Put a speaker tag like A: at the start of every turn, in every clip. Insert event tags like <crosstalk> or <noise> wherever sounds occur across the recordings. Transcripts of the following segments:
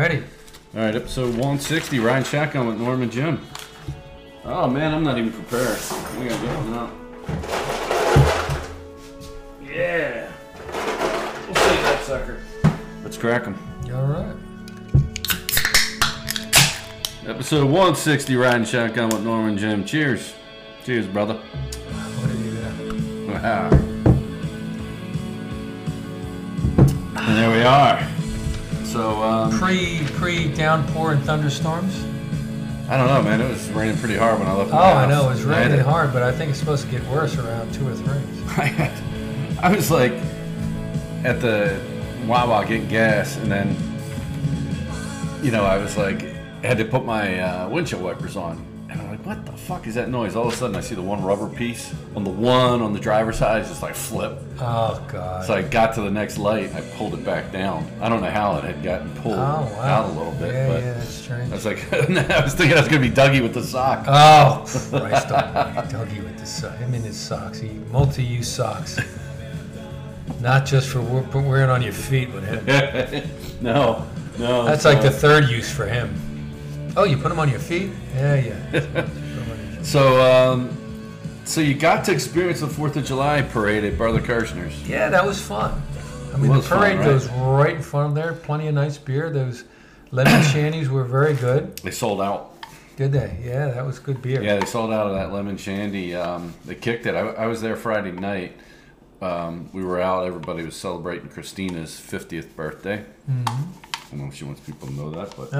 A: Alrighty.
B: All right, episode 160, Ryan Shotgun with Norman Jim. Oh man, I'm not even prepared. We gotta get one out.
C: Yeah. We'll save that sucker.
B: Let's crack them.
A: Alright.
B: Episode 160, Riding Shotgun with Norman Jim. Cheers. Cheers, brother. <laughs>
A: What are you doing?
B: Wow. And there we are. So, um,
A: Pre pre downpour and thunderstorms.
B: I don't know, man. It was raining pretty hard when I left.
A: Oh,
B: my
A: I
B: house.
A: know it's
B: I had
A: really
B: to-
A: hard, but I think it's supposed to get worse around two or three.
B: I had- I was like at the Wawa getting gas, and then you know I was like had to put my uh, windshield wipers on, and I'm like, what the fuck is that noise? All of a sudden, I see the one rubber piece on the one on the driver's side just like flip.
A: Oh God.
B: So I got to the next light, I pulled it back down. I don't know how it had gotten pulled
A: oh wow.
B: out a little bit,
A: Yeah,
B: but
A: yeah, that's strange.
B: I was like, <laughs> I was thinking I was gonna be Dougie with the sock. <laughs>
A: Oh, Christ almighty, Dougie with the sock. Him in his socks. He multi-use socks. Not just for wo- but wearing on your feet with him.
B: no, no.
A: That's like the third use for him. Oh, you put him on your feet? Yeah,
B: <laughs>
A: yeah. Put 'em on your feet.
B: So, um, so you got to experience the Fourth of July parade at Brother Kirshner's.
A: Yeah, that was fun. I mean, the
B: was fun,
A: parade
B: right?
A: goes right in front of there. Plenty of nice beer. Those
B: <coughs>
A: lemon shandies were very good.
B: They sold out.
A: Did they? Yeah, that was good beer.
B: Yeah, they sold out of that lemon shandy. Um, they kicked it. I, I was there Friday night. Um, we were out. Everybody was celebrating Christina's fiftieth birthday.
A: Mm-hmm.
B: I don't know if she wants people to know that, but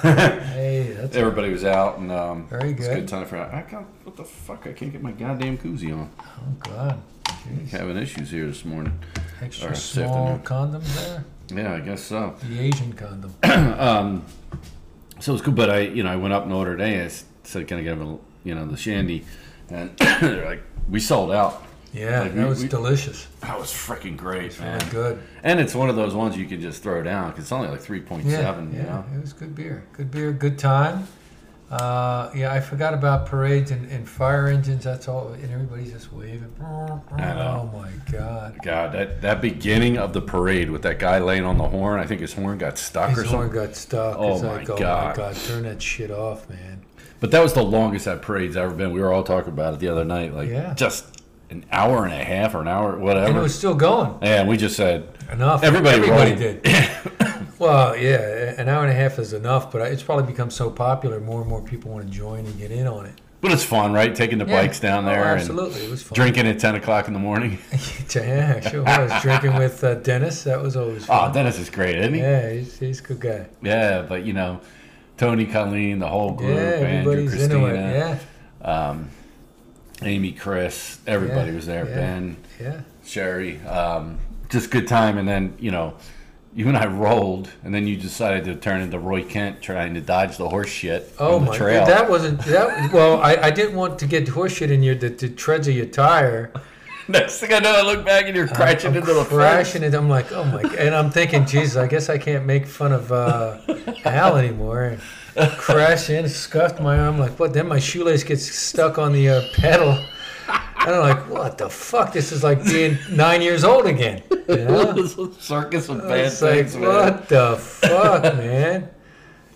A: <laughs> Hey, that's
B: everybody was out and um,
A: Very
B: It's a
A: good.
B: good time for. I can't. What the fuck? I can't get my goddamn koozie on.
A: oh god, Jeez.
B: Having issues here this morning.
A: extra
B: Or this
A: small
B: afternoon.
A: condoms there.
B: Yeah, I guess so.
A: The Asian
B: <coughs>
A: condom.
B: Um, So it was cool, but I, you know, I went up and ordered a. I s- said, "Can I get a, you know, the shandy?" And <coughs> they're like, "We sold out."
A: Yeah,
B: Like,
A: that
B: we-
A: was
B: we-
A: delicious.
B: That was freaking great, man.
A: Really good.
B: And it's one of those ones you can just throw down because it's only like three point
A: Yeah,
B: seven.
A: yeah,
B: You know,
A: it was good beer. Good beer, good time. Uh, yeah, I forgot about parades and, and fire engines. That's all, and everybody's just waving.
B: know.
A: Oh my god,
B: God, that that beginning of the parade with that guy laying on the horn. I think his horn got stuck or
A: his horn
B: something.
A: got stuck.
B: Oh
A: it's
B: my
A: like, oh
B: God.
A: my god, turn that shit off, man.
B: But that was the longest that parade's ever been. We were all talking about it the other night, like
A: Yeah.
B: just an hour and a half or an hour,
A: And
B: whatever.
A: it was still going.
B: and we just said,
A: Enough.
B: Everybody
A: Everybody
B: rolled. <laughs>
A: did. well, yeah, an hour and a half is enough, but it's probably become so popular, more and more people want to join and get in on it.
B: "But it's fun, right? Taking the
A: Yeah.
B: bikes down
A: Oh,
B: there and
A: absolutely, it was fun.
B: drinking at ten o'clock in the morning."
A: <laughs> yeah, sure
B: <laughs>
A: was. Drinking with uh, Dennis, that was always
B: Oh,
A: fun.
B: Dennis is great, isn't he? Yeah,
A: yeah, he's, he's a good guy.
B: but you know, Tony, Colleen, the whole group,
A: yeah,
B: Andrew,
A: everybody's
B: Christina,
A: into it. Yeah,
B: Amy, Chris, everybody
A: Yeah,
B: was there.
A: yeah.
B: Ben,
A: yeah.
B: Sherry, um, just good time. And then you know, you and I rolled, and then you decided to turn into Roy Kent trying to dodge the horse shit
A: Oh
B: on the
A: my
B: trail.
A: god, that wasn't that. Well, I, I didn't want to get horseshit in your the, the treads of your tire.
B: <laughs> Next thing I know, I look back and you're crashing into the fence.
A: crashing it. I'm like, oh my, god. and I'm thinking, Jesus, I guess I can't make fun of uh, Al anymore. And crash in, scuffed my arm. Like what? Then my shoelace gets stuck on the uh, pedal. And I'm like, what the fuck? This is like being nine years old again. You know?
B: <laughs> This is a circus of bad
A: It's like,
B: things, man.
A: what the fuck, man?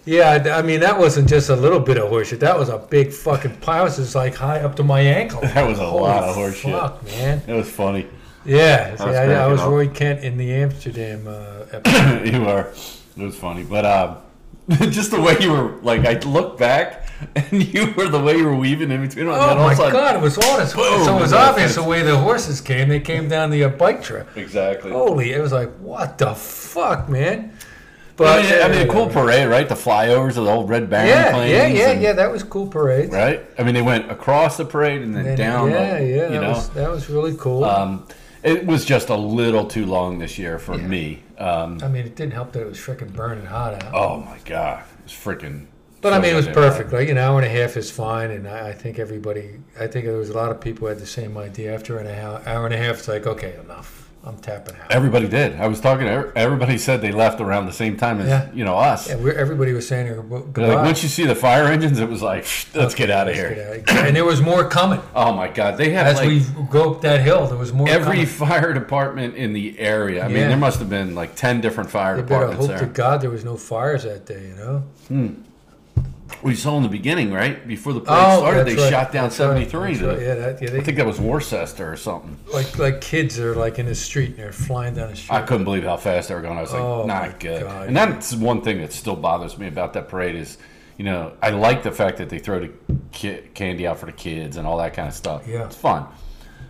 A: Yeah, I- I mean, that wasn't just a little bit of horseshit. That was a big fucking pile. It was like high up to my ankle.
B: That was a
A: Holy
B: lot of horseshit.
A: Fuck, man.
B: It was funny.
A: Yeah, see,
B: was
A: I, I
B: cracking
A: was
B: up.
A: Roy Kent in the Amsterdam uh, episode.
B: <laughs> you are. It was funny, but um, <laughs> just the way you were like, I look back <laughs> and you were the way you were weaving in between. and
A: oh
B: then all
A: my
B: of a sudden-
A: god, it was on its
B: Boom,
A: So it was
B: and then
A: obvious
B: it's-
A: the way the horses came. They came down the uh, bike trail.
B: Exactly.
A: Holy, it was like, what the fuck, man?
B: but I mean, I mean, a
A: yeah,
B: cool parade, right? The flyovers of the old Red Baron
A: Yeah,
B: planes.
A: yeah, yeah,
B: and-
A: yeah. That was cool parade.
B: Right. I mean, they went across the parade and then
A: And
B: down. the-
A: yeah, yeah,
B: You
A: that
B: know,
A: was that was really cool.
B: um, it was just a little too long this year for me. Um,
A: I mean, it didn't help that it was freaking burning hot out.
B: oh my god, it was freaking.
A: but I mean, it was
B: freaking-
A: perfect. Like an hour and a half is fine, and I, I think everybody, I think there was a lot of people who had the same idea. After an hour, hour and a half, it's like, okay, enough. I'm tapping out.
B: Everybody did. I was talking. to every- Everybody said they left around the same time as
A: Yeah.
B: you know us.
A: Yeah, we're, everybody was saying "Well,
B: They're
A: goodbye.
B: Like once you see the fire engines, it was like, "Shh, let's get out of
A: Let's
B: here.
A: get out. and there was more coming
B: Oh my god, they had
A: as
B: like
A: we go up that hill. There was more.
B: every
A: coming.
B: fire department in the area. I mean,
A: Yeah.
B: there must have been like ten different fire
A: You better
B: departments
A: hope to
B: there.
A: God there was no fires that day. You know.
B: We saw in the beginning, right before the parade
A: Oh,
B: started,
A: that's
B: they
A: right.
B: shot down
A: That's right.
B: seventy three.
A: That's right. Yeah, that, yeah
B: I
A: they,
B: think that was Worcester or something.
A: like like kids are like in the street and they're flying down the street.
B: I couldn't believe how fast they were going. I was like,
A: Oh, my
B: not good.
A: God.
B: And that's one thing that still bothers me about that parade is, you know, I like the fact that they throw the ki- candy out for the kids and all that kind of stuff.
A: Yeah.
B: it's fun.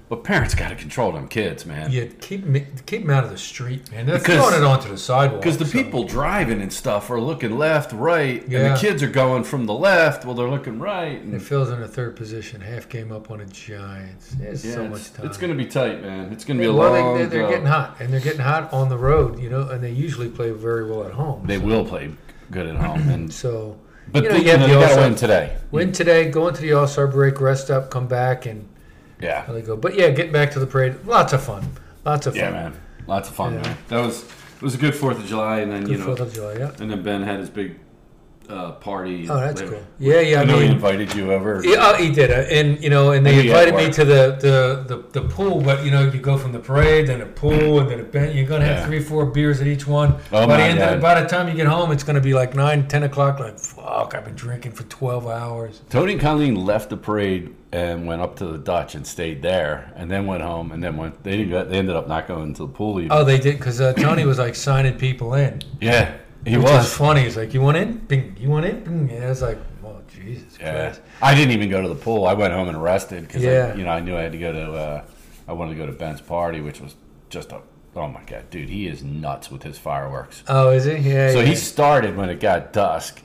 B: But parents got to control them kids, man.
A: yeah, keep me- keep them out of the street, man. They're
B: Because-
A: throwing it onto the sidewalk.
B: Because the
A: so-
B: people driving and stuff are looking left, right, and
A: Yeah.
B: the kids are going from the left. Well, they're looking right.
A: It
B: And
A: fills in a third position, half game up on the Giants. There's
B: yeah,
A: so
B: it's,
A: much time.
B: it's going to be tight, man. It's going to be a
A: well,
B: long.
A: they, they, they're
B: go.
A: getting hot, and they're getting hot on the road, you know, and they usually play very well at home.
B: They will play good at home, and
A: so,
B: but
A: you know,
B: they,
A: you have the
B: got to
A: also-
B: win today.
A: win today, go into the All Star break, rest up, come back, and
B: Yeah.
A: really go. But yeah, getting back to the parade, lots of fun, lots of fun.
B: Yeah, man. Lots of fun,
A: Yeah.
B: man. That was it was a good Fourth of July, and then
A: Good
B: you know,
A: Fourth of July, yeah.
B: and then Ben had his big uh, party.
A: Oh, that's
B: later.
A: cool. Yeah, yeah.
B: I
A: I
B: know he
A: mean,
B: invited you over.
A: Yeah, oh, he did, uh, and you know, and
B: I
A: they
B: knew you had
A: invited me
B: work.
A: to the, the, the, the pool. But you know, you go from the parade, then a pool, and then a bench. You're gonna have
B: Yeah.
A: three, four beers at each one.
B: Oh,
A: by
B: my
A: the end,
B: God.
A: Of, by the time you get home, it's gonna be like nine, ten o'clock. Like, fuck, I've been drinking for twelve hours.
B: Tony and Colleen left the parade and went up to the Dutch and stayed there, and then went home, and then went. They didn't. go- They ended up not going to the pool even.
A: Oh, they did because uh, Tony was like signing people in.
B: yeah, he
A: which
B: was.
A: is funny. He's like, "You want in? Bing. You want in? Bing." And I was like, "Oh, Jesus
B: Yeah,
A: Christ!"
B: I didn't even go to the pool. I went home and rested because
A: Yeah.
B: you know I knew I had to go to. Uh, I wanted to go to Ben's party, which was just a. Oh my god, dude, he is nuts with his fireworks.
A: Oh, is it? Yeah.
B: So
A: yeah.
B: he started when it got dusk,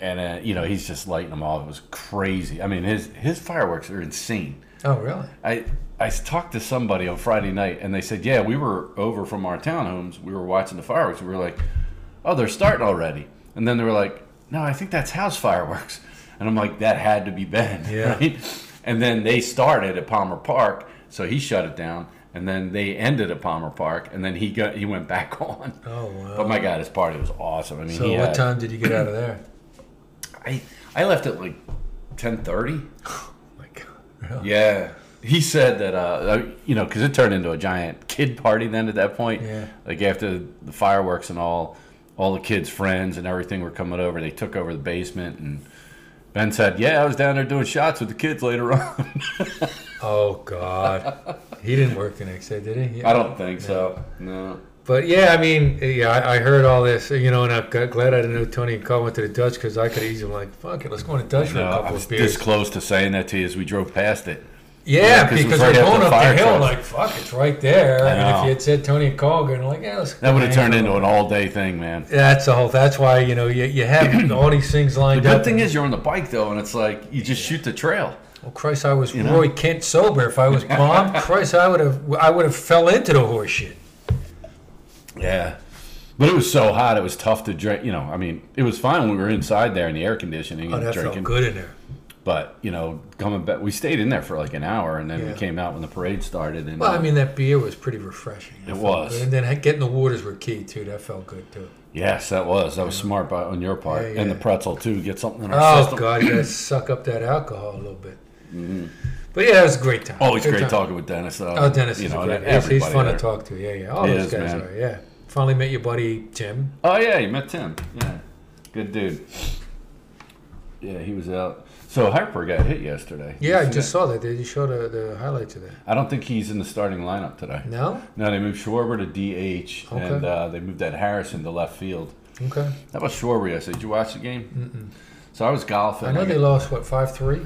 B: and uh, you know he's just lighting them all. It was crazy. I mean, his his fireworks are insane.
A: Oh, really?
B: I I talked to somebody on Friday night, and they said, yeah, we were over from our townhomes. We were watching the fireworks. We were like, oh, they're starting already. And then they were like, no, I think that's house fireworks. And I'm like, that had to be Ben. <laughs>
A: Yeah.
B: Right? And then they started at Palmer Park, so he shut it down. And then they ended at Palmer Park, and then he got he went back <laughs> on.
A: Oh, wow.
B: But my God, his party was awesome. I mean,
A: So
B: he uh,
A: what
B: had-
A: time did you get out of there?
B: I I left at like ten thirty.
A: Oh, my God. Really?
B: Yeah. He said that, uh, uh, you know, because it turned into a giant kid party then at that point.
A: Yeah.
B: Like after the fireworks and all, all the kids' friends and everything were coming over. They took over the basement. And Ben said, Yeah, I was down there doing shots with the kids later on. <laughs>
A: Oh God, he didn't work the next day, did he?
B: I don't think so. No.
A: But yeah, I mean, yeah, I, I heard all this, you know, and I'm g- glad I didn't know Tony and Carl went to the Dutch because I could easily like, fuck it, let's go to the Dutch for
B: No,
A: a
B: I
A: couple
B: was
A: of beers.
B: this close to saying that to you as we drove past it. Yeah,
A: yeah,
B: 'cause it
A: because
B: was
A: we're
B: right after
A: going
B: the
A: up the
B: fire
A: hill,
B: trucks.
A: like, fuck, it's right there.
B: I
A: And
B: know.
A: if you had said Tony and Carl, going like, yeah, let's.
B: That would have
A: hang
B: turned
A: out.
B: into an all day thing, man.
A: That's the whole. That's why you know you, you
B: <clears throat>
A: have all these things
B: The
A: lined
B: good
A: up.
B: thing is you're on the bike though, and it's like you just shoot the trail.
A: well, Christ, I was Roy Kent sober. If I was
B: <laughs>
A: bomb, Christ, I would have. I would have fell into the horseshit.
B: Yeah. But it was so hot, it was tough to drink. You know, I mean, it was fine when we were inside there in the air conditioning
A: Oh,
B: and
A: that
B: drinking.
A: felt good in there.
B: But you know, coming back, we stayed in there for like an hour, and then we
A: Yeah.
B: came out when the parade started. And
A: Well, I
B: uh,
A: mean, that beer was pretty refreshing. That
B: It
A: felt
B: was.
A: good. And then getting the waters were key, too. That felt good, too.
B: yes, that was that was smart by, on your part,
A: Yeah, yeah.
B: and the pretzel too. Get something in our
A: Oh,
B: system. Mm-hmm.
A: God, you got to suck up that alcohol a little bit. But yeah, that was a great time.
B: Always
A: Good
B: great
A: time.
B: talking with Dennis. Though,
A: Oh, Dennis
B: you
A: is
B: know,
A: a
B: and
A: great. He's, he's
B: everybody
A: fun
B: there.
A: to talk to. Yeah, yeah. All
B: He
A: those
B: is,
A: guys
B: man.
A: are. Yeah. Finally met your buddy, Tim.
B: Oh yeah, you met Tim. Yeah, good dude. Yeah, he was out. So Harper got hit yesterday. Did
A: Yeah,
B: you
A: I
B: see
A: just
B: that?
A: saw that. Did you show the, the highlights of that?
B: I don't think he's in the starting lineup today.
A: No?
B: No, they moved Schwarber to DH,
A: Okay.
B: and uh, they moved that Harrison to left field.
A: Okay.
B: How about Schwarber yesterday? Did you watch the game? Mm-mm. So I was golfing.
A: I know
B: I
A: they
B: got-
A: lost, what, 5 3?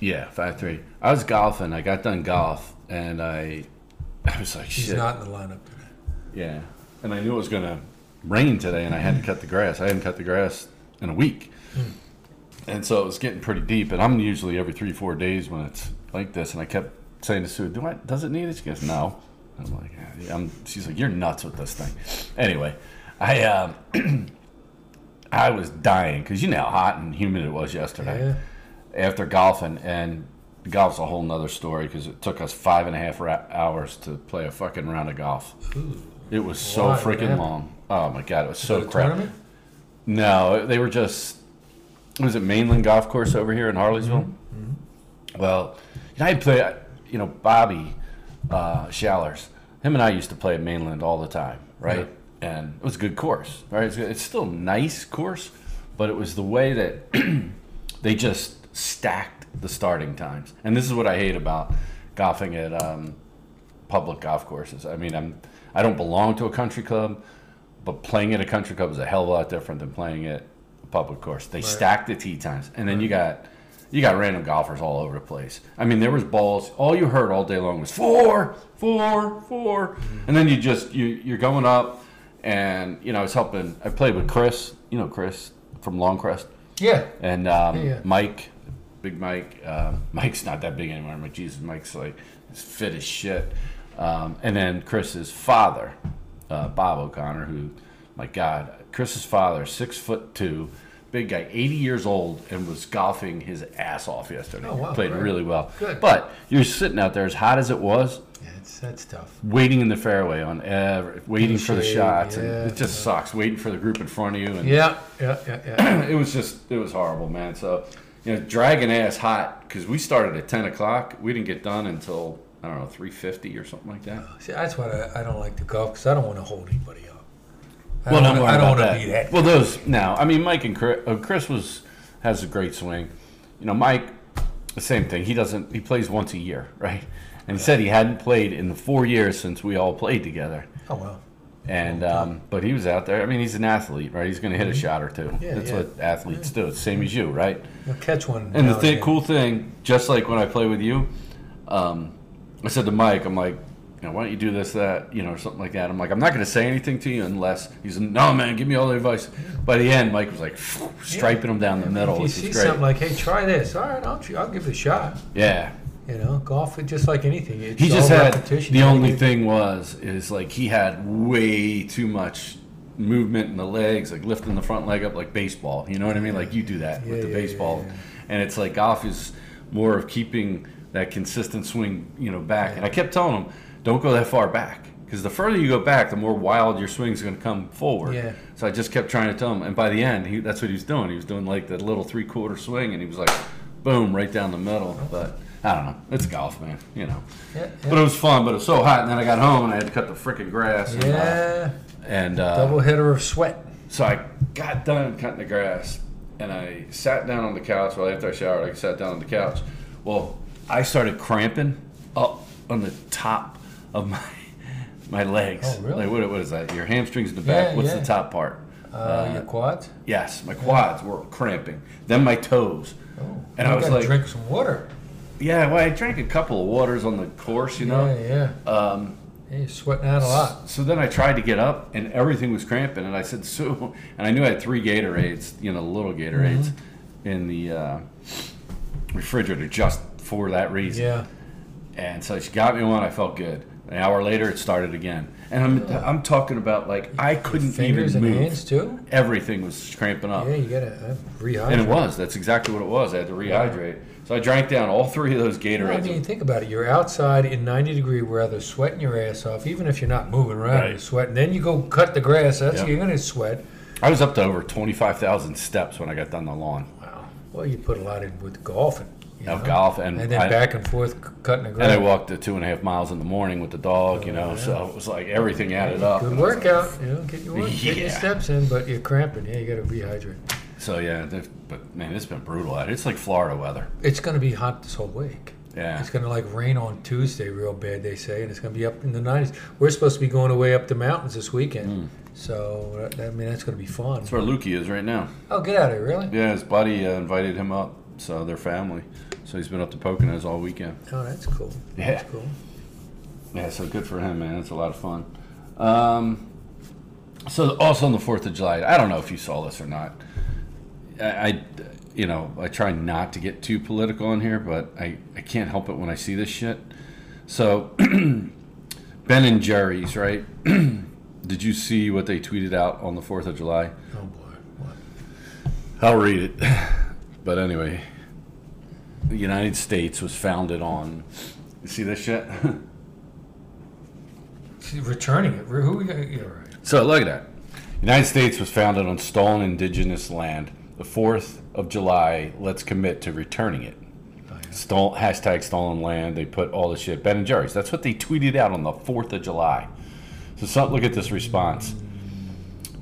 B: yeah, five three. I was golfing. I got done golf, and I, I was like,
A: He's
B: shit.
A: not in the lineup today.
B: Yeah, and I knew it was gonna rain today, and I had to cut the grass. I hadn't cut the grass in a week, and so it was getting pretty deep. And I'm usually every three four days when it's like this, and I kept saying to Sue, "Do I? Does it need it?" She goes, "No." I'm like, "Yeah, I'm, she's like, "You're nuts with this thing." Anyway, I um, <clears throat> I was dying because you know how hot and humid it was yesterday
A: Yeah.
B: after golfing and Golf's a whole nother story because it took us five and a half ra- hours to play a fucking round of golf. It was so
A: Why? What
B: freaking
A: happened?
B: long. Oh my god, it was so
A: The
B: crap.
A: tournament?
B: No, they were just. It was a mainland golf course over here in Harleysville. Well, you know, I play. You know, Bobby uh, Shallers. Him and I used to play at mainland all the time, right? And it was a good course, right? It's, it's still a nice course, but it was the way that <clears throat> they just stacked the starting times. And this is what I hate about golfing at um, public golf courses. I mean, I'm I don't belong to a country club, but playing at a country club is a hell of a lot different than playing at a public course. They stack the tee times, and then you got you got random golfers all over the place. I mean, there was balls. All you heard all day long was four, four, four, and then you just you you're going up, and you know I was helping. I played with Chris. You know Chris from Longcrest
A: Yeah.
B: and um,
A: Yeah, yeah.
B: Mike, Big Mike. Um, <laughs> Mike's not that big anymore. But Jesus, Mike's like he's fit as shit. Um, and then Chris's father, uh, Bob O'Connor, who, my God, Chris's father, six foot two, big guy, eighty years old, and was golfing his ass off yesterday.
A: Oh, wow,
B: Played
A: right.
B: really well.
A: Good.
B: But you're sitting out there as hot as it was,
A: yeah it's, that's tough.
B: waiting in the fairway on every, waiting for the
A: Shade,
B: shots,
A: yeah.
B: and it just sucks. Waiting for the group in front of you, and
A: Yeah, yeah, yeah, yeah.
B: <clears throat> it was just it was horrible, man. So you know, dragging ass hot because we started at ten o'clock. We didn't get done until I don't know three fifty or something like that.
A: See, that's why I, I don't like to golf because I don't want to hold anybody up. I
B: Well,
A: don't wanna-
B: don't worry
A: I don't
B: about
A: wanna be that.
B: Well, those now. I mean, Mike and Chris, uh, Chris was has a great swing. You know, Mike, the same thing. He doesn't. He plays once a year, <laughs> right? And he said he hadn't played in the four years since we all played together.
A: Oh well.
B: And um, but he was out there. I mean, he's an athlete, right? He's going to hit a shot or two.
A: Mm-hmm. Yeah,
B: That's
A: yeah.
B: what athletes do. It's same as you, right?
A: I'll catch one.
B: And the
A: now
B: thing,
A: again.
B: cool thing, just like when I play with you, um, I said to Mike, I'm like, you know, why don't you do this, that, you know, or something like that. I'm like, I'm not going to say anything to you unless he's, no, man, give me all the advice. By the end, Mike was like, striping him down the middle,
A: If you
B: which
A: see
B: is great.
A: something like, "Hey, try this," all right, I'll, tr- I'll give it a shot.
B: yeah.
A: You know, golf is just like anything. It's
B: He just
A: all
B: had,
A: repetition.
B: the
A: You
B: only
A: get-
B: thing was, is like he had way too much movement in the legs, like lifting the front leg up like baseball. You know what I mean? Like you do that with
A: Yeah,
B: the
A: yeah, yeah,
B: baseball.
A: yeah.
B: and it's like golf is more of keeping that consistent swing, you know, back. And I kept telling him, don't go that far back because the further you go back, the more wild your swing's going to come forward.
A: Yeah.
B: So I just kept trying to tell him, and by the end, he, that's what he was doing. He was doing like that little three quarter swing, and he was like, boom, right down the middle. But I don't know, it's golf, man, you know.
A: Yeah,
B: But it was fun, but it was so hot, and then I got home and I had to cut the freaking grass.
A: yeah, yeah.
B: And, uh, and uh,
A: double header of sweat.
B: so I got done cutting the grass, and I sat down on the couch. Well, after I showered, I sat down on the couch. Well, I started cramping up on the top of my <laughs> my legs.
A: Oh, really?
B: Like what, what is that? Your hamstrings in the back.
A: Yeah,
B: What's
A: yeah.
B: the top part?
A: Uh, your quads.
B: Yes, my quads were cramping. Then my toes.
A: Oh,
B: and
A: you
B: I was
A: gotta
B: like-
A: drink some water.
B: Yeah, well, I drank a couple of waters on the course, you know.
A: Yeah, yeah. Um, yeah. You're sweating out a lot.
B: So then I tried to get up, and everything was cramping. And I said, "So," and I knew I had three Gatorades, you know, little Gatorades,
A: Mm-hmm.
B: in the uh, refrigerator just for that reason.
A: Yeah.
B: And so she got me one. I felt good. An hour later, it started again, and I'm I'm talking about like I couldn't
A: Fingers
B: even
A: and
B: move.
A: hands too.
B: Everything was cramping up.
A: Yeah, you gotta uh, rehydrate.
B: And it was. That's exactly what it was. I had to rehydrate. So I drank down all three of those Gatorades.
A: Well, I mean, think about it. You're outside in 90 degree weather, sweating your ass off, even if you're not moving around,
B: Right.
A: you're sweating. Then you go cut the grass, that's
B: Yeah.
A: you're going to sweat.
B: I was up to over twenty five thousand steps when I got done the lawn
A: Wow. Well, you put a lot in with golfing. You
B: of
A: know?
B: golf, and,
A: And then
B: I-
A: back and forth c- cutting the grass.
B: And I walked the two and a half miles in the morning with the dog, you know, so it was like everything added up.
A: Good
B: And I was like-
A: workout. You know, get your,
B: <laughs>
A: work, get your
B: Yeah.
A: steps in, but you're cramping. Yeah, you got to rehydrate.
B: So yeah, they've- but man, it's been brutal. out here. It's like Florida weather.
A: It's going to be hot this whole week.
B: Yeah.
A: It's going to like rain on Tuesday, real bad, they say, and it's going to be up in the 90s. We're supposed to be going away up the mountains this weekend. So, uh, I I mean, that's going to be fun.
B: Mm. That's where Lukey is right now.
A: Oh, get out of here, really?
B: Yeah, his buddy uh, invited him up, so their family. So he's been up to Poconos all weekend.
A: Oh, that's cool.
B: Yeah.
A: That's cool.
B: Yeah, so good for him, man. It's a lot of fun. Um, so also on the Fourth of July, I don't know if you saw this or not. I, I- you know, I try not to get too political on here, but I, I can't help it when I see this shit. So <clears throat> Ben and Jerry's, right? <clears throat> Did you see what they tweeted out on the Fourth of July?
A: Oh boy. What?
B: <laughs> I'll read it. But anyway, the United States was founded on. You see this shit? <laughs>
A: Returning it. Who we got? Yeah, right.
B: so look at that. United States was founded on stolen indigenous land. The Fourth of July. Let's commit to returning it. Stol- hashtag stolen land. They put all the shit. Ben and Jerry's. That's what they tweeted out on the Fourth of July. So some, look at this response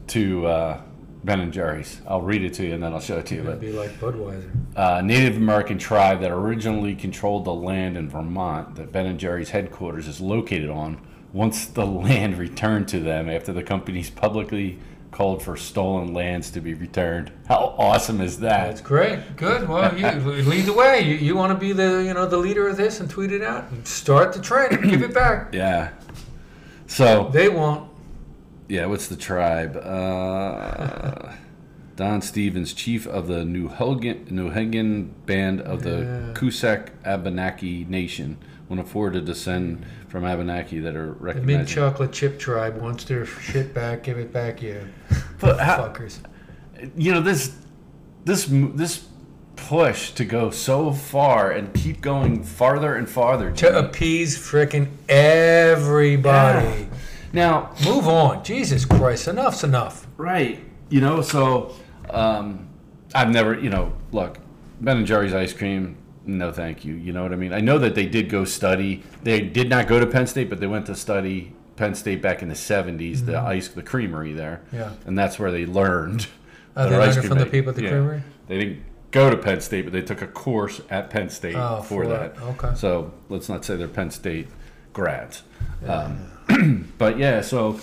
B: to uh, Ben and Jerry's. I'll read it to you and then I'll show it to you. But
A: It'd be like Budweiser.
B: uh, Native American tribe that originally controlled the land in Vermont that Ben and Jerry's headquarters is located on once the <laughs> land returned to them after the companies publicly called for stolen lands to be returned. How awesome is
A: That's
B: that?
A: great. Good. Well,
B: <laughs>
A: you lead the way. You, you want to be the you know the leader of this and tweet it out. And start the trend. Give it back.
B: Yeah. So,
A: They won't.
B: yeah, what's the tribe? Uh, Don Stevens, chief of the New Hagen, New Hagen Band of the
A: Yeah.
B: Kusak Abenaki Nation, one of four to descend from Abenaki that are
A: The mint
B: recognized.
A: chocolate chip tribe wants their shit back. Give it back, you
B: But how-
A: fuckers.
B: you know this this m- this push to go so far and keep going farther and farther
A: To appease frickin' everybody.
B: now
A: Move on. Jesus Christ. Enough's enough.
B: right you know so um, i've never you know look ben and jerry's ice cream no thank you you know what i mean i know that they did go study they did not go to penn state but they went to study penn state back in the 70s the ice the creamery there
A: Mm-hmm. Yeah.
B: and that's where they learned
A: Uh, they
B: their ice
A: learned it
B: cream
A: from the
B: making.
A: people at the
B: Yeah.
A: creamery.
B: They didn't go to Penn State, but they took a course at Penn State
A: Oh,
B: for,
A: for
B: that.
A: it. Okay.
B: So let's not say they're Penn State grads. Um, <clears throat> but yeah, so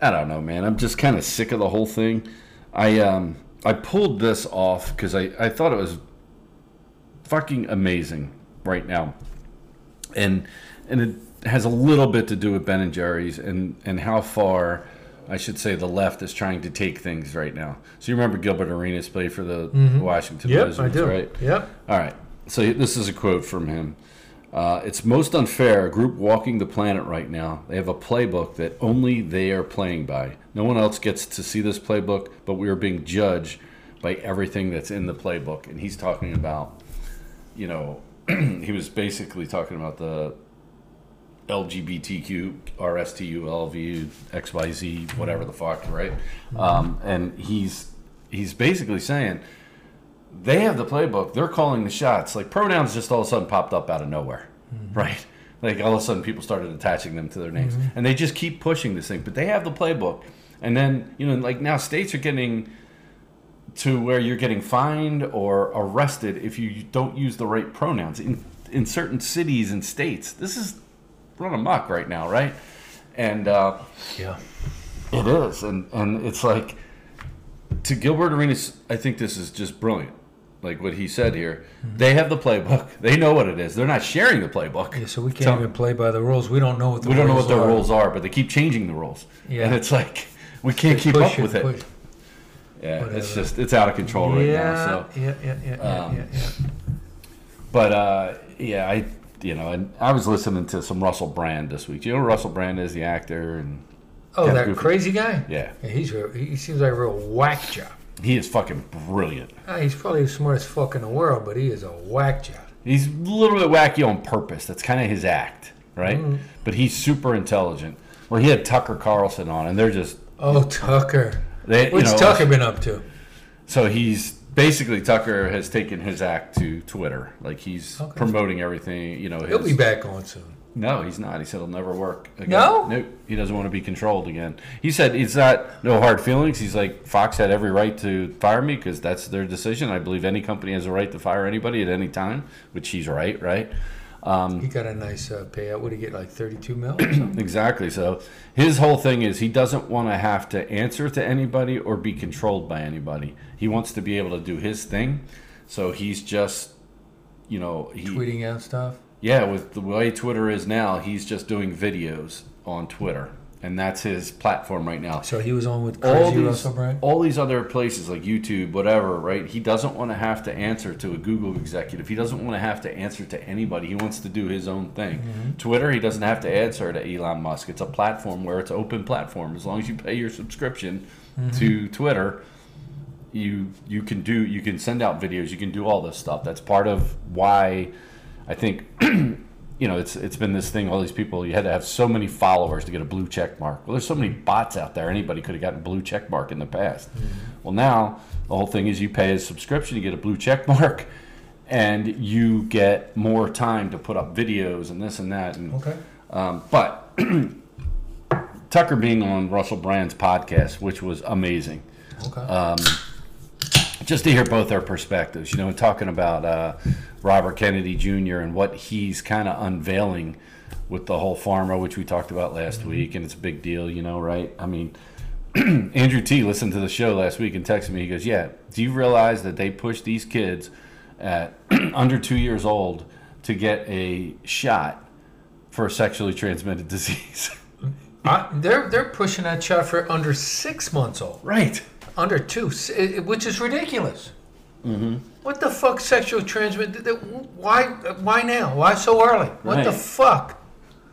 B: I don't know, man. I'm just kind of sick of the whole thing. I um I pulled this off because I I thought it was fucking amazing right now, and and it has a little bit to do with Ben and Jerry's and and how far. I should say the left is trying to take things right now. So you remember Gilbert Arenas played for the Washington
A: Mm-hmm. Yep, I
B: Wizards,
A: do.
B: right?
A: Yep.
B: All right. So this is a quote from him. Uh, it's most unfair. A group walking the planet right now. They have a playbook that only they are playing by. No one else gets to see this playbook, but we are being judged by everything that's in the playbook. And he's talking about, you know, <clears throat> he was basically talking about the LGBTQ, RSTU, LVU, XYZ, whatever the fuck, right? Um, and he's he's basically saying they have the playbook. They're calling the shots. Like pronouns just all of a sudden popped up out of nowhere, right? Like all of a sudden people started attaching them to their names, and they just keep pushing this thing. But they have the playbook, and then you know, like now states are getting to where you're getting fined or arrested if you don't use the right pronouns in in certain cities and states. This is run amok right now, right? And uh,
A: Yeah.
B: it is, and and it's like to Gilbert Arenas. I think this is just brilliant. Like what he said here, they have the playbook. They know what it is. They're not sharing the playbook.
A: Yeah, so we can't
B: Tell-
A: even play by the rules. We don't know what the
B: we
A: rules
B: don't know what their
A: are.
B: rules are, but they keep changing the rules.
A: Yeah.
B: and it's like we can't keep
A: Push
B: up with it.
A: push
B: Yeah, it's
A: Whatever.
B: just it's out of control right
A: yeah,
B: now. So
A: yeah, yeah, yeah, yeah,
B: Um,
A: yeah, yeah.
B: But uh, yeah, I you know, and I was listening to some Russell Brand this week. Do you know who Russell Brand is the actor, and
A: Oh,
B: yeah,
A: that
B: goofy.
A: crazy guy?
B: yeah,
A: he's real, he seems like a real whack job.
B: he is fucking brilliant.
A: Ah, he's probably the smartest fuck in the world, but he is a whack job.
B: He's a little bit wacky on purpose. That's kind of his act, right?
A: Mm-hmm.
B: But he's super intelligent. Well, he had Tucker Carlson on, and they're just
A: Oh, Tucker.
B: they.
A: What's
B: you know,
A: Tucker been up to?
B: So he's basically Tucker has taken his act to Twitter. Like he's
A: Okay.
B: promoting everything. You know, his,
A: He'll be back on soon.
B: No, he's not. He said he'll never work again.
A: No?
B: Nope. He doesn't want to be controlled again. He said it's not no hard feelings. He's like Fox had every right to fire me because that's their decision. I believe any company has a right to fire anybody at any time, which he's right, right? Mm.
A: He got a nice uh, payout. What did he get, like 32 mil?
B: <clears throat>
A: or something?
B: Exactly. So his whole thing is he doesn't want to have to answer to anybody or be controlled by anybody. He wants to be able to do his thing. So he's just, you know, he,
A: Tweeting out stuff.
B: yeah, with the way Twitter is now, he's just doing videos on Twitter, and that's his platform right now.
A: So he was on with
B: All
A: Crazy
B: these,
A: Russell Brand?
B: all these other places like YouTube, whatever, right? He doesn't want to have to answer to a Google executive. He doesn't want to have to answer to anybody. He wants to do his own thing.
A: Mm-hmm.
B: Twitter, he doesn't have to answer to Elon Musk. It's a
A: Mm-hmm.
B: platform where it's open platform. As long as you pay your subscription to Twitter, you you can do you can send out videos you can do all this stuff that's part of why i think <clears throat> you know it's it's been this thing all these people you had to have so many followers to get a blue check mark well there's so many bots out there anybody could have gotten a blue check mark in the past well now the whole thing is you pay a subscription you get a blue check mark and you get more time to put up videos and this and that and
A: Okay.
B: um, but <clears throat> Tucker being on Russell Brand's podcast, which was amazing,
A: Okay.
B: Uh, just to hear both their perspectives. You know, talking about uh, Robert Kennedy Jr. and what he's kind of unveiling with the whole pharma, which we talked about last week, and it's a big deal. You know, right? I mean. <clears throat> Andrew T listened to the show last week and texted me. He goes, "Yeah, do you realize that they push these kids at <clears throat> under two years old to get a shot for sexually transmitted <laughs> disease?"
A: I, Uh, they're they're pushing that shot for under six months old,
B: right.
A: under two, s- i- i- which is ridiculous. Mm-hmm. What the fuck, sexual transmit? th- th- Why why now? Why so early? What the
B: Right.
A: fuck?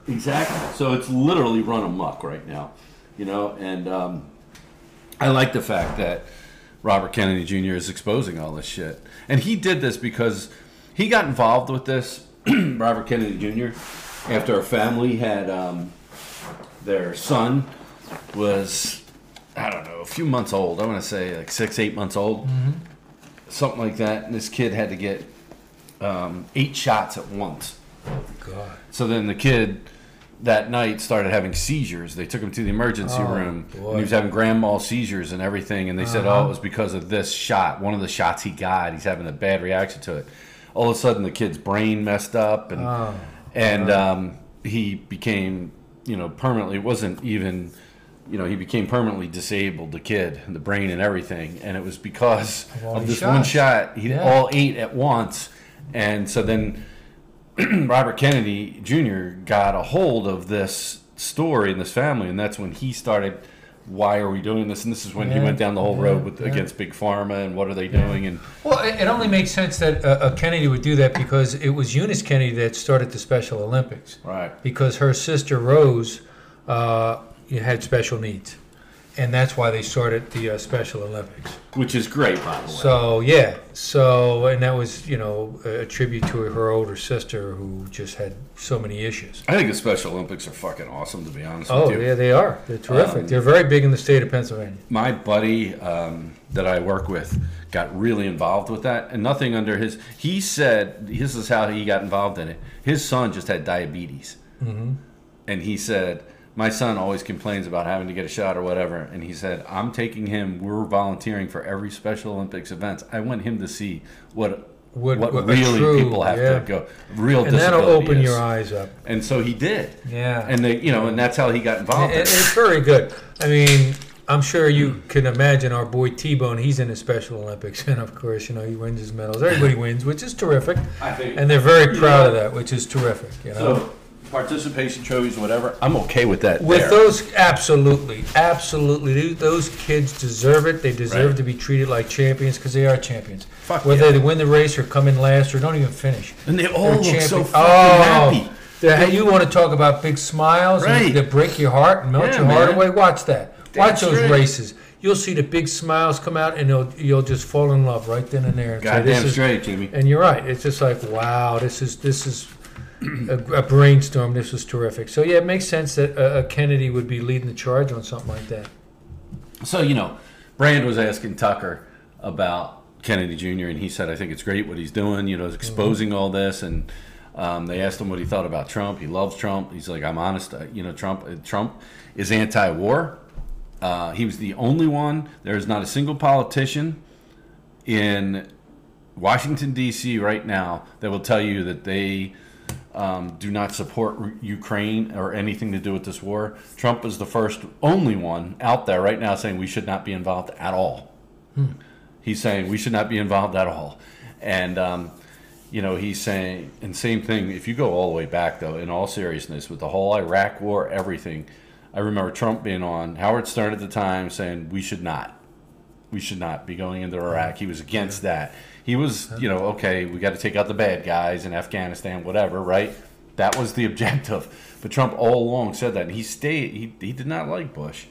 B: Exactly. So it's literally run amok right now, you know. And um, I like the fact that Robert Kennedy Jr. is exposing all this shit, and he did this because he got involved with this. <clears throat> Robert Kennedy Jr. After a family had um, their son was I don't know a few months old. I want to say like six, eight months old, something like that. And this kid had to get um, eight shots at once.
A: God.
B: So then the kid that night started having seizures. They took him to the emergency
A: Oh,
B: room.
A: boy. Uh-huh.
B: And he was having grand mal seizures and everything. And they said, oh, it was because of this shot. One of the shots he got. He's having a bad reaction to it. All of a sudden, the kid's brain messed up, and
A: Oh,
B: and um, he became, you know, permanently. It wasn't even, you know, he became permanently disabled. The kid, the brain, and everything. And it was because
A: Of all
B: of
A: these
B: this one
A: shots.
B: shot. He
A: Yeah.
B: all eight at once, and so then. Robert Kennedy Jr. got a hold of this story and this family, and that's when he started. Why are we doing this? And this is when he
A: Yeah,
B: went down the whole road
A: yeah,
B: with
A: yeah.
B: against big pharma and what are they doing? And
A: Well, it it only makes sense that uh, uh, Kennedy would do that because it was Eunice Kennedy that started the Special Olympics.
B: right,
A: Because her sister Rose uh, had special needs, and that's why they started the uh, Special Olympics.
B: which is great, by the way.
A: So yeah, so and that was you know a tribute to her older sister who just had so many issues.
B: I think the Special Olympics are fucking awesome, to be honest
A: Oh
B: with you.
A: yeah, they are. They're terrific.
B: Um,
A: They're very big in the state of Pennsylvania.
B: my buddy um, that I work with got really involved with that, and nothing under his. He said this is how he got involved in it. His son just had diabetes,
A: Mm-hmm.
B: and he said my son always complains about having to get a shot or whatever. And he said I'm taking him. We're volunteering for every Special Olympics events. I want him to see what
A: What-
B: what,
A: what a
B: really
A: true-
B: people have
A: yeah.
B: to go. Real
A: And that'll
B: disability
A: open
B: is.
A: your eyes up.
B: And so he did.
A: Yeah.
B: And they, you know, and that's how he got involved.
A: It-
B: in it.
A: it's very good. I mean, I'm sure you can imagine our boy T Bone. He's in the Special Olympics, <laughs> and of course, you know he wins his medals. Everybody wins, which is terrific,
B: I think-
A: and they're very
B: You
A: proud
B: know-
A: of that, which is terrific. You know.
B: So Oh. participation trophies, whatever. I'm okay with that.
A: With
B: there.
A: those, absolutely, absolutely, Th- those kids deserve it. They deserve
B: Right.
A: to be treated like champions because they are champions.
B: Fuck
A: Whether
B: yeah.
A: they win the race or come in last or don't even finish,
B: and they all
A: they're
B: look so
A: champions.
B: fucking
A: Oh,
B: happy.
A: the- hey, you want to talk about big smiles
B: Right.
A: and that break your heart and melt
B: Yeah,
A: your heart
B: man.
A: away? Watch that. Watch
B: That's
A: those
B: right.
A: races. You'll see the big smiles come out, and you'll you'll just fall in love right then and there. and say, this
B: Goddamn
A: is-
B: straight, Jimmy.
A: and you're right. It's just like, wow, this is this is a, a brainstorm. This was terrific. So yeah, it makes sense that uh, uh, Kennedy would be leading the charge on something like that.
B: So you know, Brand was asking Tucker about Kennedy Jr. and he said, "I think it's great what he's doing. You know, exposing all this." And um, they asked him what he thought about Trump. He loves Trump. He's like, "I'm honest. uh, You know, Trump. uh, Trump is anti-war. Uh, he was the only one. There is not a single politician in Washington D.C. right now that will tell you that they." um, do not support R- Ukraine or anything to do with this war. Trump is the first, only one out there right now saying we should not be involved at all. He's saying we should not be involved at all. And, um, you know, he's saying, and same thing, if you go all the way back, though, in all seriousness, with the whole Iraq war, everything, I remember Trump being on, Howard Stern at the time saying we should not. We should not be going into Iraq. He was against that. He was, you know, okay, we got to take out the bad guys in Afghanistan, whatever, right? That was the <laughs> objective. But Trump all along said that. And he stayed, he, he did not like Bush.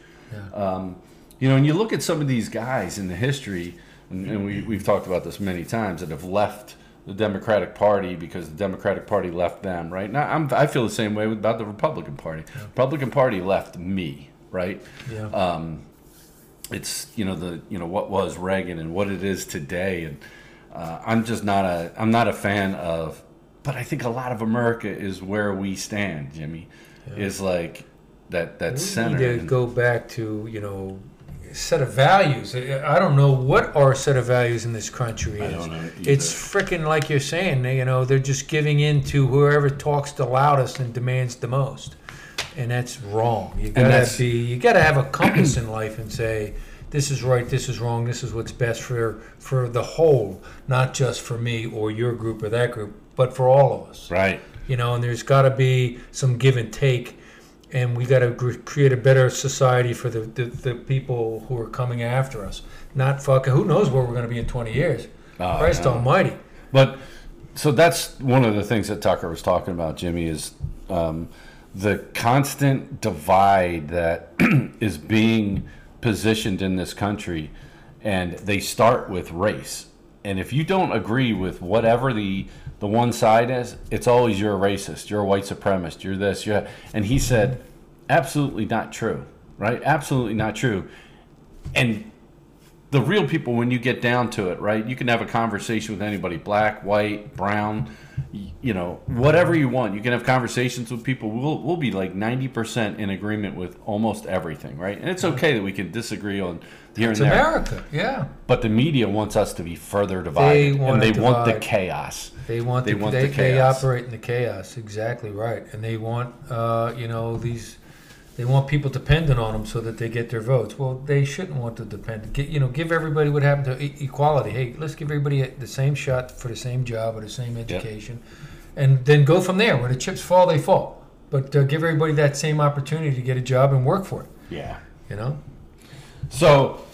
B: Um, you know, and you look at some of these guys in the history and, and we, we've talked about this many times, that have left the Democratic Party because the Democratic Party left them, right? Now, I'm, I feel the same way about the Republican Party. Republican Party left me, right?
A: Yeah.
B: it's you know the you know what was Reagan and what it is today, and uh, I'm just not a I'm not a fan of. But I think a lot of America is where we stand, Jimmy. Is like that that center.
A: We need to
B: and-
A: go back to you know set of values. I I don't know what our set of values in this country is.
B: don't know
A: it's freaking like you're saying. they- You know, they're just giving in to whoever talks the loudest and demands the most, and that's wrong. You gotta
B: that's-
A: be. You gotta have a compass in life and say. This is right. This is wrong. This is what's best for for the whole, not just for me or your group or that group, but for all of us
B: right.
A: you know, and there's got to be some give and take, and we got to gr- create a better society for the, the, the people who are coming after us. Not fucking, who knows where we're going to be in 20 years?
B: Oh,
A: Christ
B: no.
A: Almighty.
B: But so that's one of the things that Tucker was talking about, Jimmy, is um, the constant divide that <clears throat> is being positioned in this country, and they start with race. And if you don't agree with whatever the the one side is, it's always you're a racist, you're a white supremacist, you're this, you're. that." And he said, absolutely not true, right? Absolutely not true. And the real people when you get down to it right you can have a conversation with anybody black white brown y- you know whatever you want you can have conversations with people we'll, we'll be like 90% in agreement with almost everything right and it's okay that we can disagree on here
A: It's
B: and there
A: America. Yeah.
B: but the media wants us to be further divided
A: wanna
B: and they want the
A: divide.
B: chaos
A: They want,
B: They
A: the,
B: want
A: they,
B: the
A: they
B: chaos.
A: operate in the chaos. Exactly right. And they want, uh, you know, these, they want people dependent on them so that they get their votes. Well, they shouldn't want to depend. Get, you know, give everybody what happened to e- equality. Hey, let's give everybody the same shot for the same job or the same education. And then go from there. When the chips fall, they fall. But uh, give everybody that same opportunity to get a job and work for it.
B: yeah
A: You know?
B: so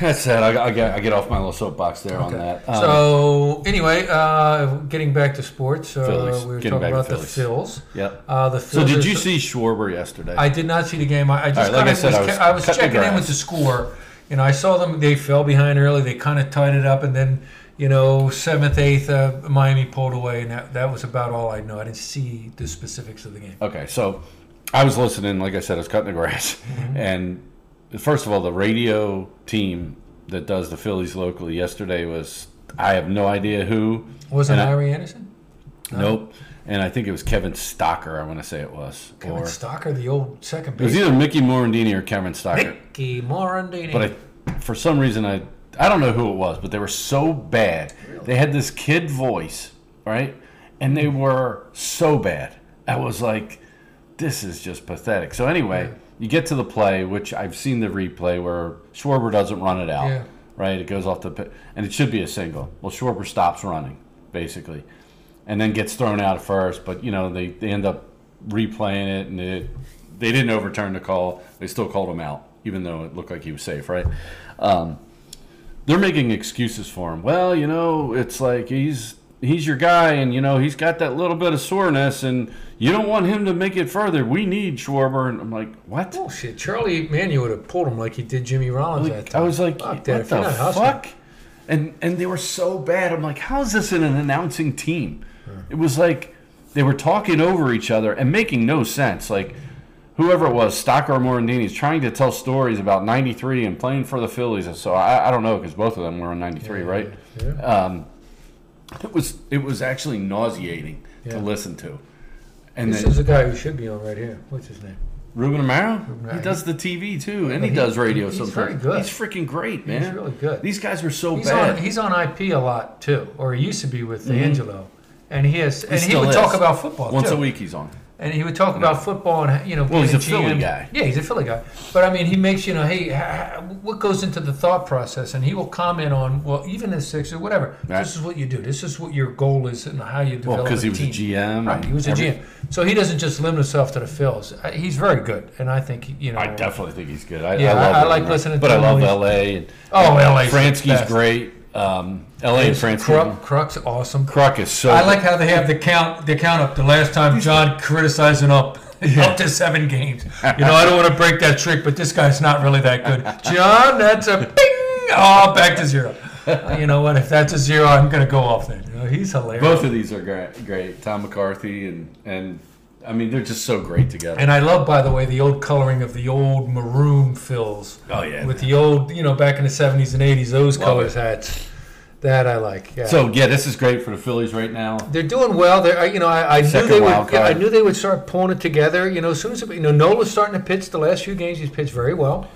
B: that's that i, I, get, I get off my little soapbox there on that Um,
A: so, anyway, uh, getting back to sports, uh,
B: Phillies.
A: we were
B: Getting
A: talking
B: back to
A: about the
B: Phillies.
A: Phils.
B: yep
A: Uh, the
B: so
A: Phils
B: did
A: are
B: you
A: so-
B: see Schwarber yesterday
A: I did not see the game. I, I just
B: All right, like
A: kinda
B: I said, I
A: was,
B: was
A: ca- I was
B: cutting the
A: checking in with
B: grass.
A: the score. You know, I saw them. They fell behind early. They kind of tied it up, and then you know, seventh, eighth, uh, Miami pulled away, and that, that was about all I know. I didn't see the specifics of the game.
B: Okay, so I was listening, like I said, I was cutting the grass. <laughs> And first of all, the radio team that does the Phillies locally yesterday was, I have no idea who.
A: Wasn't
B: And I-
A: Larry Anderson?
B: Nope. And I think it was Kevin Stocker, I want to say it was.
A: Kevin
B: or,
A: Stocker, the old second
B: it was
A: baseman.
B: either Mickey Morandini or Kevin Stocker.
A: Mickey Morandini.
B: But I, for some reason, I I don't know who it was, but they were so bad. They had this kid voice, right? And they were so bad. I was like, this is just pathetic. So anyway, you get to the play, which I've seen the replay where Schwarber doesn't run it out,
A: Yeah.
B: right? It goes off the pi- and it should be a single. Well, Schwarber stops running basically, and then gets thrown out at first. But you know they, they end up replaying it, and it they didn't overturn the call. They still called him out, even though it looked like he was safe, right? Um, they're making excuses for him. Well, you know, it's like he's he's your guy, and you know he's got that little bit of soreness, and you don't want him to make it further. We need Schwarber, and I'm like, what?
A: Bullshit. Oh, Charlie Manu would have pulled him like he did Jimmy Rollins that
B: Like, I
A: time.
B: was like,
A: Fuck
B: what
A: that.
B: the
A: If you're not hustling-
B: fuck? And and they were so bad. I'm like, how's this in an announcing team? It was like they were talking over each other and making no sense. Like whoever it was, Stocker or Morandini, is trying to tell stories about '93 and playing for the Phillies. And so I, I don't know because both of them were in '93, right?
A: Yeah.
B: Um, it was it was actually nauseating
A: Yeah.
B: to listen to. And
A: this
B: then
A: is a guy who should be on right here. What's his name?
B: Ruben Amaro,
A: Amaro.
B: he does the TV too, and he,
A: he-
B: does radio
A: he's
B: sometimes.
A: very good.
B: He's freaking great, man.
A: He's really good.
B: These guys were so
A: He's
B: bad. Mm-hmm.
A: on, he's on IP a lot too, or he used to be with Angelo, and he has, and he
B: still
A: would
B: is.
A: talk about football
B: Once
A: too.
B: a week he's on.
A: and he would talk about football and you know.
B: Well, he's
A: being
B: a Philly
A: GM.
B: guy.
A: Yeah, he's a Philly guy. But I mean, he makes you know, hey, ha- ha- what goes into the thought process, and he will comment on well, even in six or whatever.
B: Right.
A: This is what you do. This is what your goal is, and how you develop.
B: Well, because he was
A: team.
B: a GM.
A: Right,
B: and
A: he was a
B: every-
A: GM, so he doesn't just limit himself to the Phils. Uh, He's very good, and I think you know.
B: I definitely think he's good. I,
A: Yeah,
B: I, love
A: I- I
B: him,
A: like
B: right?
A: listening
B: But
A: to
B: I
A: him
B: love
A: when he's-
B: LA. And,
A: Oh, LA 's the
B: Fransky's
A: best.
B: great. Um, LA and Fransky.
A: Kruk, Kruk's awesome.
B: Kruk is so.
A: I like how they have the count the count up the last time John criticizing up <laughs> up to seven games. You know, I don't want to break that trick, but this guy's not really that good. John, that's a bing. oh, back to zero. Uh, you know what? If that's a zero, I'm gonna go off then. You know, he's hilarious.
B: Both of these are great. great. Tom McCarthy and and I mean they're just so great together.
A: And I love, by the way, the old coloring of the old maroon fills.
B: Oh, yeah.
A: With the old, you know, back in the '70s and '80s, those
B: Love
A: colors
B: it.
A: hats. That I like. Yeah.
B: so yeah, this is great for the Phillies right now.
A: They're doing well. They're, I- you know, I, I knew
B: Second
A: they would.
B: wild
A: yeah, I
B: card.
A: knew they would start pulling it together. You know, as soon as it, you know Nola's starting to pitch the last few games, he's pitched very well.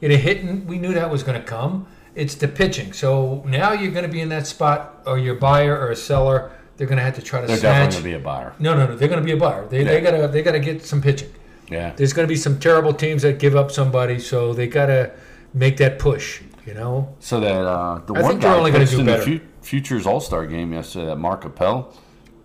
A: You know, hitting, we knew that was going to come. It's the pitching. So now you're going to be in that spot, or you're a buyer or a seller. They're going to have to try to
B: They're
A: snatch.
B: definitely gonna be a buyer.
A: no, no, no. They're going to be a buyer. They, they
B: Yeah.
A: gotta they gotta get some pitching.
B: Yeah.
A: There's going to be some terrible teams that give up somebody, so they got to make that push. You know,
B: So that uh, the
A: I
B: one
A: think they're
B: guy
A: only gonna
B: pitched
A: do
B: in
A: better.
B: the fu- futures All Star game yesterday, that Mark Appel.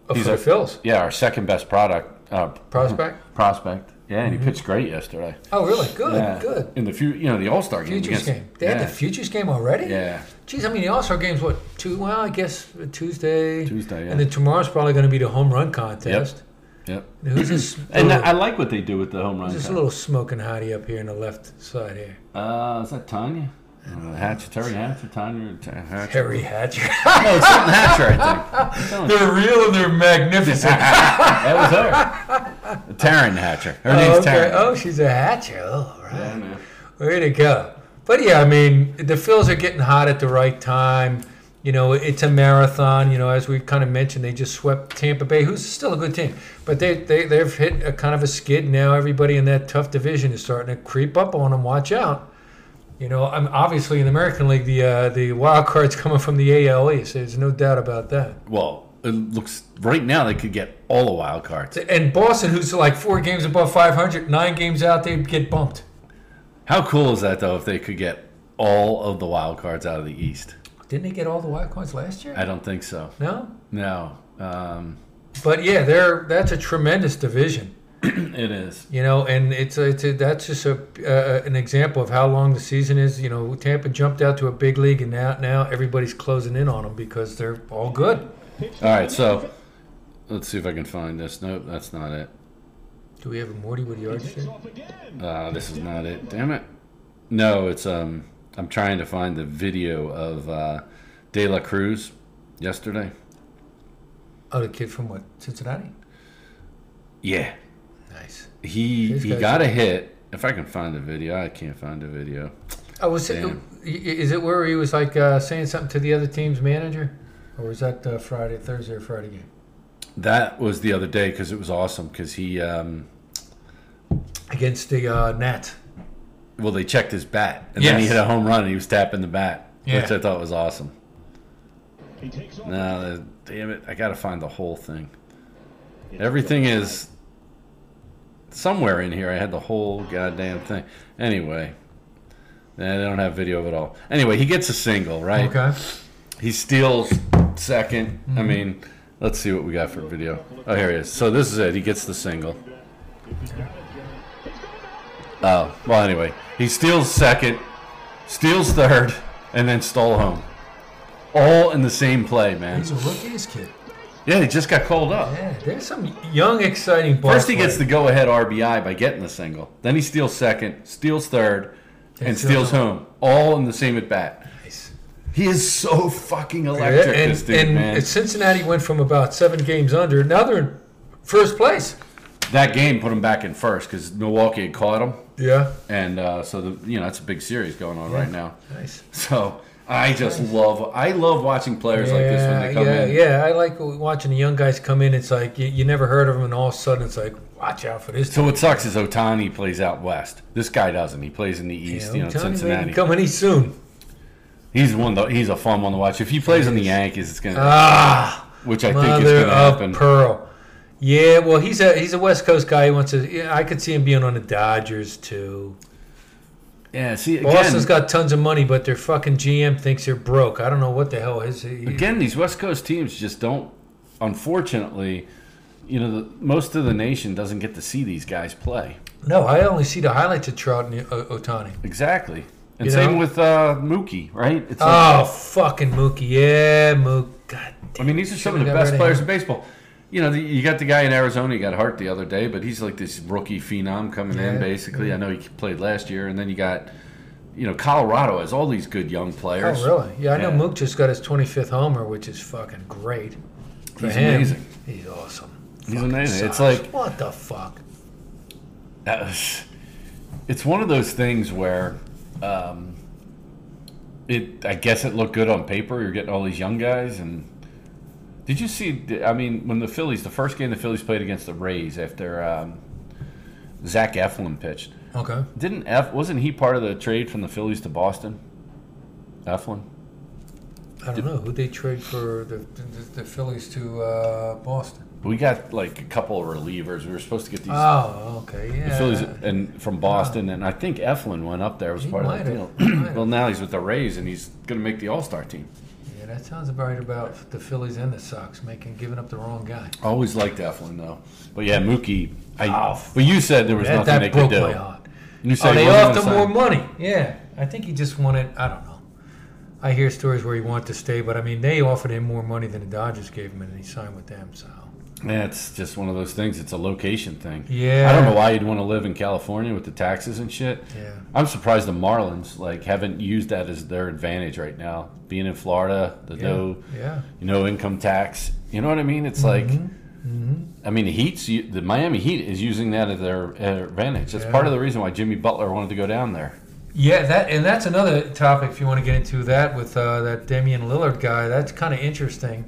A: for
B: He's
A: the
B: a-
A: Phils
B: Yeah, our second best product uh,
A: prospect.
B: prospect. Yeah, and he pitched great yesterday.
A: Oh, really? Mm-hmm. Good,
B: Yeah.
A: good.
B: In the few, you know, the All Star game.
A: Futures
B: against-
A: game. They
B: yeah.
A: had the futures game already.
B: yeah.
A: Geez, I mean the All Star game's what two? Well, I guess Tuesday.
B: Tuesday, yeah.
A: And then tomorrow's probably going to be the home run contest.
B: Yep.
A: Who's <clears throat> this?
B: And
A: little,
B: I like what they do with the home run.
A: who's this
B: count.
A: little smoking hottie up here on the left side here?
B: Uh, is that Tanya? Uh, Hatcher, Terry Hatcher, Tanya,
A: <laughs>
B: T- Hatcher.
A: Harry Hatcher.
B: No, it's something Hatcher, I think.
A: <laughs>
B: Something-
A: they're real and they're magnificent.
B: that was her. Taryn Hatcher. Her
A: oh,
B: name's
A: okay.
B: Taryn.
A: oh, she's a Hatcher. Oh, all right.
B: Yeah, man.
A: Way to go. But yeah, I mean, the Phils are getting hot at the right time. You know, it's a marathon. You know, as we kind of mentioned, they just swept Tampa Bay, who's still a good team. But they, they, they've hit a kind of a skid now. Everybody in that tough division is starting to creep up on them. Watch out. You know, I'm obviously in the American League, the uh, the wild card's <laughs> coming from the AL East. There's no doubt about that.
B: Well, it looks right now they could get all the wild cards.
A: And Boston, who's like four games above 500, nine games out, they get bumped.
B: How cool is that though? If they could get all of the wild cards out of the East,
A: Didn't they get all the wild cards last year?
B: I don't think so.
A: No.
B: No, um,
A: But yeah, they're that's a tremendous division,
B: it is.
A: you know, and it's a, it's a, that's just a uh, an example of how long the season is. You know, Tampa jumped out to a big league, and now now everybody's closing in on them because they're all good.
B: All right, so let's see if I can find this. Nope, that's not it.
A: Do we have a Morty with yardstick?
B: Uh, this is not it. Damn it. No, it's um. I'm trying to find the video of uh, De La Cruz yesterday.
A: Oh, the kid from what Cincinnati?
B: Yeah,
A: Nice.
B: he
A: These
B: he
A: guys
B: got a hit. If I can find the video, I can't find the video.
A: I was. uh,
B: Damn.
A: Is it where he was like uh, saying something to the other team's manager, or was that uh, Friday, Thursday or Friday game?
B: That was the other day because it was awesome because he um.
A: Against the uh, Nats.
B: Well, they checked his bat, and then he
A: Yes.
B: hit a home run, and he was tapping the bat,
A: Yeah.
B: which I thought was awesome.
D: He takes off.
B: No, the- damn it, I gotta find the whole thing. Everything is somewhere in here. I had the whole goddamn thing. Anyway, nah, they don't have video of it all. Anyway, he gets a single, right?
A: Okay. Mm-hmm.
B: He steals 2nd I mean, let's see what we got for video. Oh, here he is. So this is it. He gets the single. Oh, well, anyway, he steals second, steals third, and then stole home. All in the same play, man.
A: He's a rookies kid.
B: Yeah, he just got called up.
A: Yeah, there's some young, exciting. ball
B: First, he gets
A: players.
B: the go-ahead RBI by getting the single. Then he steals second, steals third, and
A: steals
B: steals home. All in the same at bat.
A: Nice.
B: He is so fucking electric.
A: and,
B: this dude,
A: and
B: man.
A: Cincinnati went from about seven games under. Now they're in first place.
B: that game put him back in first because Milwaukee had caught him,
A: Yeah.
B: and uh, so the you know that's a big series going on right now. <laughs>
A: Nice.
B: So I just love I love watching players like this when they come
A: yeah,
B: in.
A: yeah. I like watching the young guys come in. It's like you, you never heard of them, and all of a sudden it's like, watch out for this.
B: So what sucks is Otani plays out west. This guy doesn't. He plays in the
A: team.
B: east, you know, in
A: Tony may be
B: Cincinnati.
A: coming in soon.
B: He's one. Though, he's a fun one to watch. If he plays in the Yankees, it's gonna,
A: Ah,
B: which I think is
A: mother
B: gonna happen.
A: of pearl. Yeah, well, he's a he's a West Coast guy. He wants to. yeah, I could see him being on the Dodgers too.
B: yeah. See again,
A: Boston's got tons of money, but their fucking GM thinks they're broke. I don't know what the hell is. He,
B: again, these West Coast teams just don't. Unfortunately, you know, the, most of the nation doesn't get to see these guys play.
A: No, I only see the highlights of Trout and O- Otani.
B: Exactly. And
A: You
B: same
A: know?
B: with uh, Mookie, right? It's
A: Oh, fucking Mookie. Yeah, Mookie. God
B: I
A: damn.
B: mean, these are some of the
A: Should've
B: best
A: never
B: players
A: had
B: in baseball. You know, the, you got the guy in Arizona, he got hurt the other day, but he's like this rookie phenom coming
A: Yeah,
B: in, basically. I know he played last year. And then you got, you you know, Colorado has all these good young players.
A: Oh, really? Yeah, I know
B: Yeah.
A: Mook just got his 25th homer, which is fucking great. For
B: He's
A: him,
B: amazing.
A: He's awesome.
B: He's
A: Fucking
B: amazing. It's
A: sucks.
B: like-
A: what the fuck?
B: That was- it's one of those things where um, it I guess it looked good on paper. You're getting all these young guys and did you see I mean when the Phillies the first game the Phillies played against the Rays after um, Zach Eflin pitched.
A: Okay.
B: Didn't F wasn't he part of the trade from the Phillies to Boston? Eflin?
A: I don't know who they trade for the the, the Phillies to uh, Boston.
B: We got like a couple of relievers. We were supposed to get these
A: Oh, okay, yeah.
B: The Phillies and from Boston, and I think Eflin went up there was
A: He
B: part of
A: might
B: that deal.
A: have. He might have.
B: well, now he's with the Rays, and he's going to make the All Star team.
A: yeah, that sounds about right about the Phillies and the Sox making giving up the wrong guy.
B: I Always liked Eflin though, but yeah, Mookie. I, But you said there was
A: That,
B: nothing
A: that
B: they could
A: broke
B: do.
A: my heart.
B: You said
A: Oh,
B: he
A: they
B: wasn't
A: offered him
B: gonna
A: more
B: sign.
A: money. Yeah, I think he just wanted. I don't know. I hear stories where he wanted to stay, but I mean, they offered him more money than the Dodgers gave him, and he signed with them. So
B: Yeah, it's just one of those things. It's a location thing.
A: Yeah.
B: I don't know why you'd want to live in California with the taxes and shit.
A: Yeah.
B: I'm surprised the Marlins like haven't used that as their advantage right now. Being in Florida, the
A: yeah,
B: no
A: yeah,
B: you know, income tax. You know what I mean?
A: Mm-hmm.
B: It's like, I mean, the Heat's u- the Miami Heat is using that as their, their advantage. That's
A: Yeah.
B: part of the reason why Jimmy Butler wanted to go down there.
A: yeah. That and that's another topic if you want to get into that with uh, that Damian Lillard guy. That's kind of interesting.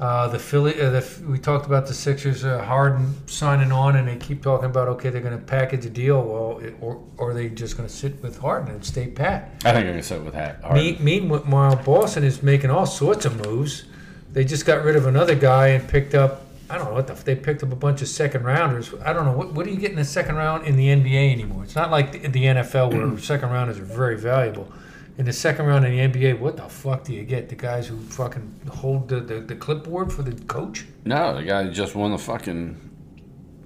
A: Uh, the Philly, uh, the, we talked about the Sixers uh, Harden signing on, and they keep talking about okay, they're going to package a deal. Well, it, or, or are they just going to sit with Harden and stay pat?
B: I think I'm gonna sit with that.
A: Me- Meanwhile, Boston is making all sorts of moves. They just got rid of another guy and picked up. I don't know what the, f- they picked up a bunch of second rounders. I don't know what what do you get in a second round in the NBA anymore? It's not like the, the NFL where second rounders are very valuable. In the second round in the NBA, what the fuck do you get? The guys who fucking hold the, the, the clipboard for the coach?
B: No, the guy who just won the fucking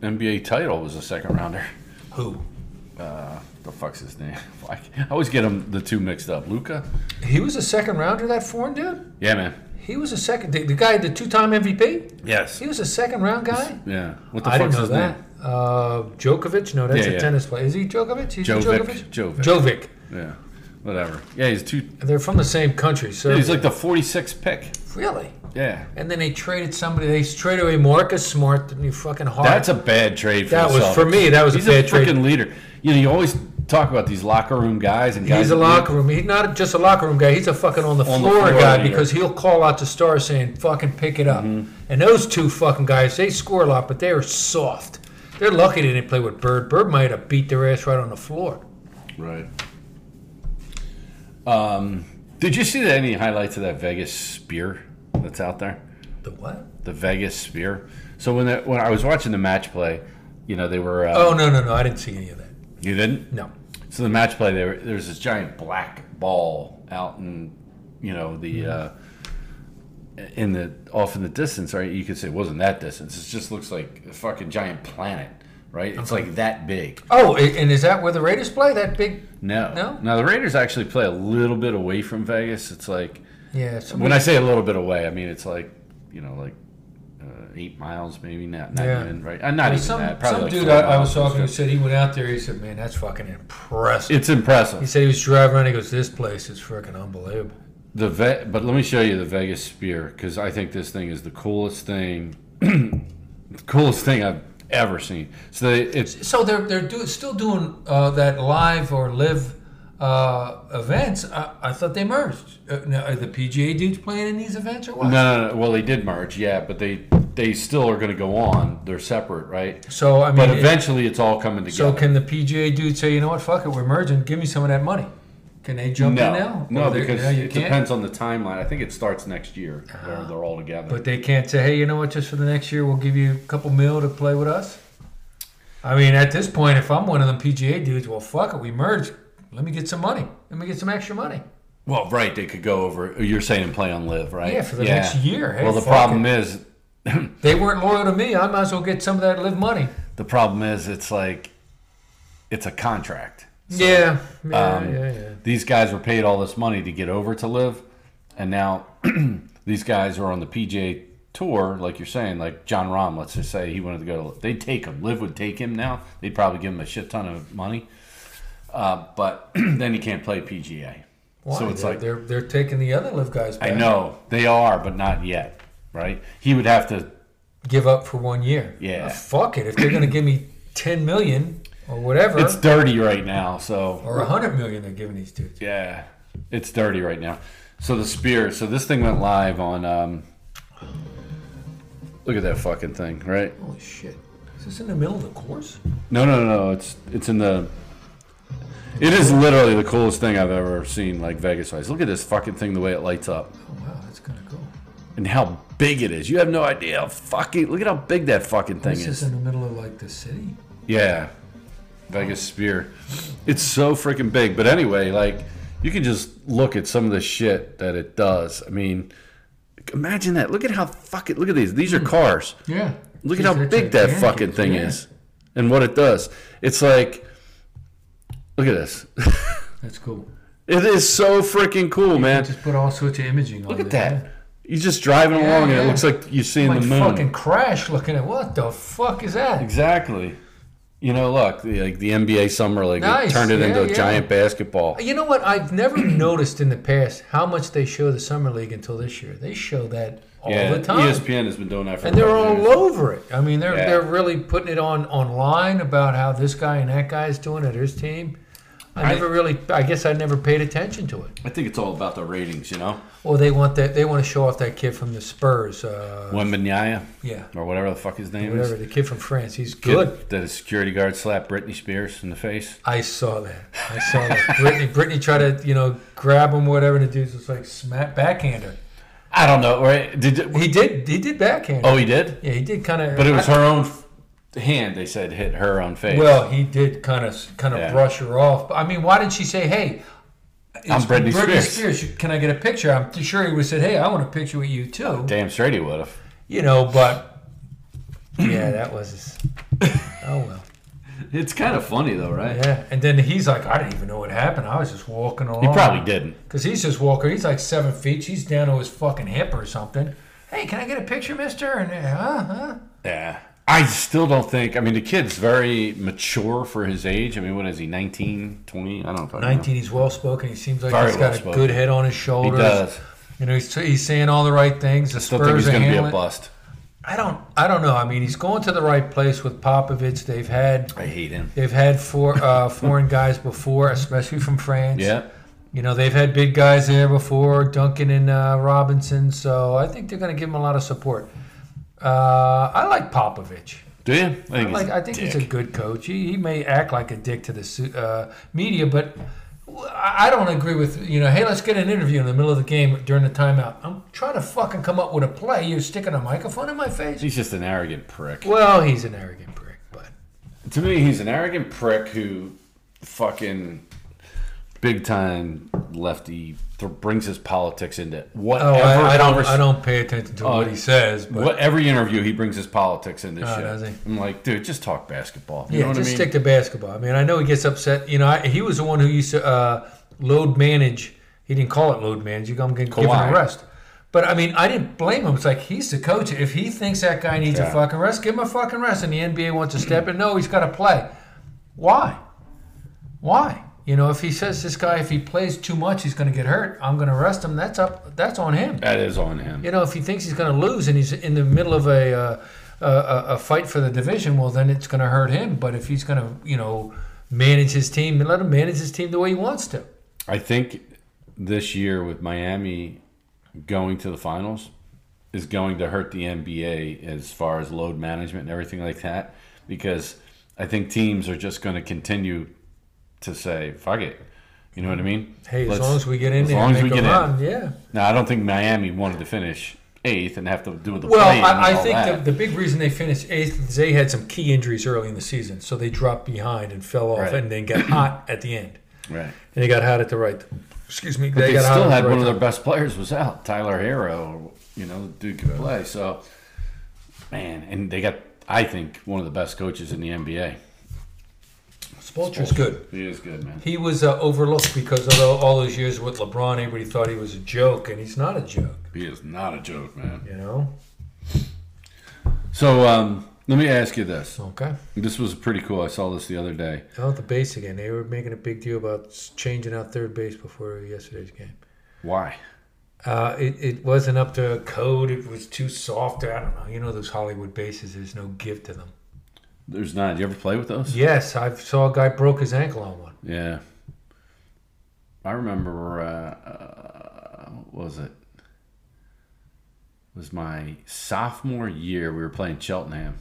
B: NBA title was a second rounder.
A: Who?
B: Uh, the fuck's his name? <laughs> Fuck. I always get them the two mixed up. Luca.
A: He was a second rounder, that foreign dude?
B: Yeah, man.
A: He was a second. The, the guy, the two time MVP?
B: Yes.
A: He was a second round guy?
B: Yeah. What the
A: I didn't
B: fuck's
A: know
B: his
A: that.
B: name?
A: Uh, Djokovic? No, that's
B: Yeah,
A: a
B: yeah.
A: tennis player. Is he Djokovic? He's
B: Jovic.
A: Djokovic.
B: Jovic.
A: Jovic.
B: yeah. Whatever. Yeah, he's two.
A: They're from the same country, so
B: He's like the 46th pick.
A: really.
B: Yeah.
A: And then they traded somebody. They traded away Marcus Smart, the new fucking heart.
B: That's a bad trade. For
A: That
B: the
A: was-
B: Celtics.
A: for me, that was a
B: He's
A: bad
B: a
A: trade.
B: freaking leader. You know, you always talk about these locker room guys and guys.
A: He's a
B: that-
A: locker room. He's not just a locker room guy. He's a fucking on the,
B: On the
A: floor,
B: floor
A: guy
B: leader.
A: because he'll call out to stars saying, "Fucking pick it up."
B: Mm-hmm.
A: And those two fucking guys, they score a lot, but they are soft. They're lucky they didn't play with Bird. Bird might have beat their ass right on the floor.
B: Right. Um, did you see that, any highlights of that Vegas spear that's out there?
A: The what?
B: The Vegas spear. So when that when I was watching the match play, you know they were. Uh,
A: Oh no no no! I didn't see any of that.
B: You didn't.
A: No.
B: So the match play there, there's this giant black ball out in, you know, the uh,
A: Mm-hmm.
B: in the off in the distance, right? You could say it wasn't that distance. It just looks like a fucking giant planet, right? It's like that big.
A: Oh, a- and is that where the Raiders play? That big?
B: No,
A: No?
B: Now the Raiders actually play a little bit away from Vegas. It's like
A: Yeah. Somebody,
B: when I say a little bit away, I mean it's like you know like. Uh, eight miles, maybe not, not
A: Yeah.
B: even right. Uh, not even
A: some
B: that. Probably
A: some
B: like
A: dude
B: four
A: I, I was
B: miles.
A: talking to said he went out there. He said, "Man, that's fucking impressive."
B: It's impressive.
A: he said he was driving around. He goes, "This place is freaking unbelievable."
B: The ve- but let me show you the Vegas Spear because I think this thing is the coolest thing, <clears throat> the coolest thing I've ever seen. So they, it's
A: So they're they're do, still doing uh, that live or live uh, events. I, I thought they merged. Uh, now, are the PGA dudes playing in these events or what?
B: no, no, no. Well, they did merge, yeah, but they they still are going to go on. They're separate, right?
A: So I mean,
B: But
A: it-
B: eventually, it's all coming
A: so
B: together.
A: can the PGA dude say, "You know what? Fuck it, we're merging. Give me some of that money." Can they jump in
B: no,
A: now?
B: no,
A: Or they-
B: because
A: no, you
B: it
A: can't? Ah.
B: depends on the timeline. I think it starts next year where they're all together.
A: But they can't say, hey, you know what, just for the next year, we'll give you a couple mil to play with us? I mean, at this point, if I'm one of them PGA dudes, well, fuck it, we merged. Let me get some money. Let me get some extra money.
B: Well, right, they could go over. You're saying play on live, right?
A: Yeah, for the next year. Hey,
B: well, the
A: fuck
B: problem is,
A: They weren't loyal to me. I might as well get some of that live money.
B: the problem is, it's like, it's a contract.
A: yeah. Yeah,
B: Um,
A: yeah, yeah.
B: These guys were paid all this money to get over to live, and now <clears throat> these guys are on the PGA tour, like you're saying, like John Rahm. Let's just say he wanted to go to. Liv. They'd take him. Live would take him now. They'd probably give him a shit ton of money. Uh, but <clears throat> then you can't play PGA.
A: Why?
B: So it's
A: they're,
B: like
A: they're they're taking the other live guys.
B: I
A: Back.
B: know they are, but not yet, right? He would have to.
A: Give up for one year.
B: Yeah.
A: Ah, fuck it. If they're gonna give me ten million or whatever,
B: It's dirty right now, so
A: or a hundred million, they're giving these dudes.
B: yeah, it's dirty right now. So the spear. So this thing went live on. Um, look at that fucking thing, right?
A: Holy shit! Is this in the middle of the course?
B: No, no, no. It's it's in the. It is literally the coolest thing I've ever seen, like Vegas wise. Look at this fucking thing, the way it lights up,
A: Oh wow, that's gonna go.
B: and how big it is. You have no idea how fucking. Look at how big that fucking thing
A: This is
B: is.
A: in the middle of like the city.
B: Yeah. Vegas Spear. It's so freaking big. But anyway, like, you can just look at some of the shit that it does. I mean, imagine that. Look at how fucking. Look at these. These are cars.
A: Yeah.
B: Look at how big that fucking thing is and what it does. It's like. Look at this. <laughs>
A: That's cool.
B: It is so freaking cool, man.
A: Just put all sorts of imaging on
B: Look at
A: there.
B: that. You're just driving
A: Yeah,
B: along and
A: yeah.
B: it looks like you're seeing
A: Like
B: the moon.
A: fucking crash looking at what the fuck is that?
B: Exactly. You know, look, the, like the NBA summer league it
A: Nice,
B: turned it
A: yeah,
B: into a
A: yeah.
B: giant basketball.
A: You know what? I've never <clears throat> noticed in the past how much they show the summer league until this year. They show that all
B: E
A: the time,
B: ESPN has been doing that for.
A: and they're
B: a couple
A: all
B: years.
A: over it. I mean, they're
B: Yeah.
A: they're really putting it on online about how this guy and that guy is doing at his team. I,
B: I-
A: never really, I guess, I never paid attention to it.
B: I think it's all about the ratings, you know.
A: Or they want that they want to show off that kid from the Spurs. Uh,
B: Wembenyaya
A: yeah,
B: or whatever the fuck his name
A: whatever
B: is.
A: the kid from France. He's
B: Kid
A: good.
B: that The security guard slapped Britney Spears in the face.
A: I saw that. I saw that. Brittany, Brittany tried to, you know, grab him, whatever, and the dude's just like smack backhander.
B: I don't know. Right? Did it-
A: He did. He did backhand.
B: oh he did,
A: yeah, he did kind of.
B: but it was her own f- hand. They said hit her own face.
A: Well, he did kind of kind of
B: Yeah.
A: brush her off. But, I mean, why didn't she say, "Hey, it's
B: I'm Britney Spears."
A: Spears. Can I get a picture?" I'm sure he would have said, "Hey, I want a picture with you too."
B: damn straight he would have.
A: You know, but yeah, that was. Oh
B: <laughs>
A: well.
B: It's kind of funny though, right?
A: Yeah, and then he's like, "I didn't even know what happened. I was just walking along."
B: He probably didn't.
A: Because he's just walking. He's like seven feet. She's down to his fucking hip or something. Hey, can I get a picture, mister? And uh, huh, huh?
B: Yeah. I still don't think. I mean, the kid's very mature for his age. I mean, what is he, 19, 20? I don't fucking know.
A: 19, he's well spoken. He seems like
B: Very
A: he's got a
B: well-spoken.
A: good head on his
B: He
A: shoulders.
B: does.
A: You know, he's, he's saying all the right things. The
B: Still think
A: Spurs
B: he's
A: are
B: going to be a
A: handling-
B: bust.
A: I don't. I don't know. I mean, he's going to the right place with Popovich. They've had
B: I hate him.
A: they've had four
B: <laughs>
A: uh, foreign guys before, especially from France.
B: Yeah.
A: You know, they've had big guys there before, Duncan and uh, Robinson. So I think they're going to give him a lot of support. Uh, I like Popovich.
B: Do you? I think, he's,
A: like I think he's a
B: dick.
A: good coach. He, he may act like a dick to the su- uh, media, but I I don't agree with you know. Hey, let's get an interview in the middle of the game during the timeout. I'm trying to fucking come up with a play. You're sticking a microphone in my face.
B: He's just an arrogant prick.
A: Well, he's an arrogant prick, but
B: To me, he's an arrogant prick who fucking big time lefty th- brings his politics into whatever.
A: oh, I, I don't.
B: convers-
A: I don't pay attention to
B: Oh,
A: what he says. But
B: What, every interview, he brings his politics into
A: Oh,
B: shit.
A: does he?
B: I'm like, dude, just talk basketball. You
A: yeah,
B: know what
A: just
B: I mean?
A: stick to basketball. I mean, I know he gets upset. You know, I, he was the one who used to uh, load manage. He didn't call it load manage. You going to give him a
B: Kawhi.
A: rest. But I mean, I didn't blame him. It's like he's the coach. If he thinks that guy needs a
B: Yeah.
A: fucking rest, give him a fucking rest. And the NBA wants to step in. No, he's got to play. Why? Why? You know, if he says this guy, if he plays too much, he's going to get hurt. I'm going to rest him. That's up. That's on him.
B: that is on him.
A: You know, if he thinks he's going to lose and he's in the middle of a uh, a, a- a fight for the division, well, then it's going to hurt him. But if he's going to, you know, manage his team, then let him manage his team the way he wants to.
B: I think this year with Miami going to the finals is going to hurt the NBA as far as load management and everything like that because I think teams are just going to continue to say fuck it. You know what I mean?
A: Hey, as
B: Let's-
A: long as we get in
B: as
A: there,
B: long
A: and
B: as we
A: make a
B: get in.
A: run, yeah.
B: Now I don't think Miami wanted to finish eighth and have to do with the play.
A: Well, I, I think the, the big reason they finished eighth is they had some key injuries early in the season, so they dropped behind and fell off,
B: Right.
A: and then got hot at the end.
B: right.
A: And they got hot at the right. Excuse me.
B: But they,
A: got hot
B: still
A: at
B: had
A: the
B: one
A: right
B: of
A: time.
B: their best players was out, Tyler Hero. You know, the dude could play. So, man, and they got, I think, one of the best coaches in the NBA.
A: Spolster's good.
B: He is good, man.
A: He was uh, overlooked because of all- all those years with LeBron, everybody thought he was a joke, and he's not a joke.
B: He is not a joke, man.
A: You know,
B: So, um, Let me ask you this.
A: Okay.
B: This was pretty cool. I saw this the other day.
A: Now at the base again, they were making a big deal about s- changing out third base before yesterday's game.
B: Why?
A: Uh, it, it wasn't up to code. It was too soft. I don't know. You know those Hollywood bases. There's no give to them.
B: There's none. You ever play with those?
A: Yes, I saw a guy broke his ankle on one.
B: Yeah. I remember, uh, uh, what was it? it? Was my sophomore year we were playing Cheltenham.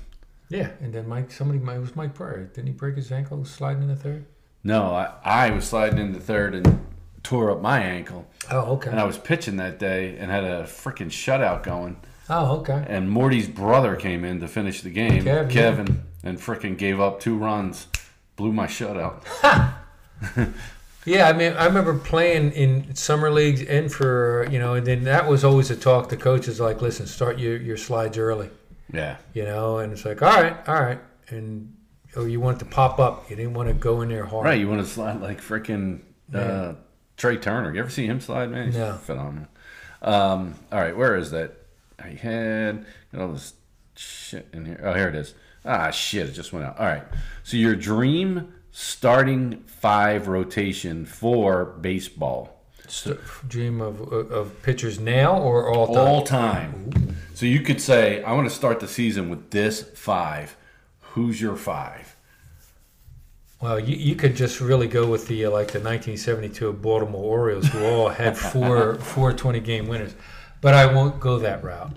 A: Yeah, and then Mike, somebody, Mike, it was Mike Pryor. Didn't he break his ankle sliding in the third?
B: No, I, I was sliding into third and tore up my ankle.
A: Oh, okay.
B: And I was pitching that day and had a freaking shutout going.
A: Oh, okay.
B: And Morty's brother came in to finish the game,
A: Kev, yeah.
B: Kevin, and freaking gave up two runs, blew my shutout.
A: Yeah, I mean, I remember playing in summer leagues and for, you know, and then that was always a talk. The coach is like, listen, start your, your slides early,
B: Yeah.
A: you know, and it's like, all right, all right. And, or you want it to pop up. You didn't want to go in there hard.
B: Right, you want to slide like freaking uh, Trey Turner. You ever see him slide, man? He's
A: No.
B: phenomenal. Um, all right, where is that? I had got all this shit in here. Oh, here it is. Ah, shit, it just went out. All right. So your dream starting five rotation for baseball
A: St- dream of, of pitchers now or all time?
B: all time. So you could say, I want to start the season with this five. Who's your five?
A: Well, you, you could just really go with the uh, like the 1972 Baltimore Orioles, who all
B: <laughs>
A: had four four 20 game winners, but I won't go that route.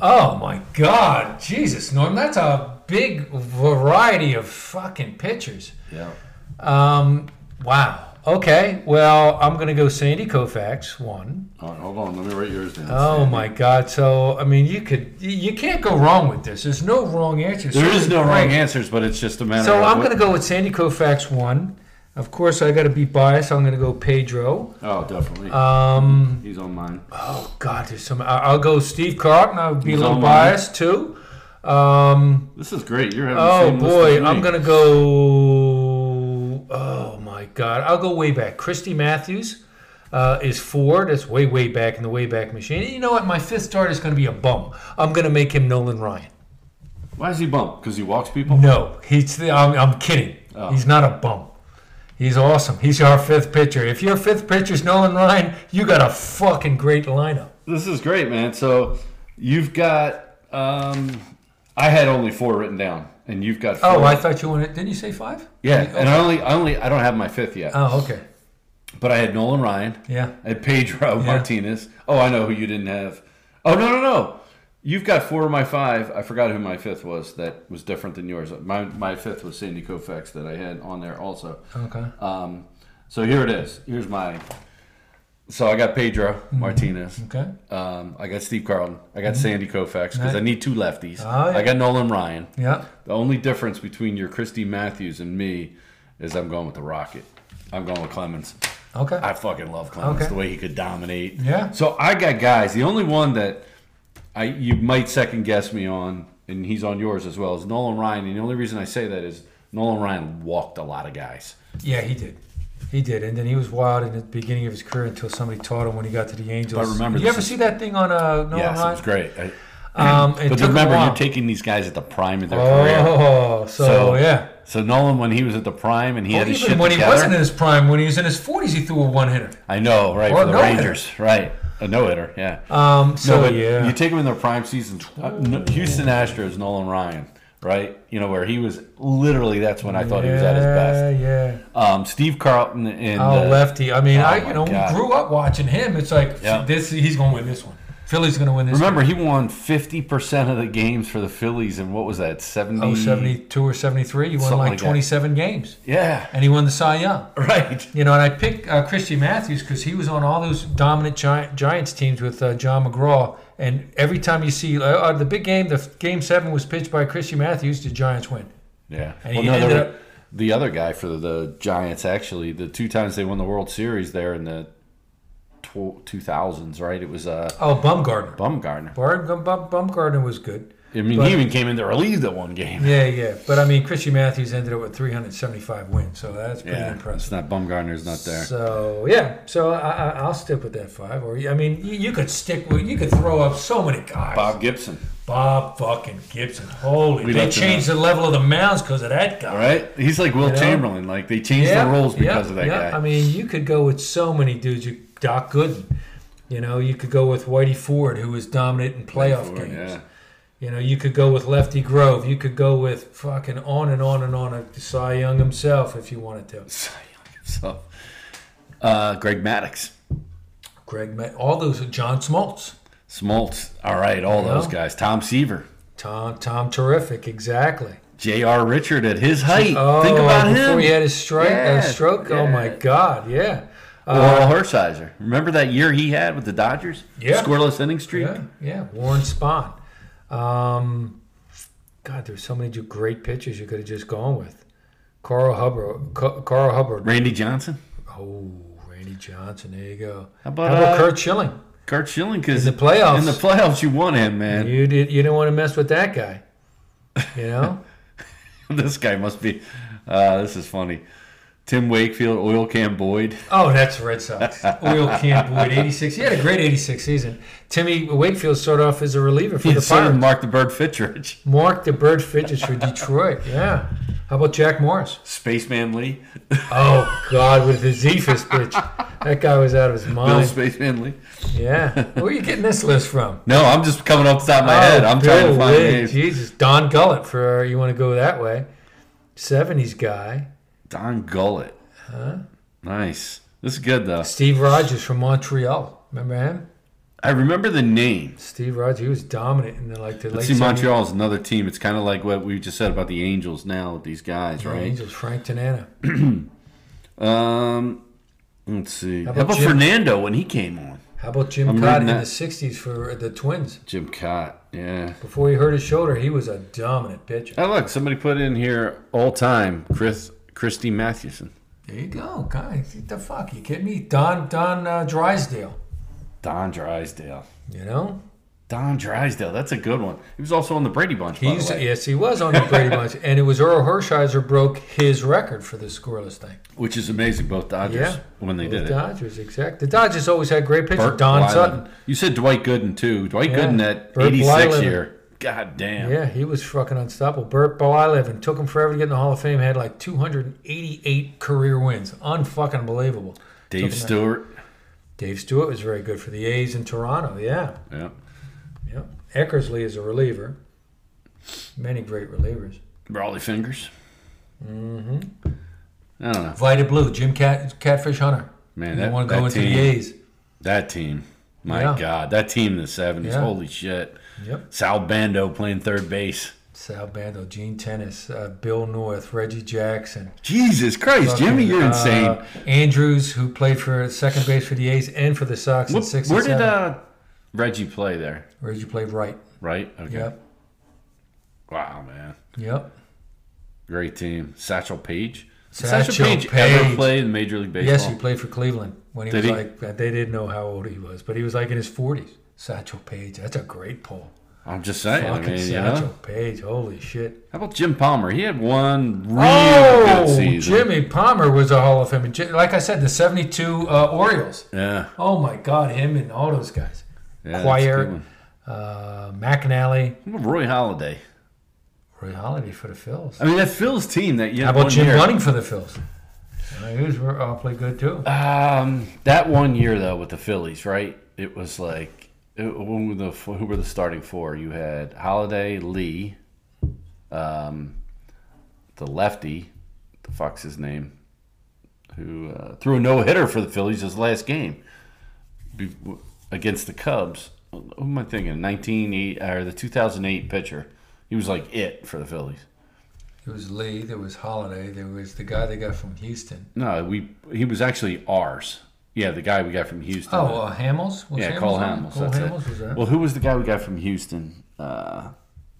A: Oh my God, Jesus, Norm, that's a big variety of fucking pitchers.
B: Yeah.
A: Um, wow. Okay, well, I'm gonna go Sandy Koufax one.
B: All right, hold on. Let me write yours down.
A: Oh my God! So I mean, you could you- you can't go wrong with this. There's no wrong answer.
B: There is no wrong
A: Right.
B: answers, but it's just a matter
A: So
B: of.
A: I'm
B: what-
A: going to go with Sandy Koufax one. Of course, I got to be biased. I'm going to go Pedro.
B: Oh, definitely.
A: Um,
B: He's on mine.
A: oh God, there's some. I- I'll go Steve Carton. I'll be
B: He's
A: a little
B: on mine.
A: biased too. Um,
B: This is great. You're having the
A: oh
B: same list as
A: boy,
B: me.
A: I'm going to go. Oh my God, I'll go way back. Christy Matthews uh, is four. That's way way back in the way back machine. And you know what? My fifth start is going to be a bum. I'm going to make him Nolan Ryan.
B: Why is he bumped? Because he walks people?
A: No, he's. I'm, I'm kidding.
B: Oh.
A: He's not a bum. He's awesome. He's our fifth pitcher. If your fifth pitcher's Nolan Ryan, you got a fucking great lineup.
B: This is great, man. So you've got. Um, I had only four written down, and you've got four.
A: Oh, I thought you wanted. Didn't you say five?
B: yeah, and I only, I only, I don't have my fifth yet.
A: Oh, okay.
B: but I had Nolan Ryan.
A: Yeah.
B: I had Pedro Martinez. Oh, I know who you didn't have. Oh no, no, no. You've got four of my five. I forgot who my fifth was. That was different than yours. My my fifth was Sandy Koufax that I had on there also.
A: Okay.
B: Um, so here it is. Here's my. So I got Pedro
A: Mm-hmm.
B: Martinez.
A: Okay.
B: Um, I got Steve Carlton. I got Sandy Koufax because I
A: Nice.
B: need two lefties.
A: Mm-hmm. Oh, yeah.
B: I got Nolan Ryan.
A: Yeah.
B: The only difference between your Christy Matthews and me is I'm going with the Rocket. I'm going with Clemens.
A: Okay.
B: I fucking love Clemens
A: Okay.
B: the way he could dominate.
A: Yeah.
B: So I got guys. The only one that I you might second guess me on, and he's on yours as well, is Nolan Ryan. And the only reason I say that is Nolan Ryan walked a lot of guys.
A: yeah, he did. He did, and then he was wild in the beginning of his career until somebody taught him when he got to the Angels.
B: But remember,
A: Did you
B: this
A: ever
B: is-
A: see that thing on uh, Nolan
B: yes,
A: Ryan?
B: it was great. I-
A: Um, it
B: but
A: took
B: remember,
A: a while.
B: you're taking these guys at the prime of their career.
A: Oh, so, yeah.
B: So Nolan, when he was at the prime and he had
A: Well,
B: his shit
A: even when
B: together,
A: he wasn't in his prime, when he was in his 40s, he threw a one hitter.
B: I know, right?
A: Or a
B: for the
A: no-hitter.
B: Rangers, right? A no hitter, yeah.
A: Um, so
B: no, but
A: yeah,
B: you take him in their prime season. tw- uh, no- Houston Astros, Nolan Ryan, right? You know where he was literally. That's when I thought he was at his best.
A: Yeah,
B: Um, Steve Carlton and
A: yeah. Oh,
B: uh,
A: lefty. I mean,
B: oh
A: I
B: my
A: you know
B: God.
A: grew up watching him. It's like
B: Yeah.
A: this. He's gonna win this one. Philly's gonna win this.
B: remember he won fifty percent of the games for the Phillies, and what was that 70?
A: one. Oh, 72 or seventy three. You won
B: Something
A: like,
B: like that.
A: twenty seven games,
B: Yeah, <laughs>
A: and he won the Cy Young.
B: right.
A: You know, and I picked uh, Christy Matthews because he was on all those dominant Gi- Giants teams with uh, John McGraw. And every time you see uh, uh, the big game, the f- game seven was pitched by Christy Matthews. The Giants win.
B: Yeah.
A: And
B: Well,
A: he
B: no,
A: ended
B: there were-
A: up-
B: the other guy for the, the Giants actually, the two times they won the World Series there in the two thousands, right? It was uh,
A: Oh, Bumgarner.
B: Bumgarner.
A: Bum, Bum, Bumgarner was good.
B: I mean,
A: But-
B: he even came in to relieve that one game.
A: Yeah, yeah. But I mean, Christian Matthews ended up with 375 wins, so that's pretty
B: Yeah, it's
A: impressive.
B: not Bumgarner's not there.
A: So yeah, so I, I, I'll stick with that five. Or I mean, you, you could stick with, you could throw up so many guys.
B: Bob Gibson.
A: Bob fucking Gibson. Holy,
B: We
A: they
B: left him
A: changed the level of the mounds because of that guy.
B: All right, he's like Will
A: You know?
B: Chamberlain. Like they changed the rules because
A: yeah,
B: of that
A: yeah.
B: guy.
A: I mean, you could go with so many dudes. You Doc Gooden. You know, you could go with Whitey Ford, who was dominant in playoff
B: Ford,
A: games.
B: yeah.
A: You know, you could go with Lefty Grove. You could go with fucking on and on and on. uh, Cy Young himself, if you wanted to.
B: So, uh, Greg Maddox,
A: Greg met all those. John Smoltz,
B: Smoltz. All right, all
A: Yeah.
B: those guys. Tom Seaver,
A: Tom, Tom, terrific, exactly.
B: J.R. Richard at his height.
A: Oh,
B: Think about
A: before
B: him.
A: he had his strike,
B: Yeah,
A: uh, stroke. Oh my
B: yeah.
A: God, yeah. Uh,
B: Oral Hershiser. Remember that year he had with the Dodgers?
A: Yeah.
B: Scoreless inning streak.
A: Yeah, yeah. Warren Spahn. Um, God, there's so many ju- great pitchers you could have just gone with. Carl Hubbard. Ca- Carl Hubbard.
B: Randy Johnson.
A: Oh, Randy Johnson. There you go.
B: How about,
A: How about
B: uh,
A: Kurt Schilling?
B: Kurt Schilling, because
A: In the playoffs.
B: in the playoffs, you want him, man.
A: You did. You didn't want to mess with that guy. You know.
B: <laughs> this guy must be. Uh, this is funny. Tim Wakefield, Oil
A: <laughs>
B: Cam Boyd.
A: oh, that's Red Sox. Oil Camp Boyd, 86. He had a great 86 season. Timmy Wakefield started off as a reliever for
B: He <laughs>
A: the
B: sort of
A: Pirates.
B: Mark the Bird Fittrich. <laughs>
A: Mark the Bird Fidgets for Detroit. Yeah. How about Jack Morris?
B: Spaceman Lee.
A: Oh God, with the Zephyrus bitch. That guy was out of his
B: Bill
A: mind.
B: Spaceman Lee.
A: Yeah. Where are you getting this list from? Oh,
B: No, I'm just coming off the top of my head. I'm trying to
A: Bill
B: find
A: Wade,
B: names.
A: Jesus. Don Gullett for you want to go that way. Seventies guy.
B: Don Gullett. Huh? Nice. This is good though.
A: Steve Rogers from Montreal. Remember him?
B: I remember the name.
A: Steve Rogers, he was dominant in the like the
B: Let's
A: late
B: see, Montreal is another team. It's kind of like what we just said about the Angels now with these guys,
A: 70s.
B: right?
A: Angels, Frank Tanana.
B: Um, let's see.
A: How
B: How about,
A: about Jim-
B: Fernando when he came on?
A: How about Jim
B: I'm
A: Cott in
B: reading
A: the
B: that.
A: sixties for the twins?
B: Jim Cott. Yeah.
A: Before he hurt his shoulder, he was a dominant pitcher.
B: Oh look, somebody put in here all time Chris Christy Mathewson,
A: There you go, guys. What the fuck? You kidding me? Don Don uh, Drysdale.
B: Don Drysdale.
A: You know?
B: Don Drysdale. That's a good one. He was also on the Brady Bunch.
A: He
B: by
A: used
B: the
A: to,
B: way.
A: yes, he was on the
B: <laughs>
A: Brady Bunch, and it was Earl Hershiser broke his record for the scoreless thing.
B: Which is amazing, both Dodgers
A: Yeah,
B: when they
A: the
B: did it.
A: Dodgers, exact. The Dodgers always had great pitchers.
B: Burt
A: Don
B: Weiland.
A: Sutton,
B: You said Dwight Gooden too. Dwight
A: Yeah,
B: Gooden that
A: Burt
B: '86
A: Weiland.
B: year. God damn.
A: yeah, he was fucking unstoppable. Burt Blyleven took him forever to get in the Hall of Fame. Had like 288 career wins, unfucking believable.
B: Dave
A: Something like-
B: Stewart.
A: Dave Stewart was very good for the A's in Toronto. Yeah,
B: Yeah.
A: yeah. Eckersley is a reliever. Many great relievers.
B: Brawley Fingers. Mm-hmm. I don't know
A: Vita Blue, Jim Cat, Catfish Hunter.
B: Man,
A: you
B: that-
A: want to go
B: that
A: into
B: team-
A: the A's?
B: that team. My
A: Yeah.
B: God, that team in the '70s.
A: Yeah.
B: Holy shit.
A: Yep.
B: Sal Bando playing third base.
A: Sal Bando, Gene Tennis, uh, Bill North, Reggie Jackson.
B: Jesus Christ, Jimmy, you're
A: Uh,
B: insane.
A: Andrews, who played for second base for the A's and for the Sox in
B: What-
A: six
B: where
A: and
B: did
A: seven.
B: uh, Reggie play there?
A: Reggie played right.
B: Right. Okay.
A: Yep.
B: Wow, man.
A: Yep.
B: Great team. Satchel Paige. Did
A: Satchel
B: ever
A: Paige.
B: played in Major League Baseball.
A: Yes, he played for Cleveland when he was
B: Did he?
A: like uh, they didn't know how old he was, but he was like in his forties. Satchel Paige, that's a great poll.
B: I'm just saying. I
A: Fucking
B: mean, you know.
A: Satchel Paige, holy shit!
B: How about Jim Palmer? He had one real good
A: Oh,
B: season.
A: Jimmy Palmer was a Hall of Fame. Ji- Like I said, the '72 uh, Orioles.
B: Yeah.
A: Oh my God, him and all those guys.
B: yeah
A: Choir, uh, McNally,
B: Roy Holiday.
A: Roy Holiday for the Phils.
B: I mean, that Phil's team that you
A: How about
B: one
A: Jim
B: year.
A: Bunning for the Phils? Uh, he was awfully good too.
B: Um, that one year though with the Phillies, right? It was like it, who were the who were the starting four? You had Holiday, Lee, um, the lefty, the fuck's his name, who uh, threw a no hitter for the Phillies his last game be- w- against the Cubs. Who am I thinking? Nineteen eight or the two thousand eight pitcher? He was like it for the Phillies.
A: There was Lee, there was Holiday, there was the guy they got from Houston.
B: No, we he was actually ours. Yeah, the guy we got from Houston.
A: Oh, uh, Hamels? Was
B: yeah,
A: Hamels
B: Cole
A: on?
B: Hamels.
A: Cole
B: that's
A: Hamels
B: it.
A: was that?
B: Well, who was the guy we got from Houston? Uh,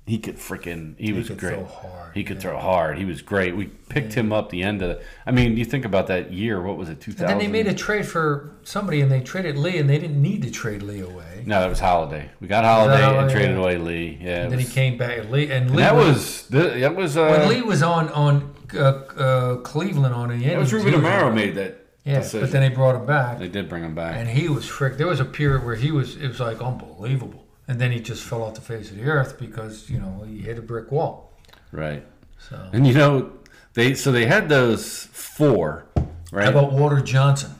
B: he could freaking he was
A: could
B: great.
A: throw hard,
B: he could throw hard. He was great. We picked him up the end of. I mean, you think about that year. What was it? Two
A: And then
B: thousand.
A: they made a trade for somebody, and they traded Lee, and they didn't need to trade Lee away.
B: No, that was Holiday. We got Holiday and
A: Holiday,
B: traded
A: yeah.
B: away Lee. Yeah, it
A: And then he
B: was-
A: came back, and Lee, and Lee
B: that was th- that was uh,
A: when Lee was on on uh, uh, Cleveland on the end.
B: that was Ruben Amaro made that.
A: Yeah,
B: decision.
A: but then they brought him back,
B: they did bring him back.
A: and he was frick. There was a period where he was it was like unbelievable, and then he just fell off the face of the earth because you know he hit a brick wall.
B: Right.
A: So
B: And you know, they so they had those four, right?
A: how about Walter Johnson?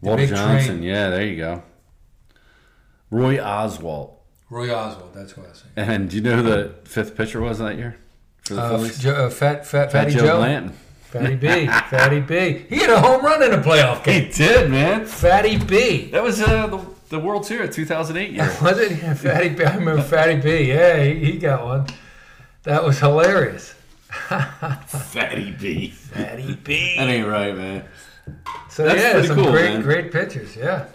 B: Walter
A: big
B: Johnson,
A: trade?
B: yeah, there you go. Roy Oswalt.
A: Roy Oswald, that's what I was saying.
B: And do you know who the fifth pitcher was that year? For the
A: Uh,
B: Phillies?
A: Jo- uh, fat, fat,
B: Fat
A: Fatty Joe,
B: Blanton.
A: Fatty B, Fatty B. He hit a home run in a playoff game.
B: He did, man.
A: Fatty B,
B: That was uh, the, the World Series 2008
A: <laughs>
B: year.
A: was it? Yeah, Fatty B. I remember Fatty B. Yeah, he, he got one. That was hilarious.
B: Fatty B.
A: Fatty B.
B: That ain't right, man.
A: So
B: That's
A: yeah,
B: pretty
A: some
B: cool,
A: great,
B: man.
A: great pitchers. Yeah.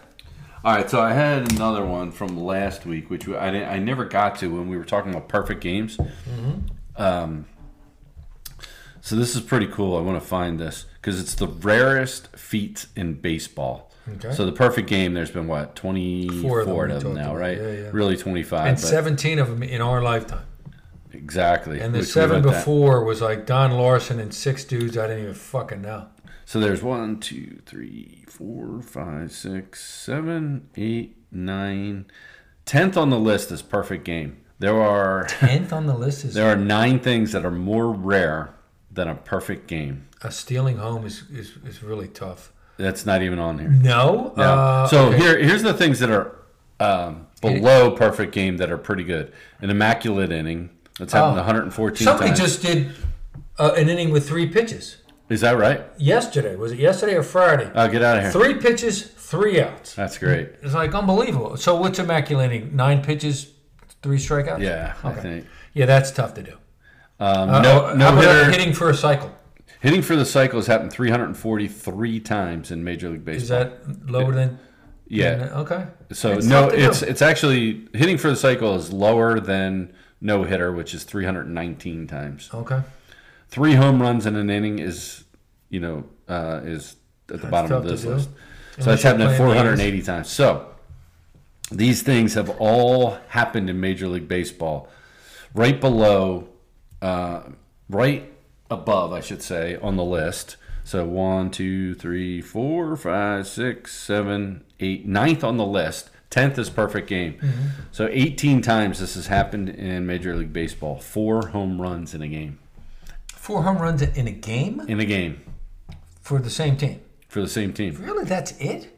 B: All right, so I had another one from last week, which I didn't, I never got to when we were talking about perfect games.
A: Mm-hmm.
B: Um, so this is pretty cool. I want to find this because it's the rarest feat in baseball.
A: Okay.
B: So the perfect game, there's been what twenty four
A: Four
B: of
A: of them
B: them,
A: we talked
B: now,
A: about.
B: right?
A: Yeah, yeah.
B: Really twenty five.
A: and 17 of them in our lifetime.
B: exactly.
A: And the
B: which we
A: seven
B: went that-
A: before was like Don Larson and six dudes I didn't even fucking know.
B: So there's one, two, three, four, five, six, seven, eight, nine. Tenth on the list is perfect game. There are.
A: Tenth on the list is
B: There are nine things that are more rare than a perfect game.
A: uh, stealing home is, is, is really tough.
B: That's not even on here.
A: No.
B: No.
A: Uh,
B: so
A: okay.
B: here, here's the things that are um, below perfect game that are pretty good. An immaculate inning. That's happened
A: Oh.
B: 114
A: somebody
B: times.
A: just did uh, an inning with three pitches
B: Is that right?
A: yesterday. Was it yesterday or Friday?
B: Oh, get out of here.
A: three pitches, three outs.
B: That's great.
A: It's like unbelievable. So what's immaculating? Nine pitches, three strikeouts.
B: Yeah, I
A: Okay.
B: think.
A: Yeah, that's tough to do.
B: Um,
A: Uh,
B: no,
A: how
B: no
A: about
B: hitter. Hitting?
A: hitting for a cycle.
B: for the cycle has happened 343 times in Major League Baseball.
A: Is that lower than?
B: yeah.
A: than- okay.
B: So
A: It's
B: no,
A: tough to do.
B: it's it's actually hitting for the cycle is lower than no hitter, which is 319 times.
A: Okay.
B: Three home runs in an inning is, you know, uh, is at the bottom of
A: tough to
B: this
A: do.
B: list. So
A: Unless
B: that's
A: you're
B: happened at
A: playing
B: 480 times. So these things have all happened in Major League Baseball. Right below, uh, right above, I should say, on the list. So one, two, three, four, five, six, seven, eight, ninth on the list. Tenth is perfect game.
A: Mm-hmm.
B: So 18 times this has happened in Major League Baseball. Four home runs in a game.
A: Four home runs in a game
B: In a game
A: for the same team.
B: for the same team.
A: Really, that's it.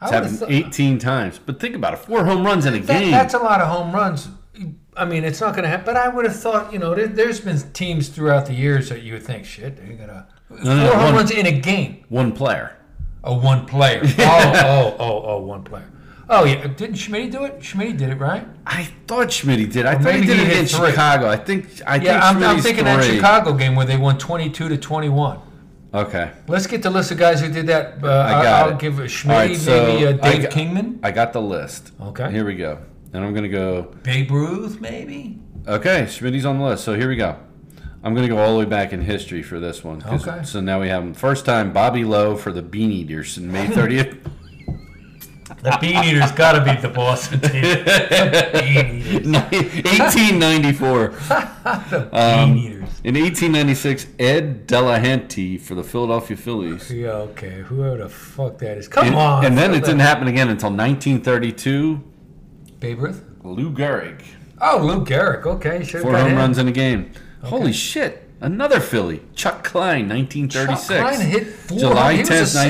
A: I would've
B: It's happened
A: thought-
B: 18 times. But think about it. Four home runs in a
A: That-
B: game.
A: That's a lot of home runs. I mean, it's not going to happen. But I would have thought, you know, there, there's been teams throughout the years that you would think, shit, they're going to
B: No, no,
A: four home
B: one-
A: runs in a game.
B: One player.
A: A one
B: <laughs>
A: player. Oh, oh, oh, oh, one player. Oh yeah, didn't Schmidt do it? Schmidt did it, right?
B: I thought Schmidt did. I
A: Or
B: thought he
A: maybe
B: did
A: he
B: it
A: hit
B: against
A: three.
B: Chicago. I think. I
A: Yeah, I'm, I'm
B: think Schmidt's
A: thinking that
B: three.
A: Chicago game where they won 22 to 21.
B: Okay.
A: Let's get the list of guys who did that. Uh,
B: I
A: I
B: got
A: will
B: it.
A: give it
B: All
A: Schmidt,
B: right, so
A: maybe uh,
B: I
A: Dave
B: got-
A: Kingman,
B: I got the list.
A: Okay.
B: Here we go. And I'm gonna go.
A: Babe Ruth, <laughs> maybe.
B: Okay, Schmidt's on the list. So here we go. I'm gonna go all the way back in history for this one. 'cause-
A: Okay.
B: So now we have him. First time Bobby Lowe for the Bean Eaters in May <laughs> 30th.
A: The Bean Eaters got to beat the <laughs> Boston team. The Bean Eaters.
B: 1894.
A: Bean Eaters.
B: In 1896, Ed Delahanty for the Philadelphia Phillies.
A: Yeah, okay. Whoever the fuck that is. Come
B: And,
A: on.
B: and then it
A: Phil-
B: didn't happen again until 1932.
A: Babe Ruth?
B: Lou Gehrig.
A: Oh, Lou Gehrig. Okay. Should
B: Four home runs in a game. Holy shit. Another Philly. Chuck Klein, 1936.
A: Klein hit four
B: July
A: home- he was a
B: 10th,
A: singles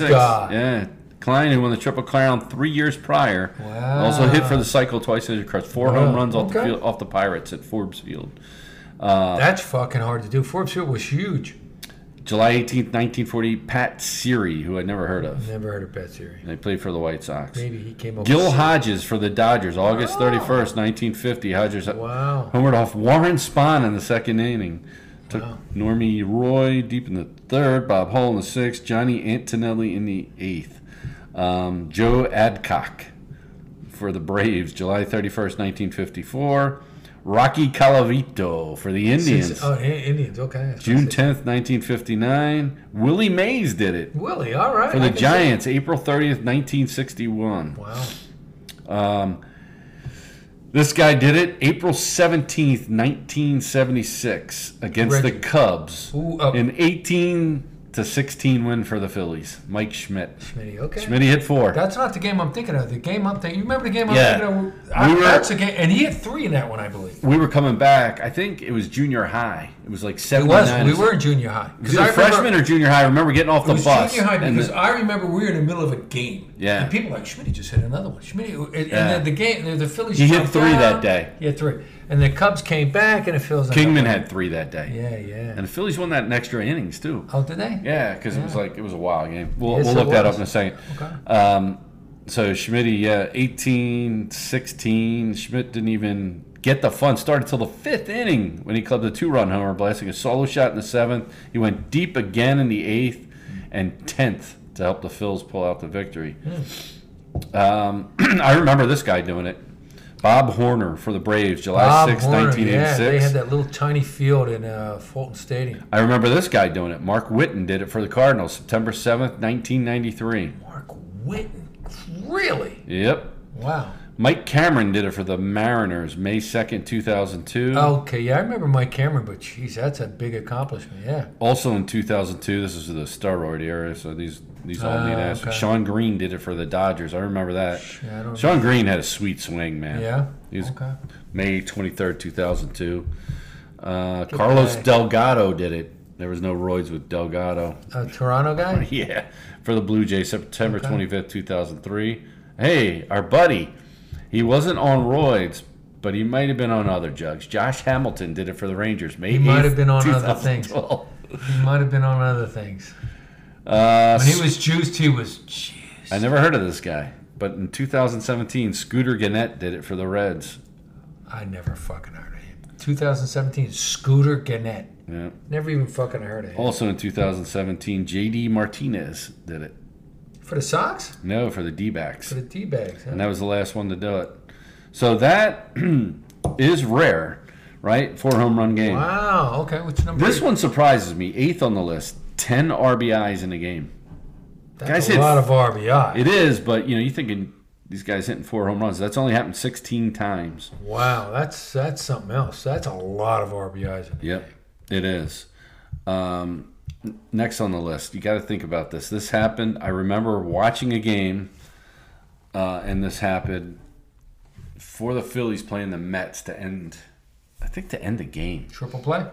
B: 1936.
A: guy.
B: Yeah. Klein, who won the Triple Crown three years prior,
A: Wow.
B: also hit for the cycle twice as a crutch. Four home
A: Wow.
B: runs off, the
A: Okay.
B: field, off the Pirates at Forbes Field.
A: That's fucking hard to do. Forbes Field was huge.
B: July 18th, 1940, Pat Seary, who I'd never heard of.
A: Never heard of Pat Seary.
B: They played for the White Sox.
A: Maybe Oh. he came up
B: Gil
A: with-
B: Hodges for the Dodgers, August 31st, 1950. Hodges
A: Wow.
B: homered off Warren Spahn in the second inning. Took Normie Roy deep in the third, Bob Hall in the sixth, Johnny Antonelli in the eighth. Um, Joe Adcock for the Braves, July 31st, 1954. Rocky Calavito for the Indians.
A: Oh, I- Indians. Okay.
B: June 10th, 1959. Willie Mays did it
A: Willie. All right.
B: for
A: I
B: the
A: can see-
B: Giants, April 30th, 1961.
A: Wow.
B: Um, this guy did it April 17th, 1976 against
A: Reggie.
B: the Cubs.
A: Ooh, up.
B: An 18 to 16 win for the Phillies. Mike Schmidt.
A: Schmitty. Okay.
B: Schmidt hit four.
A: That's not the game I'm thinking of. The game I'm thinking. You remember the game I'm
B: Yeah.
A: thinking of? I,
B: We were-
A: that's a game, and he had three in that one, I believe.
B: we were coming back. I think it was junior high. It was like
A: It
B: 79.
A: was. We were in junior high.
B: Was it freshman or junior high? I remember getting off the
A: it was
B: bus.
A: junior high
B: and
A: because
B: the-
A: I remember we were in the middle of a game.
B: Yeah.
A: And people were like Schmidt just hit another one. Schmidt and, and
B: Yeah.
A: then the game the, the Phillies.
B: He hit
A: jumped
B: three
A: down.
B: that day.
A: He hit three, and the Cubs came back, and it feels like
B: Kingman had three that day.
A: Yeah, yeah.
B: And the Phillies won that in extra innings, too.
A: oh, did they?
B: Yeah, because it was like, it was a wild game. We'll,
A: Yes,
B: we'll
A: it
B: look that
A: was.
B: up in a second.
A: Okay.
B: Um, so Schmidt, yeah, 18, 16. Schmidt didn't even get the fun started till the fifth inning when he clubbed a two-run homer, blasting a solo shot in the seventh. He went deep again in the eighth and tenth to help the Phils pull out the victory.
A: Hmm.
B: Um, <clears throat> I remember this guy doing it. Bob Horner for the Braves, July
A: Bob
B: sixth,
A: Horner,
B: nineteen
A: yeah, they
B: eighty-six.
A: had that little tiny field in uh, Fulton Stadium.
B: I remember this guy doing it. Mark Whitten did it for the Cardinals, September seventh, nineteen ninety-three.
A: Mark Whitten, really?
B: Yep,
A: Wow.
B: Mike Cameron did it for the Mariners, May 2nd, 2002.
A: Okay, yeah, I remember Mike Cameron, but geez, that's a big accomplishment. Yeah.
B: Also in 2002, this is the steroid era, so these these all need
A: Ah,
B: ass.
A: okay.
B: Sean Green did it for the Dodgers. I remember that.
A: Yeah. I don't
B: Sean Green had a sweet swing, man.
A: yeah.
B: He was-
A: okay.
B: May 23rd, 2002. Uh, Carlos Delgado did it. There was no roids with Delgado.
A: A Toronto guy.
B: <laughs> Yeah, for the Blue Jays, September
A: Okay.
B: 25th, 2003. Hey, our buddy, he wasn't on roids, but he might have been on other jugs. Josh Hamilton did it for the Rangers. May
A: He might have been on other things.
B: 2012.
A: He might have been on other things.
B: Uh,
A: When he was juiced, he was juiced.
B: I never heard of this guy, but in 2017, Scooter Gannett did it for the Reds.
A: I never fucking heard of him. 2017, Scooter Gannett.
B: Yeah.
A: Never even fucking heard of him.
B: Also in 2017, J.D. Martinez did it.
A: For the Sox?
B: No, for the D-backs.
A: For the D-bags. huh?
B: and that was the last one to do it. So that <clears throat> is rare, right? Four home run game.
A: Wow. Okay. Which number?
B: This one surprises me. Eighth on the list. Ten RBIs in a game.
A: That's
B: guys
A: a
B: hit-
A: lot of RBI.
B: It is, but you know, you're thinking these guys hitting four home runs. That's only happened 16 times.
A: wow. That's that's something else. That's a lot of RBIs.
B: Yep, it is. Um, n- next on the list, you got to think about this. This happened. I remember watching a game, uh, and this happened for the Phillies playing the Mets to end. I think to end the game
A: Triple play.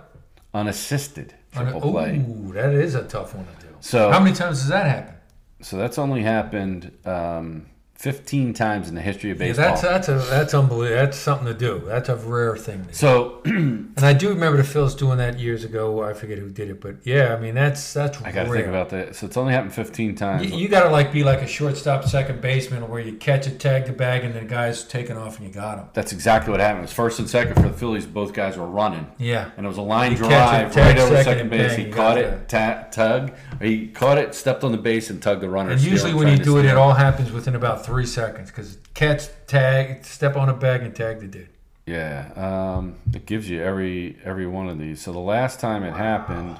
B: unassisted
A: On a-
B: triple play. Oh.
A: Ooh, that is a tough one to do.
B: So
A: Oh. How many times does that happen?
B: So that's only happened um, 15 times in the history of
A: Yeah,
B: baseball.
A: that's that's a that's unbelievable. That's something to do. That's a rare thing. To do.
B: so <clears throat>
A: And I do remember the Phils doing that years ago. I forget who did it, but yeah, I mean that's that's
B: I got to
A: rare.
B: think about that. So it's only happened 15 times.
A: You, you got to like be like a shortstop, second baseman, where you catch it, tag the bag, and the guy's taking off, and you got him.
B: that's exactly what happened. It was first and second for the Phillies. Both guys were running.
A: Yeah.
B: And it was a line
A: You catch
B: drive
A: it, tag
B: right over
A: second,
B: second
A: and
B: base.
A: bang,
B: he
A: you
B: caught
A: got
B: it, ta- tug. He caught it, stepped on the base, and tugged the runner.
A: And
B: Steal
A: usually
B: and
A: when
B: try
A: you
B: to
A: do it,
B: steal.
A: it all happens within about three seconds because catch, tag, step on a bag, and tag the dude.
B: Yeah, um, it gives you every every one of these. So the last time it happened,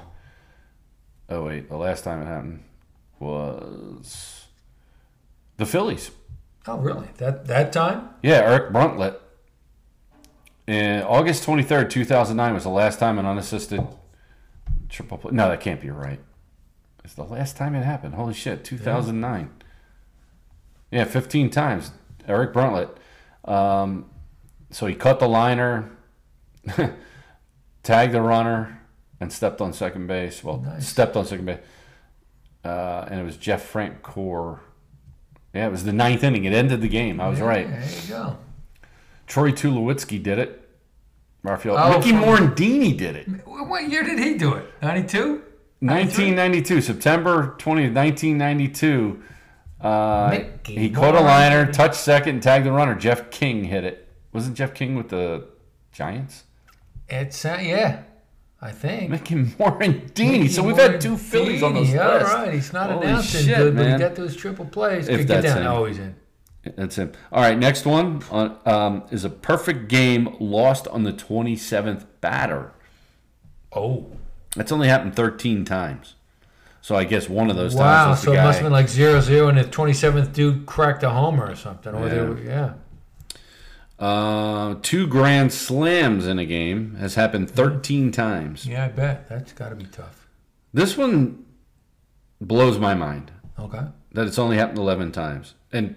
B: oh wait, the last time it happened was the Phillies.
A: Oh, really? That that time?
B: Yeah, Eric Bruntlett. And August twenty third, two thousand nine, was the last time an unassisted triple play. No, that can't be right. It's the last time it happened. Holy shit, two thousand nine. Yeah. fifteen times. Eric Bruntlett. Um, so he cut the liner, <laughs> tagged the runner, and stepped on second base. Well,
A: Nice.
B: stepped on second base. Uh, and it was Jeff Frank Core. Yeah, it was the ninth inning. It ended the game. I was right.
A: Yeah, there you go.
B: Troy Tulowitzki did it. Raphael.
A: Oh,
B: Ricky
A: from-
B: Morandini did it.
A: Wh- What year did he do it? Ninety-two.
B: 1992, September 20th, 1992. Uh,
A: Mickey
B: he caught a
A: Morandini.
B: liner, touched second, and tagged the runner. Jeff King hit it. Wasn't Jeff King with the Giants?
A: It's uh, yeah, I think.
B: Mickey Morandini. so we've had two Phillies on those
A: All
B: lists.
A: right, he's not
B: Holy
A: announcing
B: shit,
A: good, but
B: man.
A: he got those triple plays.
B: If
A: Could get
B: that's
A: down.
B: in.
A: Oh, he's in.
B: That's him. All right, next one on, um, is a perfect game lost on the 27th batter.
A: Oh.
B: That's only happened 13 times. So I guess one of those
A: Wow,
B: times was the
A: so it
B: guy.
A: must have been like zero zero, and the twenty seventh dude cracked a homer or something. Or they
B: Yeah.
A: were, yeah.
B: uh, two grand slams in a game has happened 13 times.
A: Yeah, I bet. That's gotta be tough.
B: This one blows my mind
A: Okay.
B: that it's only happened 11 times. And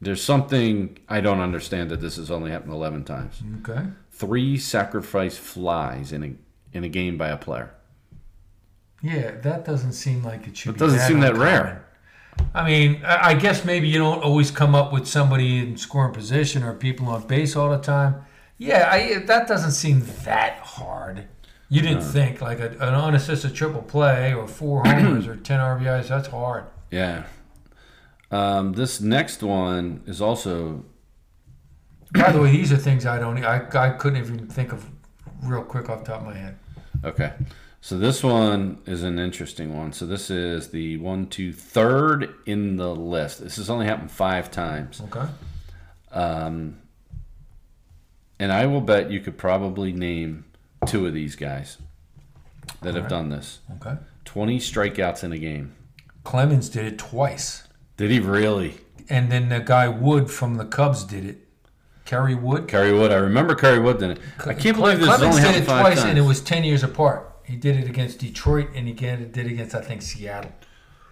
B: there's something I don't understand that this has only happened 11 times.
A: Okay.
B: Three sacrifice flies in a in a game by a player.
A: Yeah, that doesn't seem like it should
B: It
A: be
B: doesn't seem that
A: uncommon.
B: rare.
A: I mean, I I guess maybe you don't always come up with somebody in scoring position or people on base all the time. Yeah, I, that doesn't seem that hard. You didn't think like a, an unassisted triple play or four homers or ten RBIs. That's hard.
B: Yeah. Um, this next one is also
A: By the way, these are things I don't. e, I, I couldn't even think of real quick off the top of my head.
B: okay. So this one is an interesting one. So this is the one, two, third in the list. This has only happened five times,
A: Okay.
B: and I will bet you could probably name two of these guys that have done this.
A: Okay.
B: Twenty strikeouts in a game.
A: Clemens did it twice,
B: Did he really?
A: and then the guy Wood from the Cubs did it. Kerry Wood.
B: Kerry Wood. I remember Kerry Wood did it. I can't believe this has
A: Clemens
B: only
A: did it
B: happened five
A: twice,
B: times.
A: and it was ten years apart. He did it against Detroit, and he did it against I think Seattle.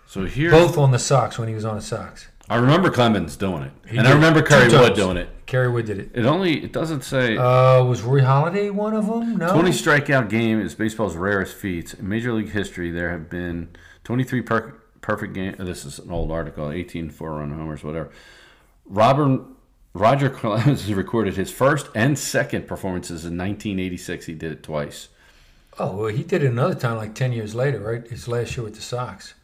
B: so here,
A: Both on the Sox when he was on the Sox.
B: I remember Clemens doing it, and I
A: did.
B: remember
A: Two
B: Kerry Wood
A: times.
B: doing it.
A: Kerry Wood did it.
B: It only it doesn't say
A: Uh, was Roy Holiday one of them? No.
B: 20 strikeout game is baseball's rarest feat. In Major League history, there have been 23 per- perfect game. This is an old article, 18 four-run homers, whatever. Robert Roger Clemens <laughs> has recorded his first and second performances in 1986. He did it twice.
A: Oh, well, he did it another time, like ten years later, right? His last year with the Sox.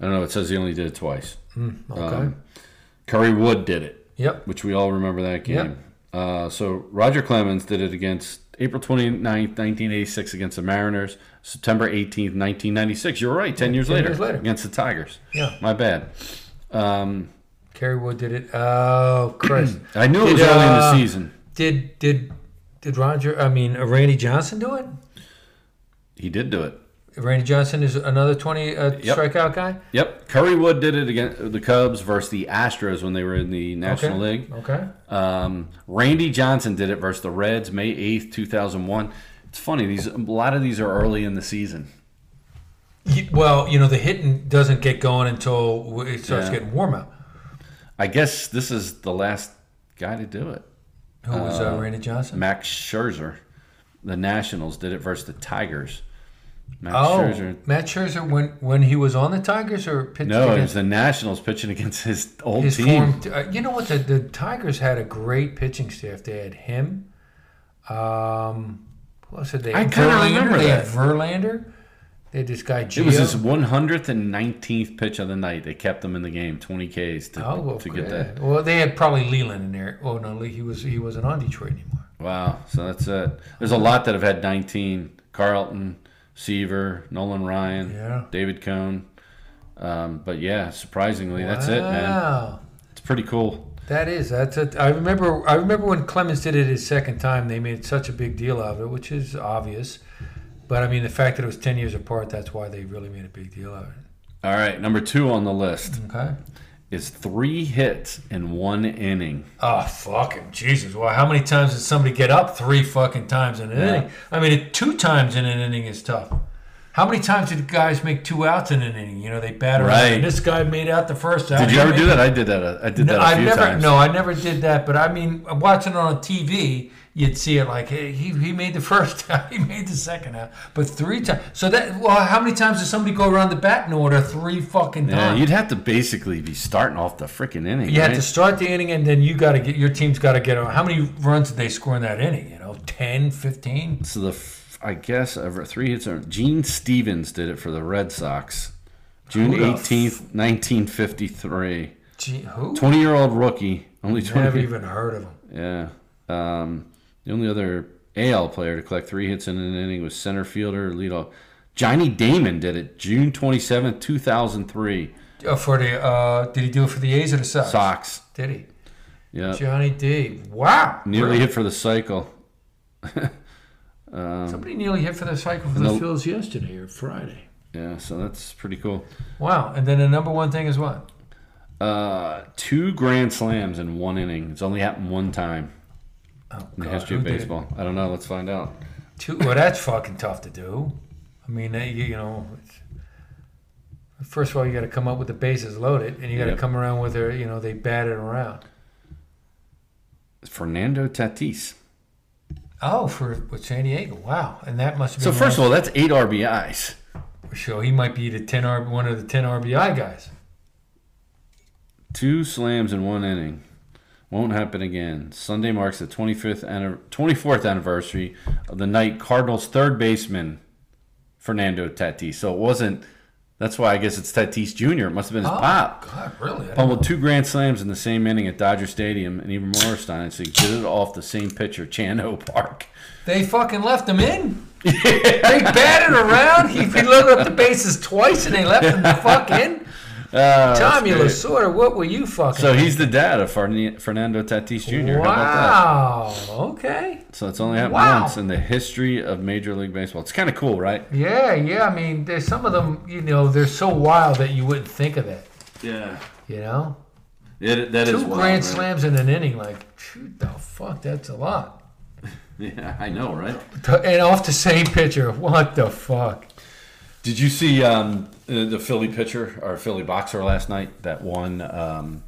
B: I don't know. It says he only did it twice.
A: Okay.
B: Um, Curry Wood did it.
A: yep.
B: which we all remember that game.
A: Yep.
B: Uh, so Roger Clemens did it against April 29th, 1986 against the Mariners, September 18th, 1996. You're right, 10 years,
A: 10
B: later,
A: years later.
B: against the Tigers.
A: Yeah.
B: My bad. Um,
A: Kerry Wood did it. Oh,
B: <clears throat>
A: Chris.
B: I knew it
A: Did,
B: was early in the
A: uh,
B: season.
A: did did did Roger? I mean, uh, Randy Johnson do it?
B: He did do it.
A: Randy Johnson is another twenty uh,
B: Yep.
A: strikeout guy.
B: Yep. Curry Wood did it against the Cubs versus the Astros when they were in the National League.
A: Okay.
B: Um, Randy Johnson did it versus the Reds May 8th, 2001. It's funny. These a lot of these are early in the season.
A: Ye- Well, you know, the hitting doesn't get going until w- it starts
B: Yeah.
A: getting warm out.
B: I guess this is the last guy to do it.
A: Who was uh, Randy Johnson?
B: Max Scherzer, the Nationals did it versus the Tigers. Max
A: oh,
B: Scherzer.
A: Matt Scherzer when when he was on the Tigers or pitched
B: No, it was
A: against
B: the Nationals pitching against his old
A: his
B: team.
A: form. Uh, you know what? The, the Tigers had a great pitching staff. They had him. Um, who else did they?
B: I kinda
A: Verlander.
B: remember
A: They had
B: that.
A: Verlander. They had this guy Gio.
B: It was his 119th pitch of the night. They kept him in the game, 20 Ks to,
A: oh, well,
B: to get
A: yeah.
B: that.
A: Well, they had probably Leland in there. Oh no, Le- he was he wasn't on Detroit anymore.
B: Wow. So that's it. There's a lot that have had 19. Carlton, Seaver, Nolan Ryan,
A: Yeah.
B: David Cohn. Um, but yeah, surprisingly, that's it, man.
A: Wow.
B: It's pretty cool.
A: That is that's it. I remember I remember when Clemens did it his second time. They made such a big deal out of it, which is obvious. But I mean, the fact that it was ten years apart, that's why they really made a big deal out of it.
B: All right, number two on the list
A: Okay.
B: is three hits in one inning.
A: Oh fucking Jesus! Well, how many times did somebody get up three fucking times in an
B: Yeah.
A: inning? I mean, it, two times in an inning is tough. How many times did guys make two outs in an inning? You know, they batter
B: Right.
A: And this guy made out the first out.
B: Did you
A: He
B: ever
A: made-
B: do that? I did that. uh, I did that
A: No,
B: a
A: I
B: few
A: never.
B: times.
A: No, I never did that. But I mean, watching it on TV, you'd see it like hey, he he made the <laughs> first out, he made the second out, but three times. So that well, how many times does somebody go around the batting order three fucking
B: Yeah,
A: times?
B: you'd have to basically be starting off the freaking inning.
A: you
B: right?
A: have to start the inning, and then you got to get your team's got to get on. How many runs did they score in that inning? You know, 10, 15?
B: So the f- I guess over three hits. Are, Gene Stevens did it for the Red Sox, June
A: Who the f-
B: eighteenth, nineteen fifty-three.
A: Gee, who?
B: Twenty-year-old rookie, only
A: Never
B: twenty.
A: even heard of him.
B: <laughs> Yeah. Um, the only other AL player to collect three hits in an inning was center fielder leadoff. Johnny Damon did it June twenty seventh, two thousand three.
A: Uh, for the uh, did he do it for the A's or the Sox?
B: Sox.
A: Did he?
B: Yeah.
A: Johnny D. Wow.
B: Nearly hit for the cycle.
A: Somebody nearly hit for the cycle for the
B: No.
A: Phillies yesterday or Friday.
B: Yeah, so that's pretty cool.
A: Wow. And then the number one thing is what?
B: Uh, two grand slams in one inning. It's only happened one time
A: Oh,
B: in the
A: God,
B: history
A: who
B: of
A: did it?
B: baseball. I don't know. Let's find out.
A: Two, well, that's fucking tough to do. I mean, that- you, you know, it's- first of all, you got to come up with the bases loaded, and you got to
B: Yeah.
A: come around with their, you know, they batted around.
B: Fernando Tatis.
A: Oh, for with San Diego, wow! And that must have
B: So
A: been
B: first of all, that's eight RBIs.
A: all, so he might be the ten R, one of the ten RBI guys.
B: Two slams in one inning. Won't happen again. Sunday marks the 25th anni- 24th anniversary of the night Cardinals third baseman Fernando Tatis. So it wasn't. That's why I guess it's Tatis Jr. It must have been his
A: Oh.
B: pop.
A: God, really? I don't-
B: Pummeled two grand slams in the same inning at Dodger Stadium, and even more astonishing, did it off the same pitcher, Chano Park.
A: They fucking left him in. they batted around. He, he loaded up the bases twice, and they left him
B: <laughs>
A: the fuck in.
B: Uh,
A: Tommy Lasorda, what were you fucking?
B: So he's the dad of Fern- Fernando Tatis Jr. How about
A: wow. Okay.
B: that? So it's only happened
A: Wow.
B: once in the history of Major League Baseball. It's kind of cool, right?
A: Yeah, yeah. I mean, there's some of them. You know, they're so wild that you wouldn't think of it.
C: Yeah.
A: You know,
B: It, that
A: two
B: wild,
A: grand
B: right?
A: slams in an inning, like shoot the fuck, that's a lot.
B: Yeah, I know, right?
A: And off the same pitcher. What the fuck?
B: Did you see um, uh, the Philly pitcher or Philly boxer last night? That one. Um,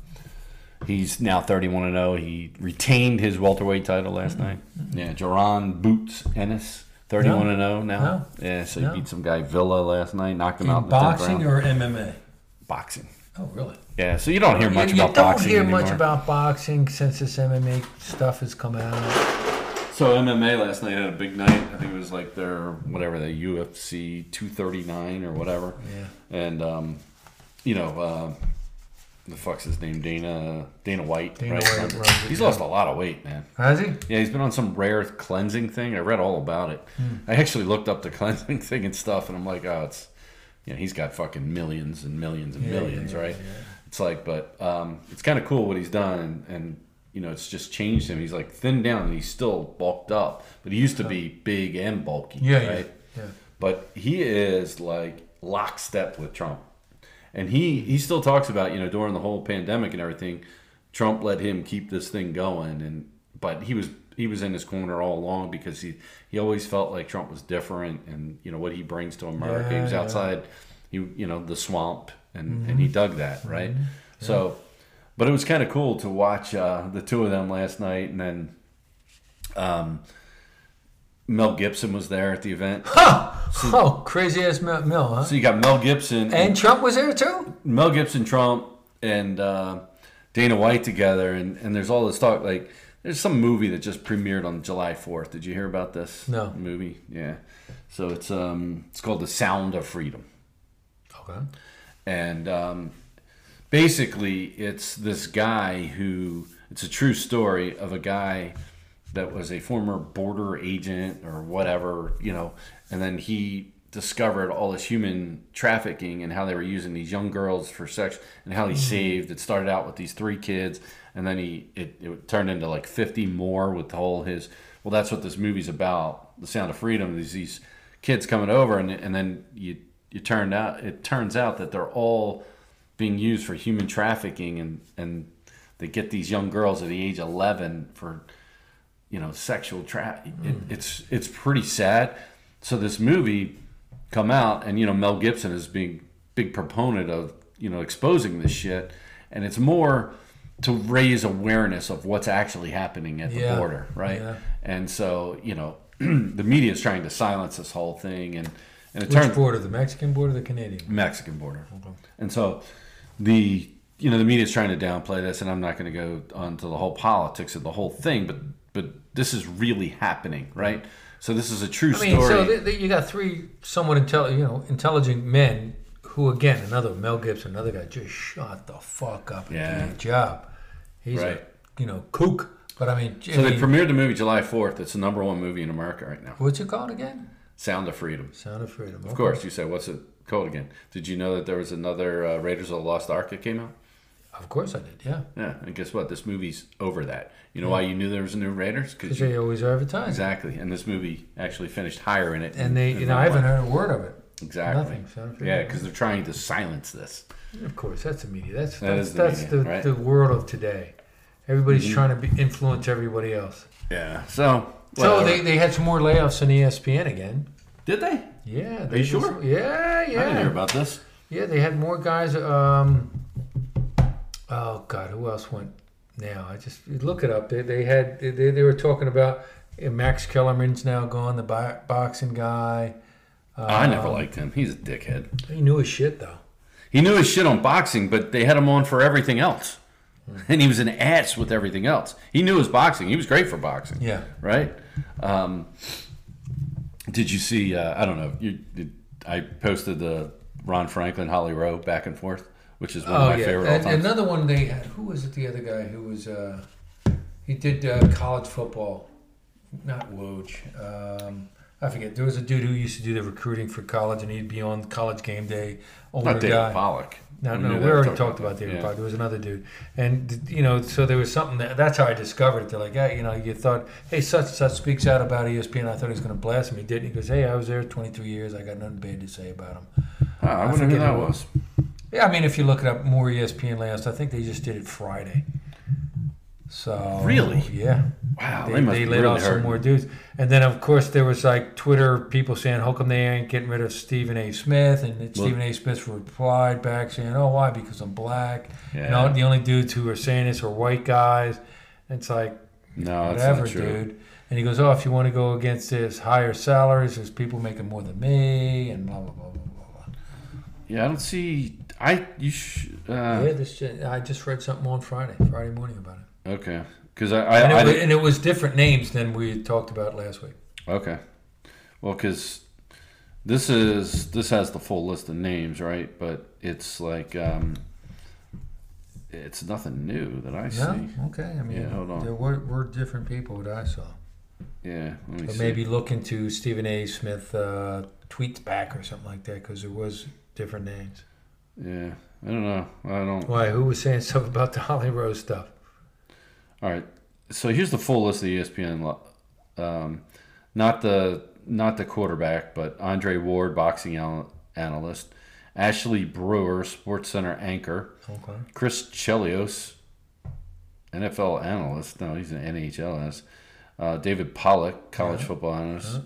B: he's now thirty-one and zero. He retained his welterweight title
A: Mm-hmm.
B: last night. Yeah, Jaron Boots Ennis, thirty-one and zero now.
A: No.
B: Yeah, so
A: No.
B: he beat some guy Villa last night, knocked him out.
A: In
B: In the 10th
A: boxing
B: round.
A: or MMA?
B: boxing?
A: Oh, really?
B: Yeah, so you don't hear much
A: you
B: about
A: don't
B: boxing
A: hear
B: anymore.
A: much about boxing since this MMA stuff has come out.
B: so MMA last night had a big night. I think it was like their whatever the UFC 239 or whatever.
A: Yeah.
B: and um, you know uh, the fuck's his name Dana Dana White.
A: Dana
B: right?
A: White
B: Runs it.
A: runs it,
B: he's
A: yeah.
B: lost a lot of weight, man.
A: Has he?
B: Yeah, he's been on some rare cleansing thing. I read all about it.
A: Hmm.
B: I actually looked up the <laughs> cleansing thing and stuff, and I'm like, oh, it's you know he's got fucking millions and millions and
A: Yeah,
B: millions,
A: yeah,
B: right? It's like, but um, it's kind of cool what he's done, and, and you know it's just changed him. He's like thinned down, and he's still bulked up, but he used to be big and bulky,
A: Yeah, yeah,
B: right?
A: yeah.
B: but he is like lockstep with Trump. And he he still talks about, you know, during the whole pandemic and everything, Trump let him keep this thing going and but he was he was in his corner all along because he he always felt like Trump was different and you know what he brings to America. he was
A: Yeah, Mm-hmm. yeah.
B: outside he you know the swamp and and he dug that, right? So but it was kind of cool to watch uh, the two of them last night and then um Mel Gibson was there at the event.
A: oh, crazy ass Mel, Mel huh?
B: So you got Mel Gibson
A: and Trump was there too.
B: Mel Gibson, Trump, and uh, Dana White together, and, and there's all this talk. Like, there's some movie that just premiered on July 4th. Did you hear about this?
A: No.
B: movie. Yeah. So it's um it's called The Sound of Freedom,
A: Okay.
B: and um, basically it's this guy who it's a true story of a guy that was a former border agent or whatever, you know, and then he discovered all this human trafficking and how they were using these young girls for sex and how he saved. It started out with these three kids and then he it, it turned into like 50 more with all his well that's what this movie's about, The Sound of Freedom, these these kids coming over and and then you you turned out it turns out that they're all being used for human trafficking and and they get these young girls at the age of 11 for you know sexual tra It,
A: Mm.
B: it's it's pretty sad. So this movie come out, and you know Mel Gibson is being big proponent of you know exposing this shit, and it's more to raise awareness of what's actually happening at the
A: Yeah.
B: border, right?
A: Yeah.
B: And so you know <clears throat> the media is trying to silence this whole thing, and and it
A: Which
B: turns
A: border? The Mexican border, or the Canadian?
B: Mexican border. And so the you know the media is trying to downplay this, and I'm not going to go onto the whole politics of the whole thing, but but this is really happening, right? So this is a true
A: I mean,
B: story.
A: so th- th- you got three somewhat intel- you know, intelligent men who, again, another Mel Gibson, another guy, just shut the fuck up and
B: Yeah.
A: do your job. He's
B: Right.
A: a, you know, kook. But I mean, I
B: so they
A: mean,
B: premiered the movie July 4th. It's the number one movie in America right now.
A: what's it called again?
B: Sound of Freedom.
A: Sound of Freedom.
B: Of course, you say, what's it called again? Did you know that there was another uh, Raiders of the Lost Ark that came out?
A: Of course I did. Yeah,
B: Yeah, and guess what? This movie's over that. You know why you knew there was a new Raiders? Because
A: because they always advertise.
B: exactly, and this movie actually finished higher in it.
A: And they,
B: than
A: you know, I haven't
B: round one.
A: heard a word of it.
B: exactly.
A: nothing, so I don't
B: yeah,
A: figure-
B: because they're trying to silence this.
A: Of course, that's the media. That's
B: That
A: that's
B: is the
A: that's
B: media,
A: the,
B: right? Mm-hmm.
A: the world of today. Everybody's trying to be, influence everybody else.
B: Yeah. So.
A: So
B: whatever.
A: they, they had some more layoffs in E ESPN again.
B: did they?
A: Yeah.
B: you
A: They just-
B: sure?
A: Yeah, yeah.
B: I didn't hear about this.
A: Yeah, they had more guys. Um, oh God, who else went? Now I just look it up. They, they had they, they were talking about uh, Max Kellerman's now gone, the bo- boxing guy.
B: I
A: Um,
B: never liked him. He's a dickhead.
A: He knew his shit though.
B: He knew his shit on boxing, but they had him on for everything else.
A: Hmm.
B: And he was an ass with everything else. He knew his boxing. He was great for boxing.
A: Yeah.
B: Right? Um, did you see? Uh, I don't know. You, did, I posted the Ron Franklin, Holly Rowe back and forth, which is one of
A: Oh
B: my
A: yeah.
B: favorite all
A: And,
B: time.
A: another one they had. Who was it? The other guy who was uh, he did uh, college football, not Woj. Um, I forget. There was a dude who used to do the recruiting for college, and he'd be on college game day. Older
B: Not David
A: guy.
B: Pollock.
A: No,
B: We
A: no,
B: knew
A: we
B: that.
A: already talked about David
B: Yeah.
A: Park. There was another dude, and th- you know, so there was something that that's how I discovered it. They're like, yeah, you know, you thought, hey, such and such speaks out about E ESPN. I thought he was going to blast him. He didn't. He goes, hey, I was there 23 years. I got nothing bad to say about him.
B: Oh, I wonder who
A: forget
B: that
A: who-
B: was.
A: Yeah, I mean, if you look it up, more E ESPN last. I think they just did it Friday. So
B: Really?
A: yeah,
B: Wow,
A: they,
B: they, must
A: they
B: be
A: laid
B: really
A: off some
B: hurt.
A: more dudes, and then of course there was like Twitter people saying, "How come they ain't getting rid of Stephen A. Smith?" And then Stephen A. Smith replied back saying, "Oh, why? Because I'm black." And all,
B: Yeah.
A: the only dudes who are saying this are white guys. And it's like
B: No, Oh, that's
A: whatever,
B: not true.
A: dude. And he goes, "Oh, if you want to go against this higher salaries, there's people making more than me," and blah blah blah blah blah. blah.
B: Yeah, I don't see. I you sh-
A: yeah,
B: uh,
A: this I just read something on Friday, Friday morning about it.
B: okay because I, I,
A: And it,
B: I
A: was,
B: didn't-
A: and it was different names than we talked about last week.
B: okay. Well, because this is this has the full list of names, right? But it's like um, it's nothing new that I
A: Yeah.
B: see.
A: Okay. I mean,
B: Yeah, hold on.
A: there were, were different people that I saw.
B: Yeah, let me
A: But
B: see.
A: maybe look into Stephen A. Smith uh, tweets back or something like that because there was different names.
B: Yeah, I don't know. I don't.
A: Why? Who was saying <laughs> stuff about the Holly Rose stuff?
B: All right. So here's the full list of the E ESPN. lo- Um, not the not the quarterback, but Andre Ward, boxing al- analyst, Ashley Brewer, Sports Center anchor.
A: Okay.
B: Chris Chelios, NFL analyst. No, he's an NHL analyst. Uh, David Pollock, college football analyst.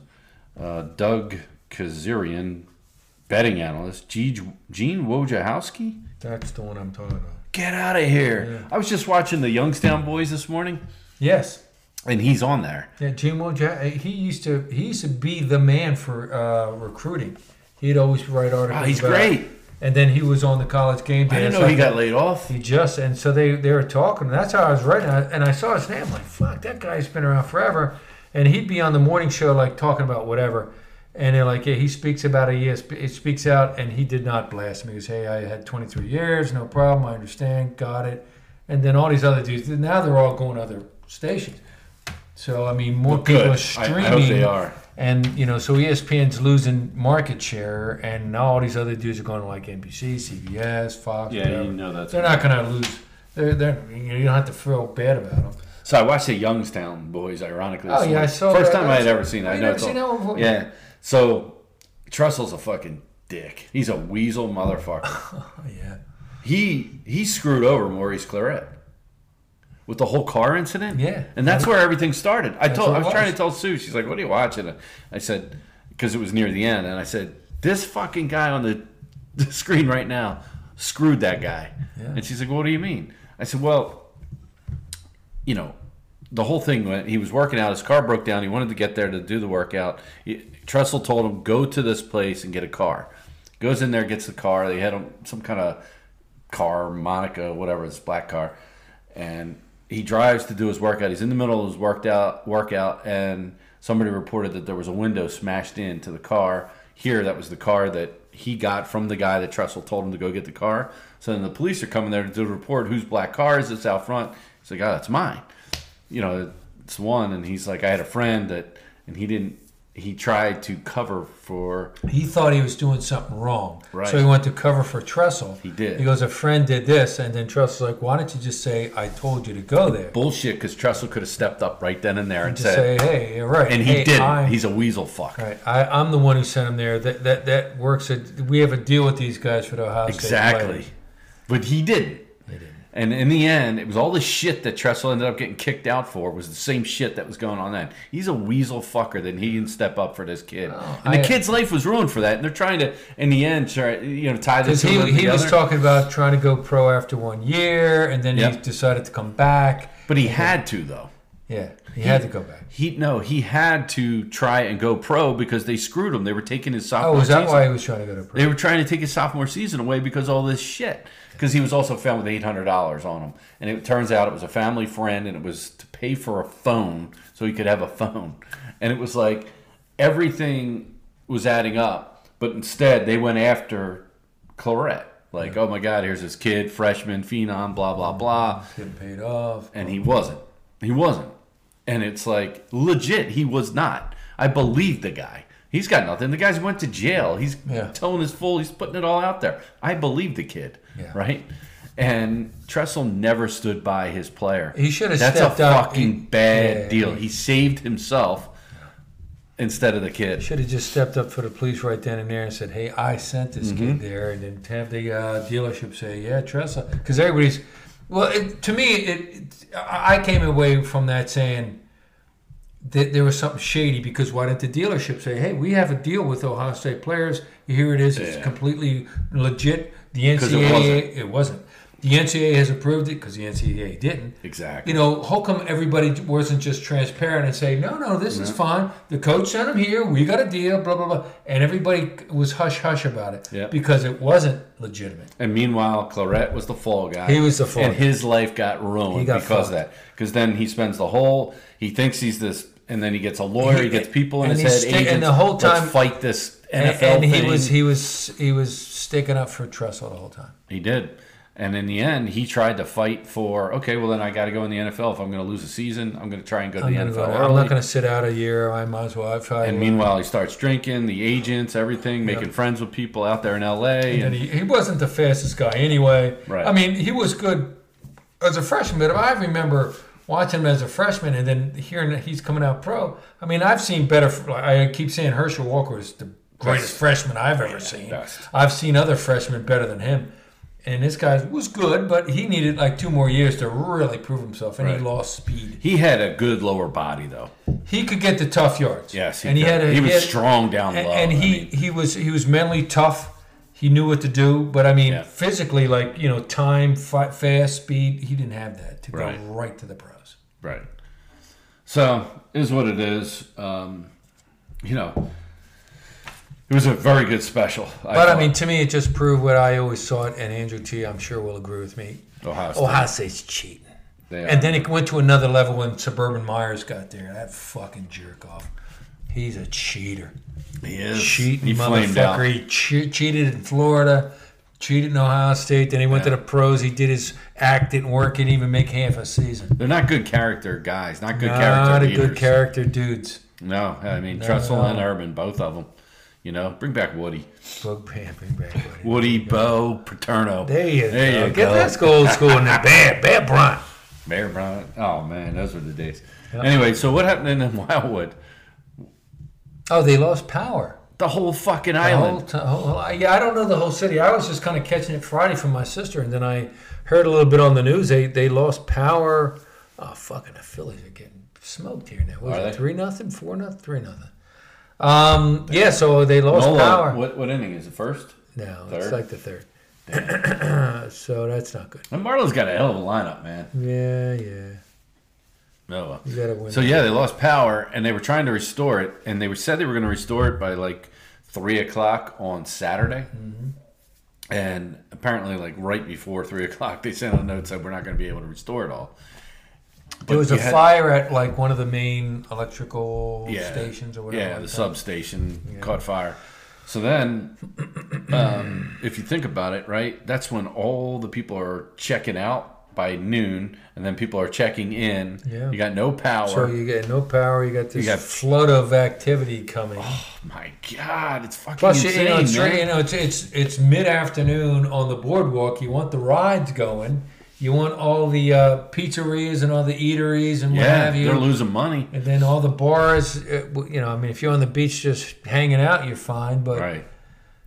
B: Uh, Doug Kazarian, betting analyst. Gene, Gene Wojciechowski?
A: That's the one I'm talking about.
B: Get out of here. I was just watching the Youngstown Boys this morning,
A: Yes.
B: and he's on there.
A: Yeah, Jim Wojcik. He used to he used to be the man for uh, recruiting. He'd always write articles.
B: Oh, he's
A: about-
B: great.
A: And then he was on the college game day.
B: I didn't
A: It's
B: know he
A: like-
B: got laid off.
A: He just and so they they were talking. And that's how I was writing, I- and I saw his name. I'm like, fuck, that guy's been around forever, and he'd be on the morning show like talking about whatever. And they're like, yeah, he speaks about a yes, he speaks out, and he did not blast me. He goes, hey, I had 23 years, no problem, I understand, got it. And then all these other dudes, now they're all going to other stations. So I mean, more people are
B: I-
A: streaming.
B: I hope they are.
A: And you know, so E ESPN's losing market share, and now all these other dudes are going to like NBC, CBS, Fox.
B: Yeah, you
A: whatever.
B: know that's
A: they're not going to lose. They're, they're you, know, you don't have to feel bad about them.
B: So I watched the Youngstown Boys. Ironically, this
A: Oh, yeah, I
B: morning.
A: saw
B: First
A: that.
B: time I had ever seen. it.
A: Oh,
B: I
A: you
B: know
A: never
B: it's
A: seen
B: all-
A: that one before?
B: Yeah. So Trussell's a fucking dick. He's a weasel motherfucker.
A: Oh, yeah,
B: he he screwed over Maurice Claret with the whole car incident.
A: Yeah.
B: And that's where everything started. I told
A: what
B: I
A: it
B: was trying
A: was.
B: to tell Sue. She's like, "What are you watching?" And I said because it was near the end, and I said, "This fucking guy on the, <laughs> the screen right now screwed that guy."
A: Yeah.
B: And she's like, "What do you mean?" I said, "Well." you know, the whole thing went. He was working out. His car broke down. He wanted to get there to do the workout. He, Tressel told him, "Go to this place and get a car." Goes in there, gets the car. They had him some kind of car, Monica, whatever, this black car, and he drives to do his workout. He's in the middle of his workout, workout, and somebody reported that there was a window smashed into the car. Here, that was the car that he got from the guy that Tressel told him to go get the car. So then the police are coming there to do a report. Whose black car is this out front? He's like, oh, that's mine. You know, it's one. And he's like, I had a friend that, and he didn't, he tried to cover for
A: He thought he was doing something wrong.
B: Right.
A: So he went to cover for Tressel.
B: He did.
A: He goes, A friend did this. And then Tressel's like, Why don't you just say, I told you to go there?
B: bullshit because Tressel could have stepped up right then and there and,
A: Just
B: said,
A: say, Hey, you're right.
B: and he
A: Hey,
B: didn't.
A: I-
B: He's a weasel fuck.
A: Right, I, I'm the one who sent him there. That that that works. At, we have a deal with these guys for the Ohio State
B: Exactly.
A: players.
B: But he didn't. And in the end, it was all the shit that Tressel ended up getting kicked out for was the same shit that was going on then. He's a weasel fucker that he didn't step up for this kid. and
A: Oh, I-
B: the kid's life was ruined for that. And they're trying to, in the end, try, you know, tie the
A: Because
B: two of
A: he,
B: them
A: he was
B: together.
A: talking about trying to go pro after one year, and then he
B: Yep.
A: decided to come back.
B: But he had to though.
A: Yeah, he, had to go back.
B: He no, he had to try and go pro because they screwed him. They were taking his sophomore.
A: Oh, is that
B: season.
A: why he was trying to go to pro?
B: They were trying to take his sophomore season away because of all this shit. Because he was also found with eight hundred dollars on him, and it turns out it was a family friend, and it was to pay for a phone so he could have a phone. And it was like everything was adding up, but instead they went after Claret. Like, oh my God, here's this kid, freshman, phenom, blah blah blah,
A: Getting paid off.
B: and he wasn't. He wasn't. And it's like legit, he was not. I believe the guy. He's got nothing. The guy's went to jail. He's
A: Yeah.
B: telling his full. He's putting it all out there. I believe the kid,
A: Yeah.
B: right? And Tressel never stood by his player.
A: He should have
B: That's
A: stepped
B: a
A: up.
B: fucking
A: He-
B: bad
A: yeah.
B: deal. He saved himself instead of the kid.
A: Should have just stepped up for the police right then and there and said, "Hey, I sent this
B: Mm-hmm.
A: kid there," and then have the uh, dealership say, "Yeah, Tressa," because everybody's. Well, it, to me, it, it I I came away from that saying that there was something shady because why didn't the dealership say, "Hey, we have a deal with Ohio State players. Here it is. It's
B: Yeah.
A: completely legit. The
B: 'Cause
A: NCAA
B: it
A: it wasn't.
B: wasn't.
A: The NCAA has approved it because the NCAA didn't.
B: Exactly.
A: You know, how come everybody wasn't just transparent and say, no, no, this is fine. The coach sent him here. We got a deal, blah, blah, blah. And everybody was hush hush about it
B: Yeah.
A: because it wasn't legitimate.
B: And meanwhile, Claret was the fall guy.
A: He was the fall
B: And
A: guy.
B: his life got ruined
A: He got
B: because
A: fucked.
B: of that. Because then he spends the whole. He thinks he's this, and then he gets a lawyer.
A: <laughs>
B: He, gets people in
A: and he's
B: his head.
A: sti- and
B: agents,
A: the whole time-
B: let's fight this NFL
A: And, and he
B: thing."
A: was he was he was sticking up for Tressel the whole time.
B: He did. And in the end, he tried to fight for. Okay, well then I got to go in the NFL. If I'm going to lose a season, I'm going to try and go to
A: I'm,
B: the
A: gonna
B: NFL.
A: go, I'm
B: early.
A: not going to sit out a year. I might as well. I've tried.
B: and meanwhile, he starts drinking, the agents, everything, making friends with people out there in LA.
A: and
B: And,
A: he, he wasn't the fastest guy anyway.
B: Right.
A: I mean, he was good as a freshman, but I remember watching him as a freshman and then hearing that he's coming out pro. I mean, I've seen better. I keep saying Herschel Walker is the greatest freshman I've ever seen.
B: best.
A: I've seen other freshmen better than him. And this guy was good, but he needed like two more years to really prove himself, and
B: Right.
A: he lost speed.
B: he had a good lower body though.
A: He could get the tough yards.
B: Yes, he,
A: and he
B: could.
A: had a,
B: he was
A: had-
B: strong down
A: and,
B: low.
A: and
B: I
A: he
B: mean,
A: he was he was mentally tough. He knew what to do, but I mean,
B: Yeah.
A: physically, like you know, time, fi- fast, speed. He didn't have that to
B: Right.
A: go right to the pros.
B: Right. So it is what it is. Um, you know, it was a very good special.
A: But I
B: thought.
A: mean, to me, it just proved what I always thought, and Andrew T. I'm sure will agree with me.
B: Ohio State.
A: Ohio State's cheating,
B: They
A: and
B: are.
A: then it went to another level when Suburban Myers got there. That fucking jerk off. He's a cheater.
B: he is
A: cheating
B: he flamed out.
A: motherfucker. He che- cheated in Florida, cheated in Ohio State. Then he went
B: Yeah.
A: to the pros. He did his act, didn't work, didn't even make half a season.
B: They're not good character guys. Not good character.
A: Not a good
B: leaders.
A: character, dudes.
B: No, I mean Tressel and Urban, both of them. You know, bring back Woody,
A: Bug pamping, bad buddy.
B: Woody, Bo, Paterno.
A: There you
B: there
A: go.
B: You
A: Get
B: go.
A: that school old school in there. Bad, bad Bryant.
B: Mayor Brown. Oh man, those were the days. Anyway, so what happened in <laughs> Wildwood?
A: Oh, they lost power.
B: The whole fucking
A: The whole
B: island.
A: ti- whole- I- yeah, I don't know the whole city. I was just kind of catching it Friday from my sister, and then I heard a little bit on the news. They they lost power. Oh, fucking the Phillies are getting smoked here now. What
B: Are
A: was
B: they?
A: it three nothing, four nothing, three nothing? Um, yeah, so they lost
B: Nola,
A: power.
B: What, what inning is it? First.
A: No,
B: Third?
A: it's like the third. <clears throat> so that's not good.
B: And Marlowe's got a hell of a lineup, man.
A: Yeah, yeah.
B: Noah.
A: You gotta win.
B: So yeah, they lost power, and they were trying to restore it, and they were said they were going to restore it by like three o'clock on Saturday,
A: Mm-hmm.
B: and apparently like right before three <laughs> o'clock, they sent a note said we're not going to be able to restore it all.
A: There was
B: you
A: a
B: had-
A: fire at like one of the main electrical
B: Yeah.
A: stations or whatever.
B: Yeah,
A: like
B: the
A: that.
B: substation caught fire. So then, <clears throat> um, if you think about it, right, that's when all the people are checking out by noon, and then people are checking in.
A: Yeah.
B: You got no power.
A: So you get no power. You got this
B: got-
A: flood of activity coming.
B: oh my god, it's fucking
A: Plus, you,
B: insane,
A: know, it's,
B: man.
A: you know, it's it's it's mid afternoon on the boardwalk. You want the rides going. You want all the uh, pizzerias and all the eateries and what
B: yeah,
A: have you.
B: they're losing money.
A: and then all the bars. uh, w- You know, I mean, if you're on the beach just hanging out, you're fine. But
B: Right.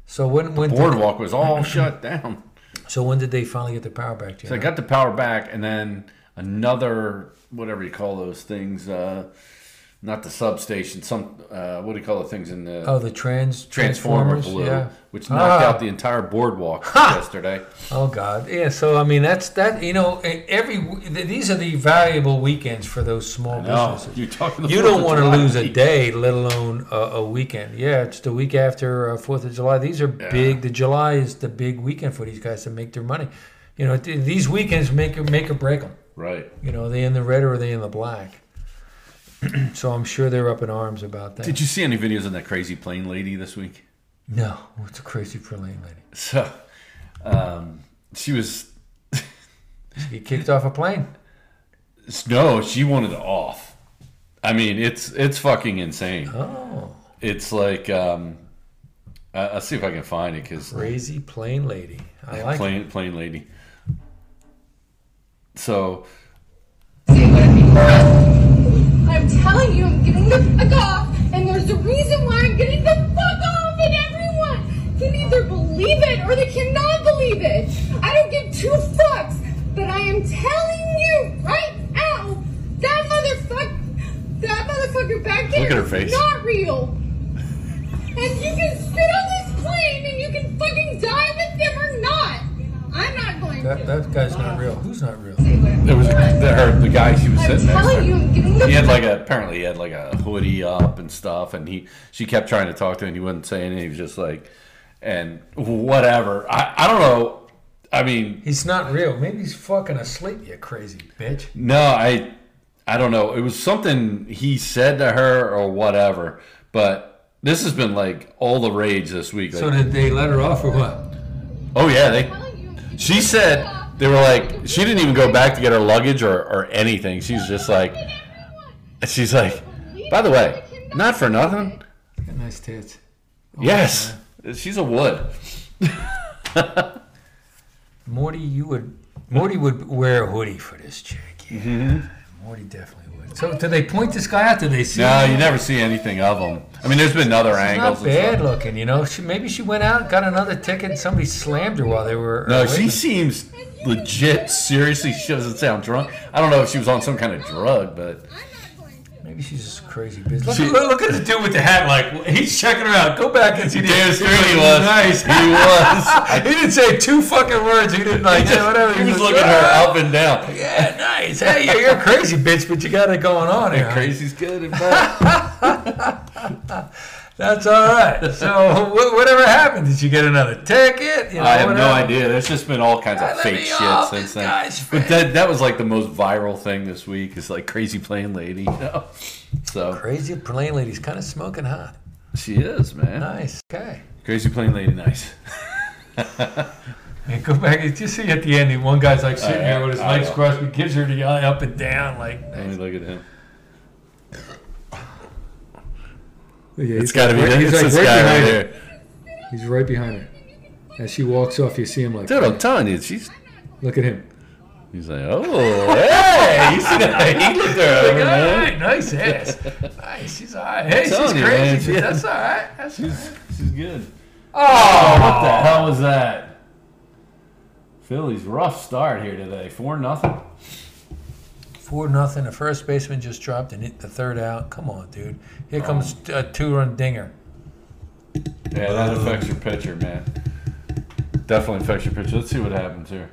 A: so when when
B: Boardwalk was all shut down.
A: so when did they finally get the power back? To you
B: So I got the power back, and then another whatever you call those things, uh, not the substation. Some uh, what do you call the things in the
A: oh, the trans
B: transformer
A: transformers.
B: blew,
A: Yeah.
B: which knocked
A: Ah.
B: out the entire boardwalk yesterday.
A: Oh God, yeah. So I mean, that's that. You know, e, every th- these are the valuable weekends for those small
B: <laughs> No,
A: businesses.
B: you're talking. the
A: You
B: Fourth
A: don't
B: of
A: want to
B: July.
A: lose a day, let alone a, a weekend. Yeah, it's the week after uh, Fourth of July. These are
B: Yeah.
A: big. The July is the big weekend for these guys to make their money. You know, th- these weekends make or make or break them.
B: Right?
A: You know, are they in the red or are they in the black? <clears throat> so I'm sure they're up in arms about that.
B: Did you see any videos of that crazy plane lady this week? <laughs>
A: no, what's a crazy Perlane lady?
B: So, um, she was
A: She get kicked off a plane.
B: no, she wanted off. I mean, it's it's fucking insane.
A: Oh,
B: It's like um, I, I'll see if I can find it because
A: crazy plane lady. I like. it.
B: plain plain lady. So
E: I'm telling you, I'm getting the fuck off, and there's a reason why I'm getting the fuck off, and everyone can either believe it or they cannot believe it. I don't give two fucks, but I am telling you right now, that motherfucker, that motherfucker back there
B: Look at her
E: is
B: face.
E: not real. And you can spit on this plane, and you can fucking die with them or not. I'm not going
A: That,
E: to.
A: that guy's not real. Who's not real?
E: Say whatever
B: there was
E: you want.
B: the, her, the guy she was
E: I'm
B: sitting next
E: telling you,
B: to.
E: I'm getting the
B: He
E: fuck
B: had like a apparently he had like a hoodie up and stuff, and he she kept trying to talk to him. and He wouldn't say anything. He was just like, and whatever. I I don't know. I mean,
A: He's not real. Maybe he's fucking asleep. You crazy bitch.
B: no, I I don't know. It was something he said to her or whatever. But this has been like all the rage this week.
A: So
B: Like,
A: did they let her off or what?
B: oh yeah, they She said they were like she didn't even go back to get her luggage or, or anything. She's just like she's like by the way, not for nothing.
A: Nice tits. Oh,
B: Yes. She's a wood.
A: Morty, you would. Morty would wear a hoodie for this chick. Yeah.
B: Mm-hmm.
A: Morty definitely would. So did they point this guy out? Did they see?
B: No,
A: him?
B: you never see anything of them. I mean there's been other
A: She's
B: angles
A: Not bad
B: and stuff.
A: looking, you know. She, maybe she went out, got another ticket, and somebody slammed her while they were.
B: No,
A: uh,
B: she
A: waiting.
B: seems legit seriously she doesn't sound drunk. I don't know if she was on some kind of drug, but
A: Maybe she's just a crazy bitch. Look,
B: She-
A: look, look at the dude with the hat. Like he's checking her out. Go back and see. the-
B: damn straight he was.
A: Nice.
B: He
A: <laughs>
B: was.
A: he didn't say two fucking words. He didn't like yeah, whatever.
B: <laughs> He was looking her
A: "Ah."
B: up and down.
A: Yeah, nice. Hey, you're, you're a crazy bitch, but you got it going on here.
B: Crazy's good
A: <laughs>
B: and bad.
A: That's all right. So <laughs> wh- whatever happened, did you get another ticket? You know,
B: I have no
A: whatever.
B: idea. There's just been all kinds of
A: Let
B: fake
A: me
B: shit
A: off this
B: since then.
A: guy's
B: But
A: face.
B: that that was like the most viral thing this week is like crazy plain lady. You know? So
A: Crazy plain lady's kind of smoking hot.
B: she is man.
A: Nice. Okay.
B: Crazy plain lady, nice.
A: And go back. Did you see at the end? One guy's like sitting
B: I-
A: there with his
B: Uh, I
A: legs
B: know.
A: crossed, but gives her the eye up and down, like.
B: Let me look at him.
A: Yeah,
B: It's got to be this, this guy right here,
A: He's right behind her. As she walks off, you see him like,
B: dude. I'm telling you, she's.
A: look at him.
B: He's like, oh, hey, <laughs> you see that? He looked her over,
A: All
B: man.
A: right, nice ass. nice, she's all right. Hey, she's crazy,
B: telling you, man, she-
A: but that's all right.
B: <laughs>
A: That's all right.
B: She's good.
A: Oh,
B: What the hell was that? Philly's rough start here today. Four nothing.
A: Four nothing. The first baseman just dropped and hit the third out. Come on, dude. Here comes
B: Oh.
A: a two-run dinger.
B: Yeah,
A: Uh,
B: that affects your pitcher, man. Definitely affects your pitcher. Let's see what happens here.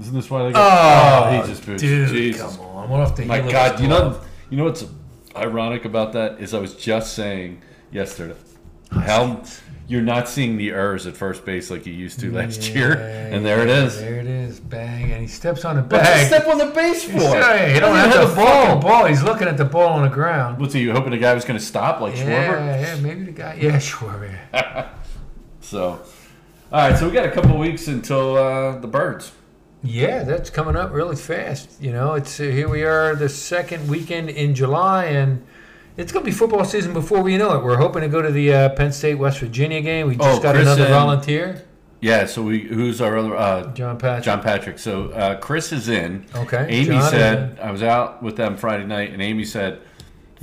B: Isn't this why they got? Oh, he just boots.
A: Oh, Dude,
B: Jesus,
A: come on. What off the
B: my
A: heel of
B: God!
A: his
B: You
A: glove.
B: know, you know what's ironic about that is I was just saying yesterday how you're not seeing the errors at first base like you used to last year,
A: Yeah,
B: and there it is.
A: There it is. Bang. And he steps on the
B: What's he
A: bag.
B: step on the base for?
A: He's- hey, he
B: You
A: don't
B: even
A: have,
B: have
A: the ball. ball. He's looking at the ball on the ground.
B: What's he? You hoping the guy was going to stop like
A: Yeah,
B: Schwarber?
A: yeah, maybe the guy. Yeah, Schwarber.
B: So, all right. So we got a couple weeks until uh, the birds.
A: Yeah, that's coming up really fast. You know, it's uh, here we are, the second weekend in July, and it's going to be football season before we know it. We're hoping to go to the uh, Penn State West Virginia game. We just
B: Oh,
A: got
B: Chris
A: another
B: and-
A: volunteer,
B: Yeah. So we who's our other uh,
A: John Patrick.
B: John Patrick. So uh, Chris is in.
A: Okay,
B: Amy
A: John is
B: said I was out with them Friday night, and Amy said,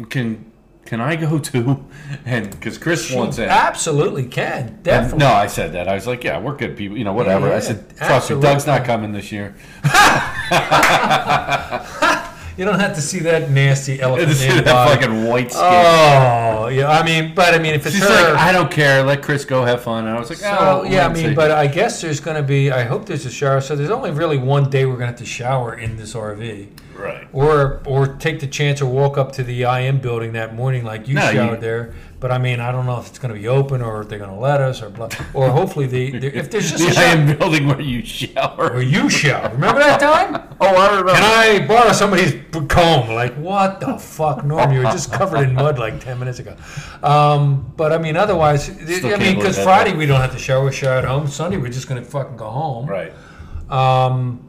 B: "Can can I go too?" <laughs> And because Chris wants in.
A: Absolutely can
B: And-
A: definitely.
B: no, I said that. I was like, "Yeah, we're good people," you know, whatever.
A: Yeah,
B: I said, "Trust me,
A: absolutely.
B: Doug's not coming this year."
A: You don't have to see that nasty
B: I
A: elephant
B: <laughs> just
A: in
B: see
A: the
B: that
A: bottom.
B: fucking white skin.
A: Oh, yeah. I mean, but I mean, if it's
B: She's
A: her,
B: like, "I don't care. Let Chris go have fun." And I was like,
A: So
B: "Oh,
A: yeah, I
B: we'll
A: mean,
B: see."
A: but uh, I guess there's going to be. I hope there's a shower. So there's only really one day we're going to have to shower in this RV,
B: right."
A: or or take the chance or walk up to the IM building that morning like you
B: No, you-
A: showered there. But I mean, I don't know if it's going to be open or if they're going to let us or blah, or hopefully the, the if there's
B: <laughs>
A: just a
B: the I
A: shower
B: am building where you shower.
A: or you shower. Remember that time?
B: Oh, I remember.
A: And I borrow somebody's b- comb. Like, what the fuck, Norm? You were just covered in mud like 10 minutes ago. Um, but I mean, otherwise, I
B: can't
A: mean,
B: believe
A: because
B: that.
A: Friday we don't have to shower, we shower at home. Sunday we're just going to fucking go home.
B: right.
A: Um,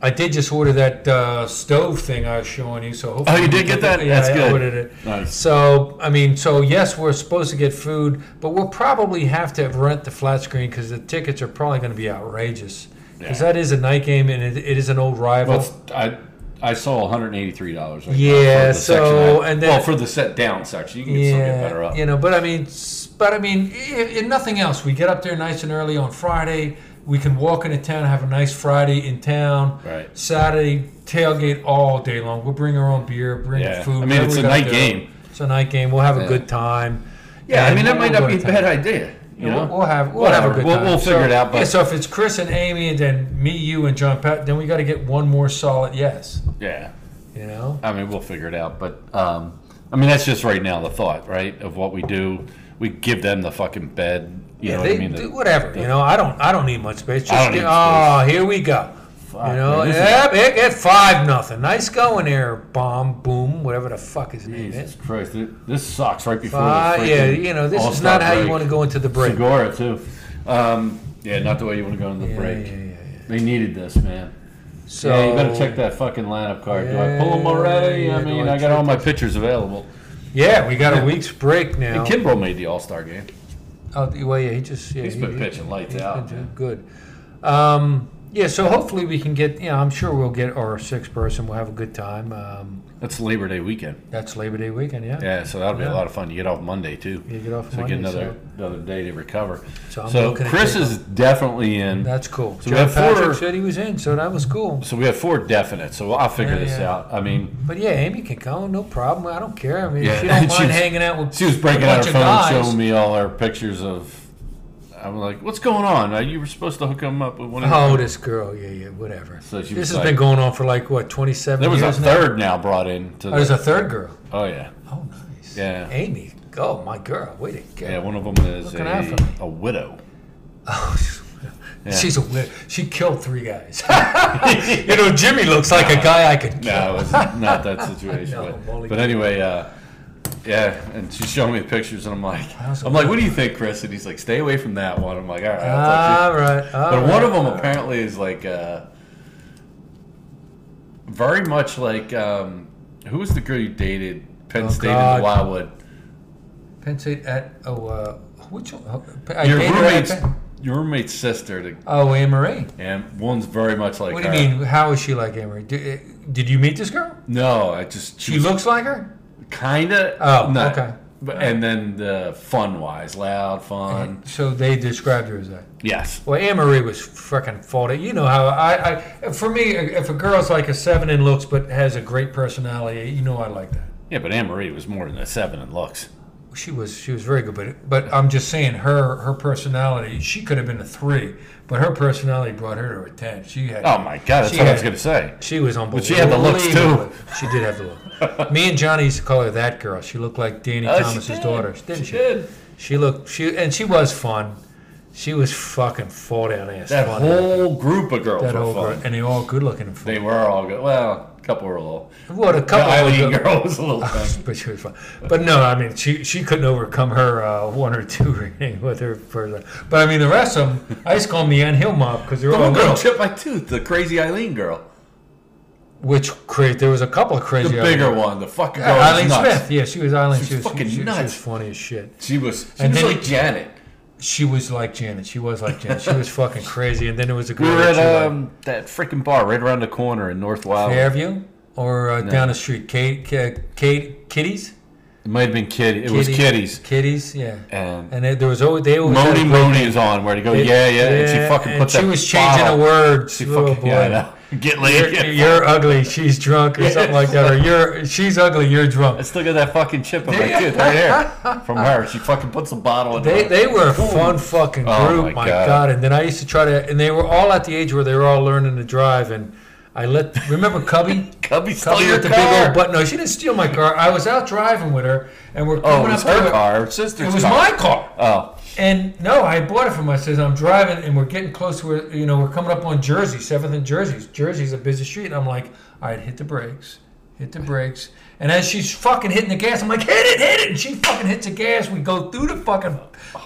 A: I did just order that uh, stove thing I was showing you. So hopefully
B: Oh, you did get that?
A: Yeah,
B: That's
A: I
B: good.
A: ordered it.
B: Nice.
A: So I mean, so yes, we're supposed to get food, but we'll probably have to rent the flat screen because the tickets are probably going to be outrageous. Because
B: Yeah.
A: that is a night game and it, it is an old rival.
B: Well, it's, I I saw one hundred eighty three dollars. Right now
A: Yeah,
B: for the section
A: so,
B: I-
A: and then-
B: well for the set down section, you can still get better up.
A: You know, but I mean, s- but I mean, if, if nothing else, we get up there nice and early on Friday. We can walk into town, have a nice Friday in town.
B: Right.
A: Saturday tailgate all day long. We'll bring our own beer, bring
B: Yeah.
A: food.
B: I mean,
A: whatever
B: it's
A: we
B: a
A: gotta
B: night
A: do.
B: game.
A: It's a night game. We'll have a
B: Yeah.
A: good time.
B: yeah, I
A: And
B: mean that
A: we'll
B: might not
A: go
B: be a
A: to
B: bad
A: town.
B: idea. You
A: Yeah,
B: know?
A: we'll, we'll have we'll have a
B: Whatever.
A: good
B: We'll-
A: time.
B: we'll figure
A: So-
B: it out, but-
A: yeah, so if it's Chris and Amy, and then me, you, and John Pat, then we got to get one more solid yes.
B: yeah,
A: You know.
B: I mean we'll figure it out. But um, I mean that's just right now the thought, right, of what we do. We give them the fucking bed. You know
A: they,
B: what I mean? The-
A: do whatever. you know, I don't. I don't need much space. Just
B: I don't
A: get-
B: need
A: oh, here we go. you know,
B: man, this is-
A: yep, it get five nothing. Nice going there, bomb, boom, whatever the fuck his name
B: Jesus
A: is.
B: Christ, th- this sucks right before
A: Uh,
B: the
A: yeah,
B: freaking
A: you know, this is
B: All-Star
A: not how you
B: break.
A: want to go into the break.
B: Segura too. Um, yeah, not the way you want to go into the
A: Yeah,
B: break.
A: yeah, yeah, yeah.
B: They needed this, man.
A: So
B: yeah, you better check that fucking lineup card. do I pull them already?
A: Yeah,
B: I
A: do
B: mean,
A: I
B: I, got all
A: check
B: my pictures available.
A: Yeah, we got a week's break now.
B: And Kimbrel made the All Star game.
A: Oh, well, yeah, he just yeah,
B: He's
A: he-
B: been
A: he-
B: pitching lights
A: he's
B: out,
A: been doing
B: man.
A: good. Um, yeah, so hopefully we can get. You know, I'm sure we'll get our sixth person. We'll have a good time. Um,
B: That's Labor Day weekend.
A: that's Labor Day weekend. Yeah.
B: Yeah, so that'll be
A: Yeah.
B: a lot of fun. You get off Monday too.
A: You get off
B: so
A: Monday,
B: get another
A: so-
B: another day to recover.
A: So
B: So,
A: I'm looking at
B: Chris
A: taking-
B: is definitely in.
A: That's cool.
B: So we
A: John
B: have four-
A: Patrick said he was in, so that was cool.
B: so we have four definite. So I'll figure
A: Yeah,
B: this
A: yeah.
B: out. I mean,
A: But yeah, Amy can come, no problem. I don't care. I mean,
B: Yeah,
A: she don't
B: and
A: mind
B: <laughs> she was-
A: hanging out with.
B: She was breaking
A: a
B: out
A: bunch
B: her
A: of
B: phone,
A: guys.
B: and showing me all our pictures of. I'm like, what's going on? Uh, You were supposed to hook him up with one of.
A: Oh,
B: your-"
A: this girl. Yeah, yeah, whatever.
B: So she
A: this
B: was
A: has
B: like-
A: been going on for like what, 27
B: there was a
A: years now.
B: third now brought in. To
A: Oh, there's
B: the,
A: a third girl.
B: oh yeah,
A: Oh, nice.
B: Yeah.
A: Amy, oh my girl, way to go.
B: yeah. One of them is
A: Looking out
B: a,
A: for me.
B: a widow.
A: <laughs> Oh, she's- she's <laughs> a wit. She killed three guys. <laughs> you know, Jimmy looks like a guy I
B: <laughs>
A: could kill.
B: <laughs> No, it's not that
A: <laughs>
B: situation.
A: know,
B: but-
A: Molly.
B: but, anyway, uh, yeah. And she's showing me the pictures, and I'm like,
A: was
B: I'm like, what do you think, Chris? And he's like, stay away from that one. I'm like, all right. I'll touch it."
A: All right. all
B: But
A: right.
B: one of them apparently is like uh, very much like um, who was the girl you dated? Penn
A: Oh,
B: State
A: God.
B: and Wildwood.
A: Penn State at oh, uh, which one? I
B: Your
A: dated her at
B: roommate's
A: Penn-
B: your roommate's sister, the,
A: Oh, Anne Marie.
B: and one's very much like.
A: What do you
B: her.
A: mean? How is she like Anne Marie? Did, did you meet this girl?
B: No, I just
A: She looks like her.
B: kinda.
A: Oh, okay.
B: But, and then the fun wise, loud fun.
A: So they described her as that.
B: Yes.
A: Well, Anne Marie was freaking faulty. You know how I, I, for me, if a girl's like a seven in looks but has a great personality, you know I like that.
B: Yeah, but Anne Marie was more than a seven in looks.
A: She was she was very good, but but I'm just saying her her personality. She could have been a three, but her personality brought her to a ten. She had
B: Oh my god, that's
A: She
B: what I was
A: had-
B: gonna say.
A: She was unbelievable.
B: she had the looks, too.
A: She did have the look. Me and Johnny used to call her that girl. She looked like Danny
B: Oh, she
A: Thomas's
B: did.
A: daughter, didn't she?
B: She did.
A: She looked she and she was fun. She was fucking fall down ass
B: That
A: fun.
B: whole group of girls
A: that
B: were
A: whole
B: fun.
A: girl, and they all good looking. And
B: They were all good. Well, couple were a little.
A: What a couple
B: the
A: of
B: Eileen
A: them.
B: girl was a little. thing.
A: <laughs> But she was fine. But no, I mean, she she couldn't overcome her uh, one or two <laughs> rating with her further. But I mean, the rest of them, I just call them the Ann Hill mob because they're
B: The
A: all
B: one girl
A: little.
B: chipped my tooth. The crazy Eileen girl.
A: Which create there was a couple of
B: The
A: crazy. Uh,
B: bigger one. The fucking girl. was
A: Eileen
B: nuts.
A: Smith. Yeah, she was Eileen. She,
B: was
A: was
B: fucking
A: she, she
B: nuts.
A: was funny as shit.
B: She was. She
A: And
B: was
A: then-
B: like Janet.
A: She was like Janet. She was like Janet. She was fucking crazy. And then there was a
B: We
A: girl.
B: were
A: that
B: at
A: she liked.
B: um, that freaking bar right around the corner in North Wild.
A: Fairview or uh, down the street, Kate, Kate, Kate Kitties.
B: It might have been Kitty. It was Kitties.
A: Kitties, yeah.
B: And-
A: and it, there was always they always had a
B: Moni
A: great-
B: Moni is on where to go. yeah, yeah. And she fucking
A: and
B: puts
A: She
B: that
A: was changing
B: bottle-
A: the words.
B: She
A: oh,
B: fucking
A: boy.
B: yeah,
A: <laughs>
B: I know. Get laid.
A: You're,
B: Get
A: you're ugly. She's
B: <laughs>
A: drunk, or something like that. Or you're she's ugly. You're
B: I
A: drunk.
B: still got that fucking chip on my tooth right here from
A: <laughs>
B: her. She fucking puts a bottle in
A: They
B: my-
A: they were a fun fucking group.
B: Oh, my
A: my,
B: God.
A: god. And then I used to try to, and they were all at the age where they were all learning to drive. And I let remember Cubby.
B: <laughs> Cubby stole
A: Cubby
B: your
A: with the
B: car.
A: big old button. No, she didn't steal my car. I was out driving with her, and we're
B: oh,
A: coming
B: it was
A: up to
B: her car. Her sister's
A: It was
B: car.
A: my car.
B: Oh,
A: And no, I bought it for my sister. I'm driving, and we're getting close. to Where you know we're coming up on Jersey, Seventh and Jersey. Jersey's a busy street. And I'm like, all right, hit the brakes, hit the brakes. And as she's fucking hitting the gas, I'm like, hit it, hit it. And she fucking hits the gas. We go through the fucking.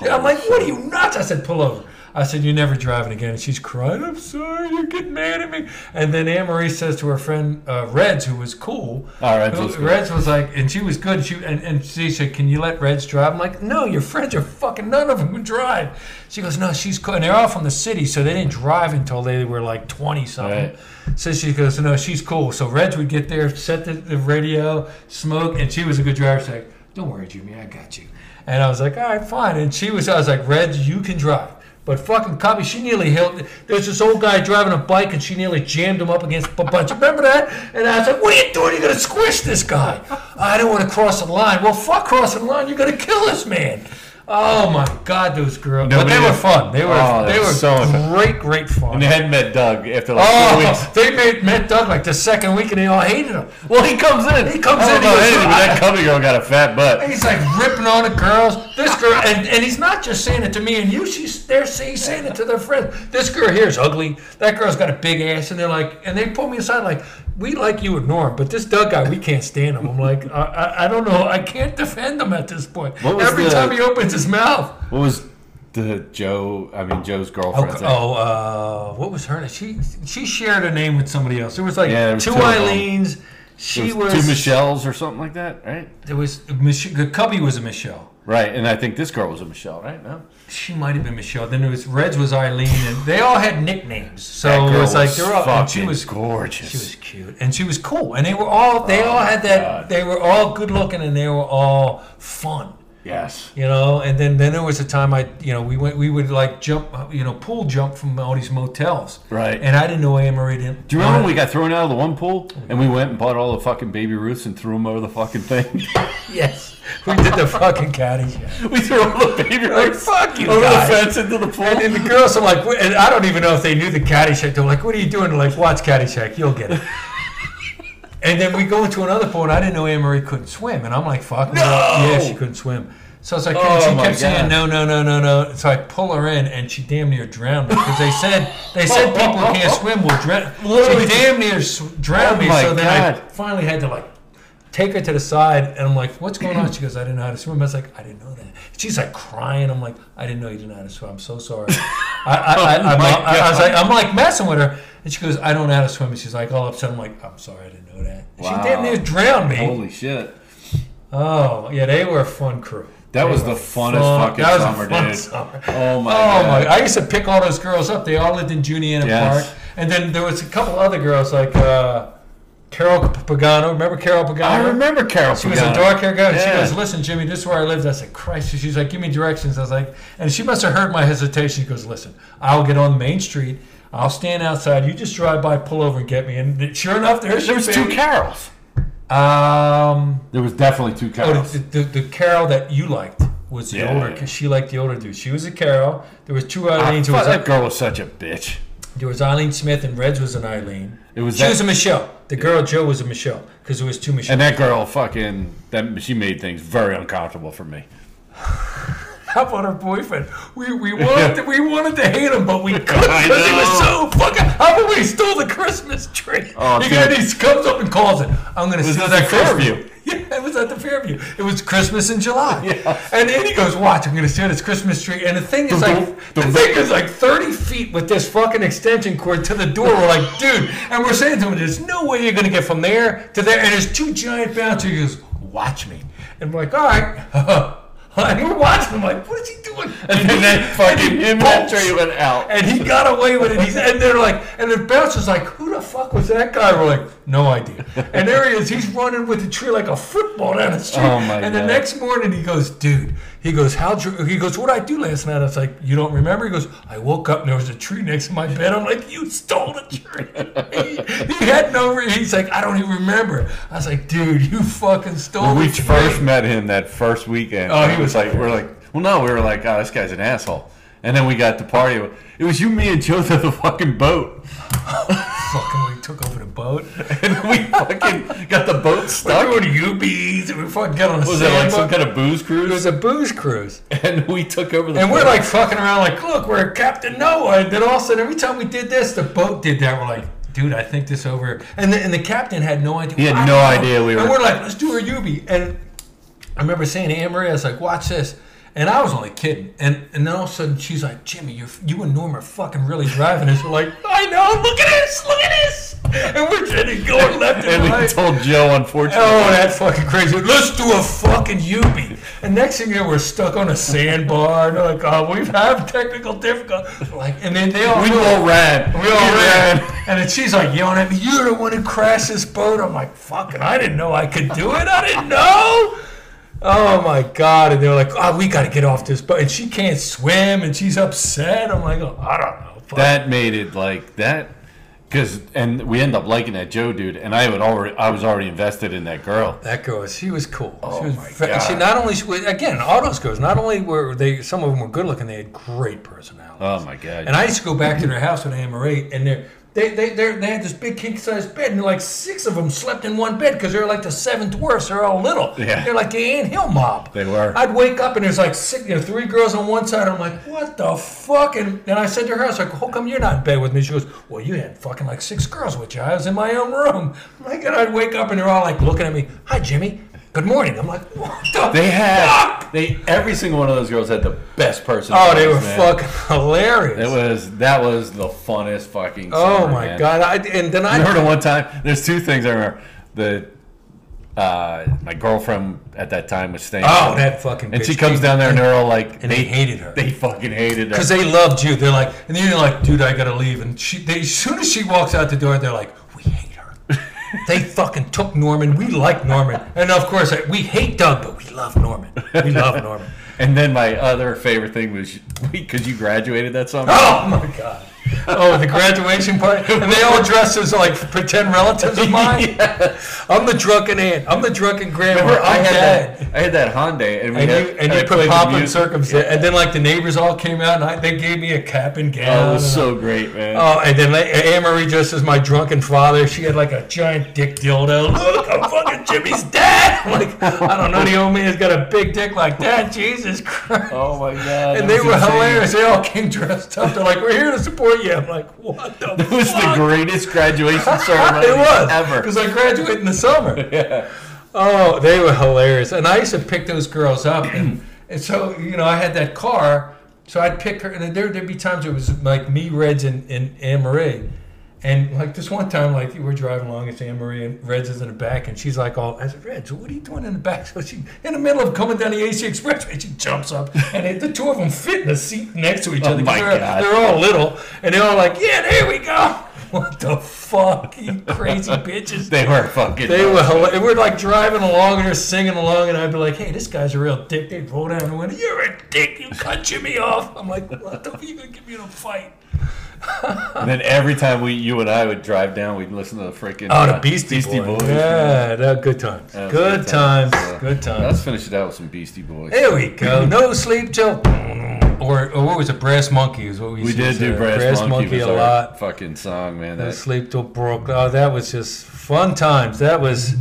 A: I'm like, what are you nuts? I said, pull over. I said, you're never driving again. And she's crying, I'm sorry, you're getting mad at me. And then Anne Marie says to her friend uh, Reds, who was cool.
B: Oh, Reds
A: who-
B: was cool.
A: Reds was like, and she was good. She and, and she said, "Can you let Reds drive?" I'm like, "No, your friends are fucking none of them would drive." She goes, "No, she's cool." And they're all from the city, so they didn't drive until they were like twenty something.
B: Right.
A: So she goes, "No, she's cool." So Reds would get there, set the, the radio, smoke, and she was a good driver. She's like, "Don't worry, Jimmy, I got you." And I was like, "All right, fine." And she was, I was like, "Reds, you can drive." But fucking copy, she nearly hit. There's this old guy driving a bike, and she nearly jammed him up against a bunch. Remember that? And I was like, "What are you doing? You're gonna squish this guy." I don't want to cross the line. Well, fuck crossing the line. You're gonna kill this man. Oh my god, those girls. but
B: Nobody-
A: they were fun. They were.
B: Oh,
A: they
B: they're
A: were
B: so much fun.
A: great, great fun.
B: and they hadn't met Doug after like
A: oh,
B: four
A: <laughs>
B: weeks.
A: they made met Doug like the second week, and they all hated him.
B: Well, he comes in.
A: He comes
B: I don't
A: in, he
B: Know
A: goes,
B: anything, but
A: "I- <laughs>
B: that Cubby girl got a fat butt.
A: He's like ripping on the girls. This girl, and, and he's not just saying it to me and you. She's they're saying, he's saying it to their friends. This girl here is ugly. That girl's got a big ass, and they're like, and they pull me aside like, we like you and Norm, but this Doug guy, we can't stand him. I'm like, I, I, I don't know, I can't defend him at this point.
B: What was
A: Every
B: the-
A: time he opens his mouth.
B: What was the Joe? I mean Joe's girlfriend's name?
A: Oh, uh, what was her name? She she shared a name with somebody else. There was like
B: Yeah, there was
A: two
B: two of them.
A: Eileens. She
B: It
A: was,
B: two Michelles or something like that, right?
A: There was Mich- Cubby was a Michelle.
B: Right, and I think this girl was a Michelle, right? No,
A: She might have been Michelle. Then it was Reds was Eileen, and they all had nicknames. So
B: that
A: it
B: girl
A: was Oh, like they were all. and she
B: fucking
A: was
B: gorgeous.
A: she was cute, and she was cool, and they were all they all had that.
B: Oh God.
A: They were all good looking, and they were all fun.
B: yes,
A: You know, and then then there was a time I you know we went we would like jump you know pool jump from all these motels.
B: Right.
A: And I didn't know Anne Marie didn't.
B: Do you remember when we got thrown out of the one pool and we went and bought all the fucking baby Ruths and threw them over the fucking thing? <laughs>
A: Yes, we did the fucking caddy show.
B: we threw all the baby
A: Like
B: Ruths
A: fuck you
B: over
A: guys.
B: the fence into the pool.
A: And, and the girls are like, "What-" and I don't even know if they knew the Caddyshack. They're like, what are you doing? They're like, watch Caddyshack, you'll get it.
B: <laughs>
A: and then we go into another pool, and I didn't know Anne Marie couldn't swim. And I'm like, fuck no. Yeah, she couldn't swim. So it's like,
B: Oh,
A: and she
B: my
A: kept
B: God.
A: saying, no, no, no, no, no. So I pull her in, and she damn near drowned me because they said they said people who can't swim will drown. She
B: Literally.
A: damn near s- drowned
B: Oh,
A: me.
B: my
A: So then
B: God.
A: I finally had to like take her to the side and I'm like, what's going on? She goes, I didn't know how to swim. I was like, I didn't know that. She's like crying. I'm like, I didn't know you didn't know how to swim. I'm so
B: <laughs>
A: sorry. I, I, I,
B: Oh
A: I'm,
B: my
A: I, I was
B: God.
A: like, I'm like messing with her. And she goes, I don't know how to swim. And she's like all upset. I'm like, I'm sorry, I didn't know that. And She
B: Wow.
A: damn near drowned me.
B: Holy shit!
A: Oh, yeah, they were a fun crew.
B: That
A: They
B: was
A: were
B: the funnest
A: fun-
B: fucking
A: that was a
B: summer,
A: fun
B: dude.
A: summer.
B: Oh my
A: Oh
B: god!
A: my! I used to pick all those girls up. They all lived in Juniana
B: Yes.
A: Park, and then there was a couple other girls like uh, Carol Pagano. Remember Carol Pagano?
B: I remember Carol.
A: She was a dark hair girl. And She
B: Yeah.
A: goes, "Listen, Jimmy, this is where I lived." I said, "Christ!" She's like, "Give me directions." I was like, and she must have heard my hesitation. She goes, "Listen, I'll get on Main Street. I'll stand outside. You just drive by, pull over, and get me." And th- sure enough, there's
B: There was
A: your
B: two
A: baby.
B: Carols.
A: Um,
B: There was definitely two
A: Oh,
B: Carols.
A: the, the, the Carol that you liked was the
B: Yeah.
A: older because she liked the older dude. She was a Carol. There was two
B: I
A: Eileens. There
B: thought
A: was,
B: that
A: a,
B: girl was such a bitch.
A: there was Eileen Smith and Reds was an Eileen.
B: It was
A: she
B: that-
A: was a Michelle. The girl Joe was a Michelle because there was two Michelle. <laughs>
B: And that girl fucking that she made things very uncomfortable for me.
A: How about her boyfriend? We
B: <laughs>
A: we wanted to, we wanted to hate him, but we couldn't because he was so fucking. How about we stole the Christmas tree?
B: Oh,
A: he, got,
B: dude.
A: he comes up and calls it. I'm gonna
B: Was
A: steal
B: that
A: the
B: the
A: Christmas-"
B: Fairview?
A: <laughs> Yeah, it was at the Fairview. It was Christmas in
B: <laughs>
A: July. And then he goes, "Watch, I'm gonna steal this Christmas tree." And the thing is
B: Dum-dum,
A: like the
B: dum-dum.
A: thing is like 30 feet with this fucking extension cord to the door. We're like, dude, and we're saying to him, "There's no way you're gonna get from there to there." And there's two giant bouncers. He goes, "Watch me," and we're like, "All right." <laughs> And we're watching him like, what is he doing?
B: And
A: <laughs>
B: then fucking him and that
A: bolts.
B: tree went out.
A: And he got away with it. He's, and they're like, and the bouncer's like, who the fuck was that guy? We're like, no idea. And there he is. He's running with the tree like a football down the street.
B: Oh, my
A: and the
B: God.
A: next morning he goes, dude. He goes, how? He goes, what I do last night? I was like, you don't remember? He goes, I woke up and there was a tree next to my bed. I'm like, you stole the tree. <laughs> he, he had no. Re- he's like, I don't even remember. I was like, dude, you fucking stole.
B: When we
A: the tree."
B: first met him that first weekend,
A: Oh, he
B: it
A: was-
B: like, we're like, well, no, we were like, oh, this guy's an asshole. And then we got to party. It was you, me, and Joe to the fucking boat. <laughs>
A: fucking, we took over the boat.
B: And we fucking got the boat
A: We're
B: stuck.
A: going to UBs and we fucking got on a
B: was it like some
A: sailboat.
B: kind of booze
A: It was
B: cruise?
A: a booze cruise.
B: And we took over the
A: And we're
B: boat.
A: like fucking around, like, look, we're Captain Noah. And then all of a sudden, every time we did this, the boat did that. We're like, dude, I think this over. And the, and the captain had no idea.
B: He had
A: I
B: no
A: don't
B: idea we
A: And
B: were-
A: we're like, let's do a UB. And I remember saying to Anne Marie, I was like, watch this. And I was only kidding. And and then all of a sudden, she's like, Jimmy, you you and Norm are fucking really driving this. We're like, I know, look at this, look at this. And we're just going left and,
B: And we
A: right.
B: told Joe, unfortunately.
A: Oh, that's fucking crazy. Let's do a fucking Yubi. And next thing you know, we're stuck on a sandbar. And they're like, oh, we've had technical difficulties. Like, and then they all
B: we all ran.
A: we all ran. And then she's like yelling at me, you're the one who crashed this boat. I'm like, fucking, I didn't know I could do it. I didn't know. Oh my God. And they're like, oh, we got to get off this boat. And she can't swim and she's upset. I'm like, oh, I don't know. Fuck.
B: That made it like that. Cause and we end up liking that Joe dude, and I would already I was already invested in that girl.
A: That girl, she was cool. she was
B: Oh my
A: ve-
B: God.
A: She not only she was, again, all those girls. Not only were they, some of them were good looking. They had great personalities.
B: Oh my god!
A: And I used to go back to their house with Anne Marie, and they're, they they they they had this big king size bed, and like six of them slept in one bed because they're like the seventh worst. They're all little.
B: Yeah.
A: They're like the Ann Hill mob.
B: They were.
A: I'd wake up and there's like six, you know, three girls on one side. I'm like, what the fuck? And then I said to her, I was like, how come you're not in bed with me? She goes, well, you had fucking like six girls with you. I was in my own room. I'm like, and I'd wake up and they're all like looking at me. Hi, Jimmy. Good morning. I'm like, what the
B: They had
A: fuck?
B: they every single one of those girls had the best person.
A: Oh, they were
B: man.
A: fucking hilarious.
B: It was that was the funnest fucking.
A: Oh
B: summer,
A: my
B: man.
A: god! I, and then I
B: I remember one time. There's two things I remember. The uh, my girlfriend at that time was staying.
A: Oh, that fucking.
B: and she
A: bitch.
B: comes down there and they're all like
A: And they hated her.
B: They fucking hated her.
A: because they loved you. They're like, and then you're like, dude, I gotta leave. And she, they, as soon as she walks out the door, they're like, we hate
B: <laughs>
A: her. they fucking took Norman. We like Norman, and of course, we hate Doug, but we love Norman. We love
B: <laughs>
A: Norman.
B: And then my other favorite thing was <laughs> because you graduated that summer.
A: <laughs> Oh my god. Oh, the graduation party, and they all dress as like pretend relatives of
B: <laughs>
A: mine. I'm the drunken aunt. I'm the drunken grandma.
B: Remember, I
A: I'm
B: had
A: dad.
B: that. I had that Hyundai, and
A: Oh,
B: we
A: And
B: had,
A: you, and
B: I
A: you put
B: played the
A: pop in
B: music.
A: circumstance, and then like the neighbors all came out, and I, they gave me a cap and gown.
B: Oh, it was
A: and
B: so great, man.
A: Oh, and then like, Anne Marie dressed as my drunken father. She had like a giant dick dildo. Look, I'm fucking Jimmy's dad. I'm <laughs> like, I don't know, the old man's got a big dick like that. Jesus Christ.
B: Oh my god!
A: and they were hilarious. They all came dressed up. They're like, we're here to support you. I'm like, what the
B: <laughs> It was the
A: fuck?
B: greatest
A: <laughs>
B: graduation ceremony
A: it was
B: ever.
A: because I graduated in the
B: <laughs>
A: summer. Oh, they were hilarious, and I used to pick those girls up, and, and so you know I had that car, so I'd pick her, and there there'd be times it was like me, Reds, and and Anne Marie. And like this one time, like we're driving along, it's Anne Marie and Reds is in the back, and she's like, "All I said, Reds, what are you doing in the back?" So she, in the middle of coming down the AC Expressway, she jumps up, and it, the two of them fit in the seat next to each other. 'cause
B: Oh my
A: they're,
B: God.
A: they're all little, and they're all like, "Yeah, there we go." <laughs> What the fuck, you crazy bitches?
B: They were fucking.
A: They were hila- we're like driving along and they're singing along, and I'd be like, "Hey, this guy's a real dick." They'd roll down the window. You're a dick. You cut Jimmy off. I'm like, "What the fuck? You gonna give me in a fight?"
B: And then every time we, you and I would drive down, we'd listen to the freaking
A: Oh, the
B: uh,
A: Beastie, Boys.
B: Boys.
A: Yeah, that, good times.
B: That was
A: good,
B: good
A: times.
B: times.
A: Good
B: Let's
A: times.
B: finish it out with some Beastie Boys.
A: There we go. No sleep till, or, or what was it? Brass monkey is what we.
B: we
A: used to
B: did do
A: say.
B: Brass, Monkey, was
A: a
B: our
A: lot.
B: Fucking song, man.
A: No
B: That,
A: sleep till Brooklyn. Oh, that was just fun times. That was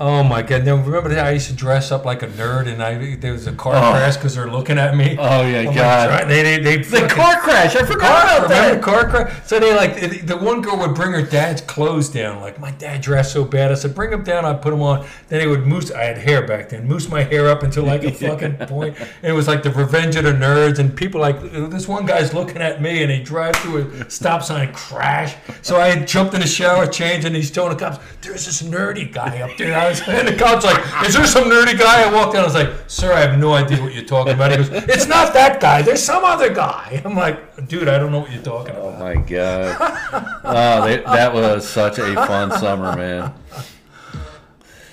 A: Oh my god! Now remember that I used to dress up like a nerd, and I there was a car
B: Oh.
A: crash because they're looking at me.
B: Oh, yeah,
A: I'm like,
B: God.
A: try- they they they
B: The
A: fucking-
B: car crash. I forgot
A: Car,
B: about
A: remember
B: that.
A: car crash? So they like the- the one girl would bring her dad's clothes down. Like my dad dressed so bad, I said bring them down. I put them on. Then they would moose. I had hair back then. Moose my hair up until
B: <laughs>
A: like a fucking point. And it was like the revenge of the nerds. And people like this one guy's looking at me, and he drive through a stop sign and crash. So I had jumped in the shower, changed, and he's telling the cops, "There's this nerdy guy up there." I was, and the cops like, "Is there some nerdy guy?" I walked down. I was like, "Sir, I have no idea what you're talking about." He goes, "It's not that guy. There's some other guy." I'm like, "Dude, I don't know what you're talking
B: Oh
A: about."
B: my god! Oh, they, that was such a fun
A: <laughs>
B: summer, man.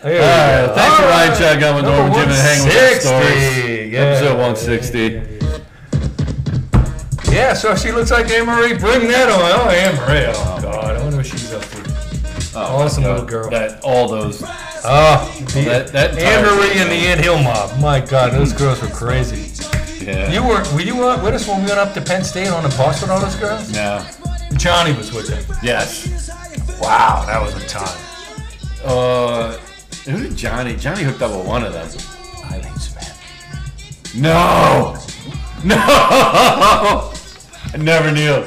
A: There you
B: All right,
A: go.
B: thanks for
A: All
B: riding
A: right.
B: shotgun with
A: Number
B: Norman Jim and Hang with the
A: 160.
B: Stories.
A: Yeah.
B: Episode 160.
A: Yeah, so she looks like Anne Marie. Bring that on. Oh, Anne Marie. Oh, God. I wonder what she's up to. awesome little girl.
B: Oh, That all those
A: oh, the,
B: that that
A: Anne
B: entire-
A: Marie and the Ann Hill mob. My God, those girls were crazy.
B: Yeah.
A: You were, were you up with us when we went up to Penn State on a bus with all those girls?
B: no.
A: Johnny was with them.
B: Yes.
A: Wow, that was a time.
B: Uh, who did Johnny? Johnny hooked up with one of them.
A: Eileen Smith.
B: No. <laughs> No. I never knew.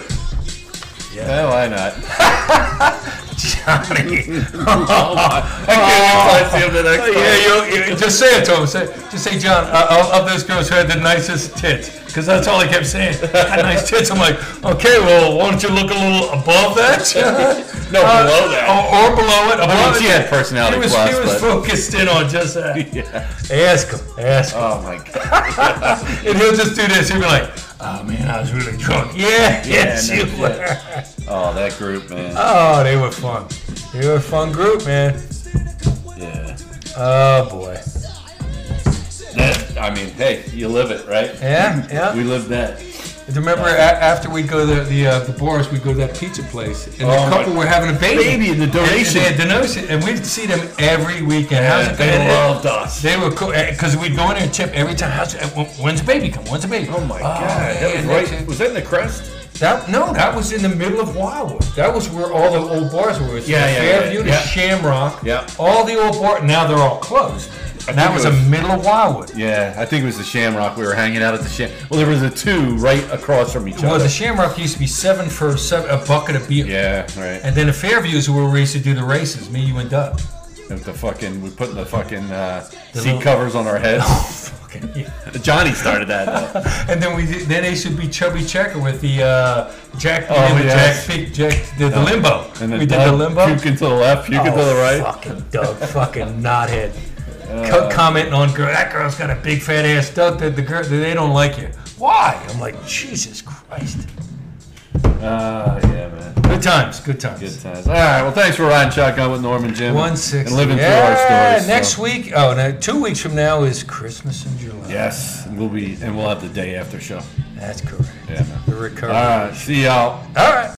B: Yeah. why not?
A: <laughs> Johnny.
B: I can't wait till I see him the next time.
A: Oh. Yeah, you, you just say it to him. Say, just say, John, uh, of- of those girls who had the nicest tits, because that's all I kept <laughs> saying. Had nice tits. I'm like, okay, well, why don't you look a little above that, <laughs> John? Uh,
B: No, below that.
A: or, or below it. Above
B: I mean,
A: it.
B: she had personality
A: He was,
B: plus,
A: he was
B: but-
A: focused in on just that.
B: <laughs> Yeah.
A: Ask him. Ask him.
B: Oh my god.
A: and he'll just do this. He'll be like, oh man, I was really drunk. <laughs> Yeah, yes,
B: no
A: you
B: shit.
A: were.
B: Oh, that group, man.
A: Oh, they were fun. They were a fun group, man.
B: Yeah.
A: Oh boy.
B: That, I mean, hey, you live it, right?
A: Yeah, yeah.
B: We lived that.
A: Do you Remember a- after we go to the uh, the bars, we go to that pizza place, and
B: Oh,
A: the couple
B: my-
A: were having a baby.
B: Baby, the
A: And-
B: donation.
A: And, they had donation, and we'd see them every weekend. How's
B: Yeah,
A: it
B: they
A: going?
B: loved us.
A: They were cool because we'd go in there and chip every time. How's it, when- when's the baby come? When's the baby?
B: Oh my god, that was
A: man,
B: right.
A: that's-
B: Was that in the crest?
A: That no, that was in the middle of Wildwood. That was where all the old bars were. It's
B: Yeah,
A: from
B: yeah,
A: Fairview
B: yeah,
A: to
B: yeah.
A: Shamrock.
B: Yeah.
A: All the old bars. Now they're all closed. And that
B: think
A: was
B: it
A: the
B: was-
A: middle of Wildwood.
B: Yeah, I think it was the Shamrock. We were hanging out at the Sham. Well, there was a two right across from each
A: Well,
B: other.
A: the Shamrock used to be seven for seven, a bucket of beer.
B: yeah, right.
A: And then the Fairviews were where we used to do the races, me, you, and Doug.
B: With the fucking, we putting the fucking uh, seat
A: little-
B: covers on our heads. <laughs>
A: Fucking yeah.
B: Johnny started that. Though.
A: <laughs> And then we did- then they should be Chubby Checker with the uh, Jack we
B: Oh,
A: did the
B: yes.
A: Jack Pig Jack did the limbo.
B: And then
A: we did
B: Doug
A: the limbo.
B: Puking to the left, puking
A: Oh,
B: to the right. Uh.
A: Fucking Doug, fucking knothead. Co- commenting on girl, that girl's got a big fat ass. Doug, the, the girl, they don't like you. Why? I'm like Jesus Christ.
B: Ah, yeah, man.
A: Good times, good times.
B: Good times. All right. Well, thanks for riding shotgun with Norman Jim.
A: One six.
B: And living through
A: yeah,
B: our stories.
A: Next
B: so.
A: week, oh no, two weeks from now is Christmas in July.
B: Yes, and we'll be, and we'll have the day after show.
A: that's correct.
B: Yeah, man.
A: The recovery.
B: All right. See y'all.
A: All right.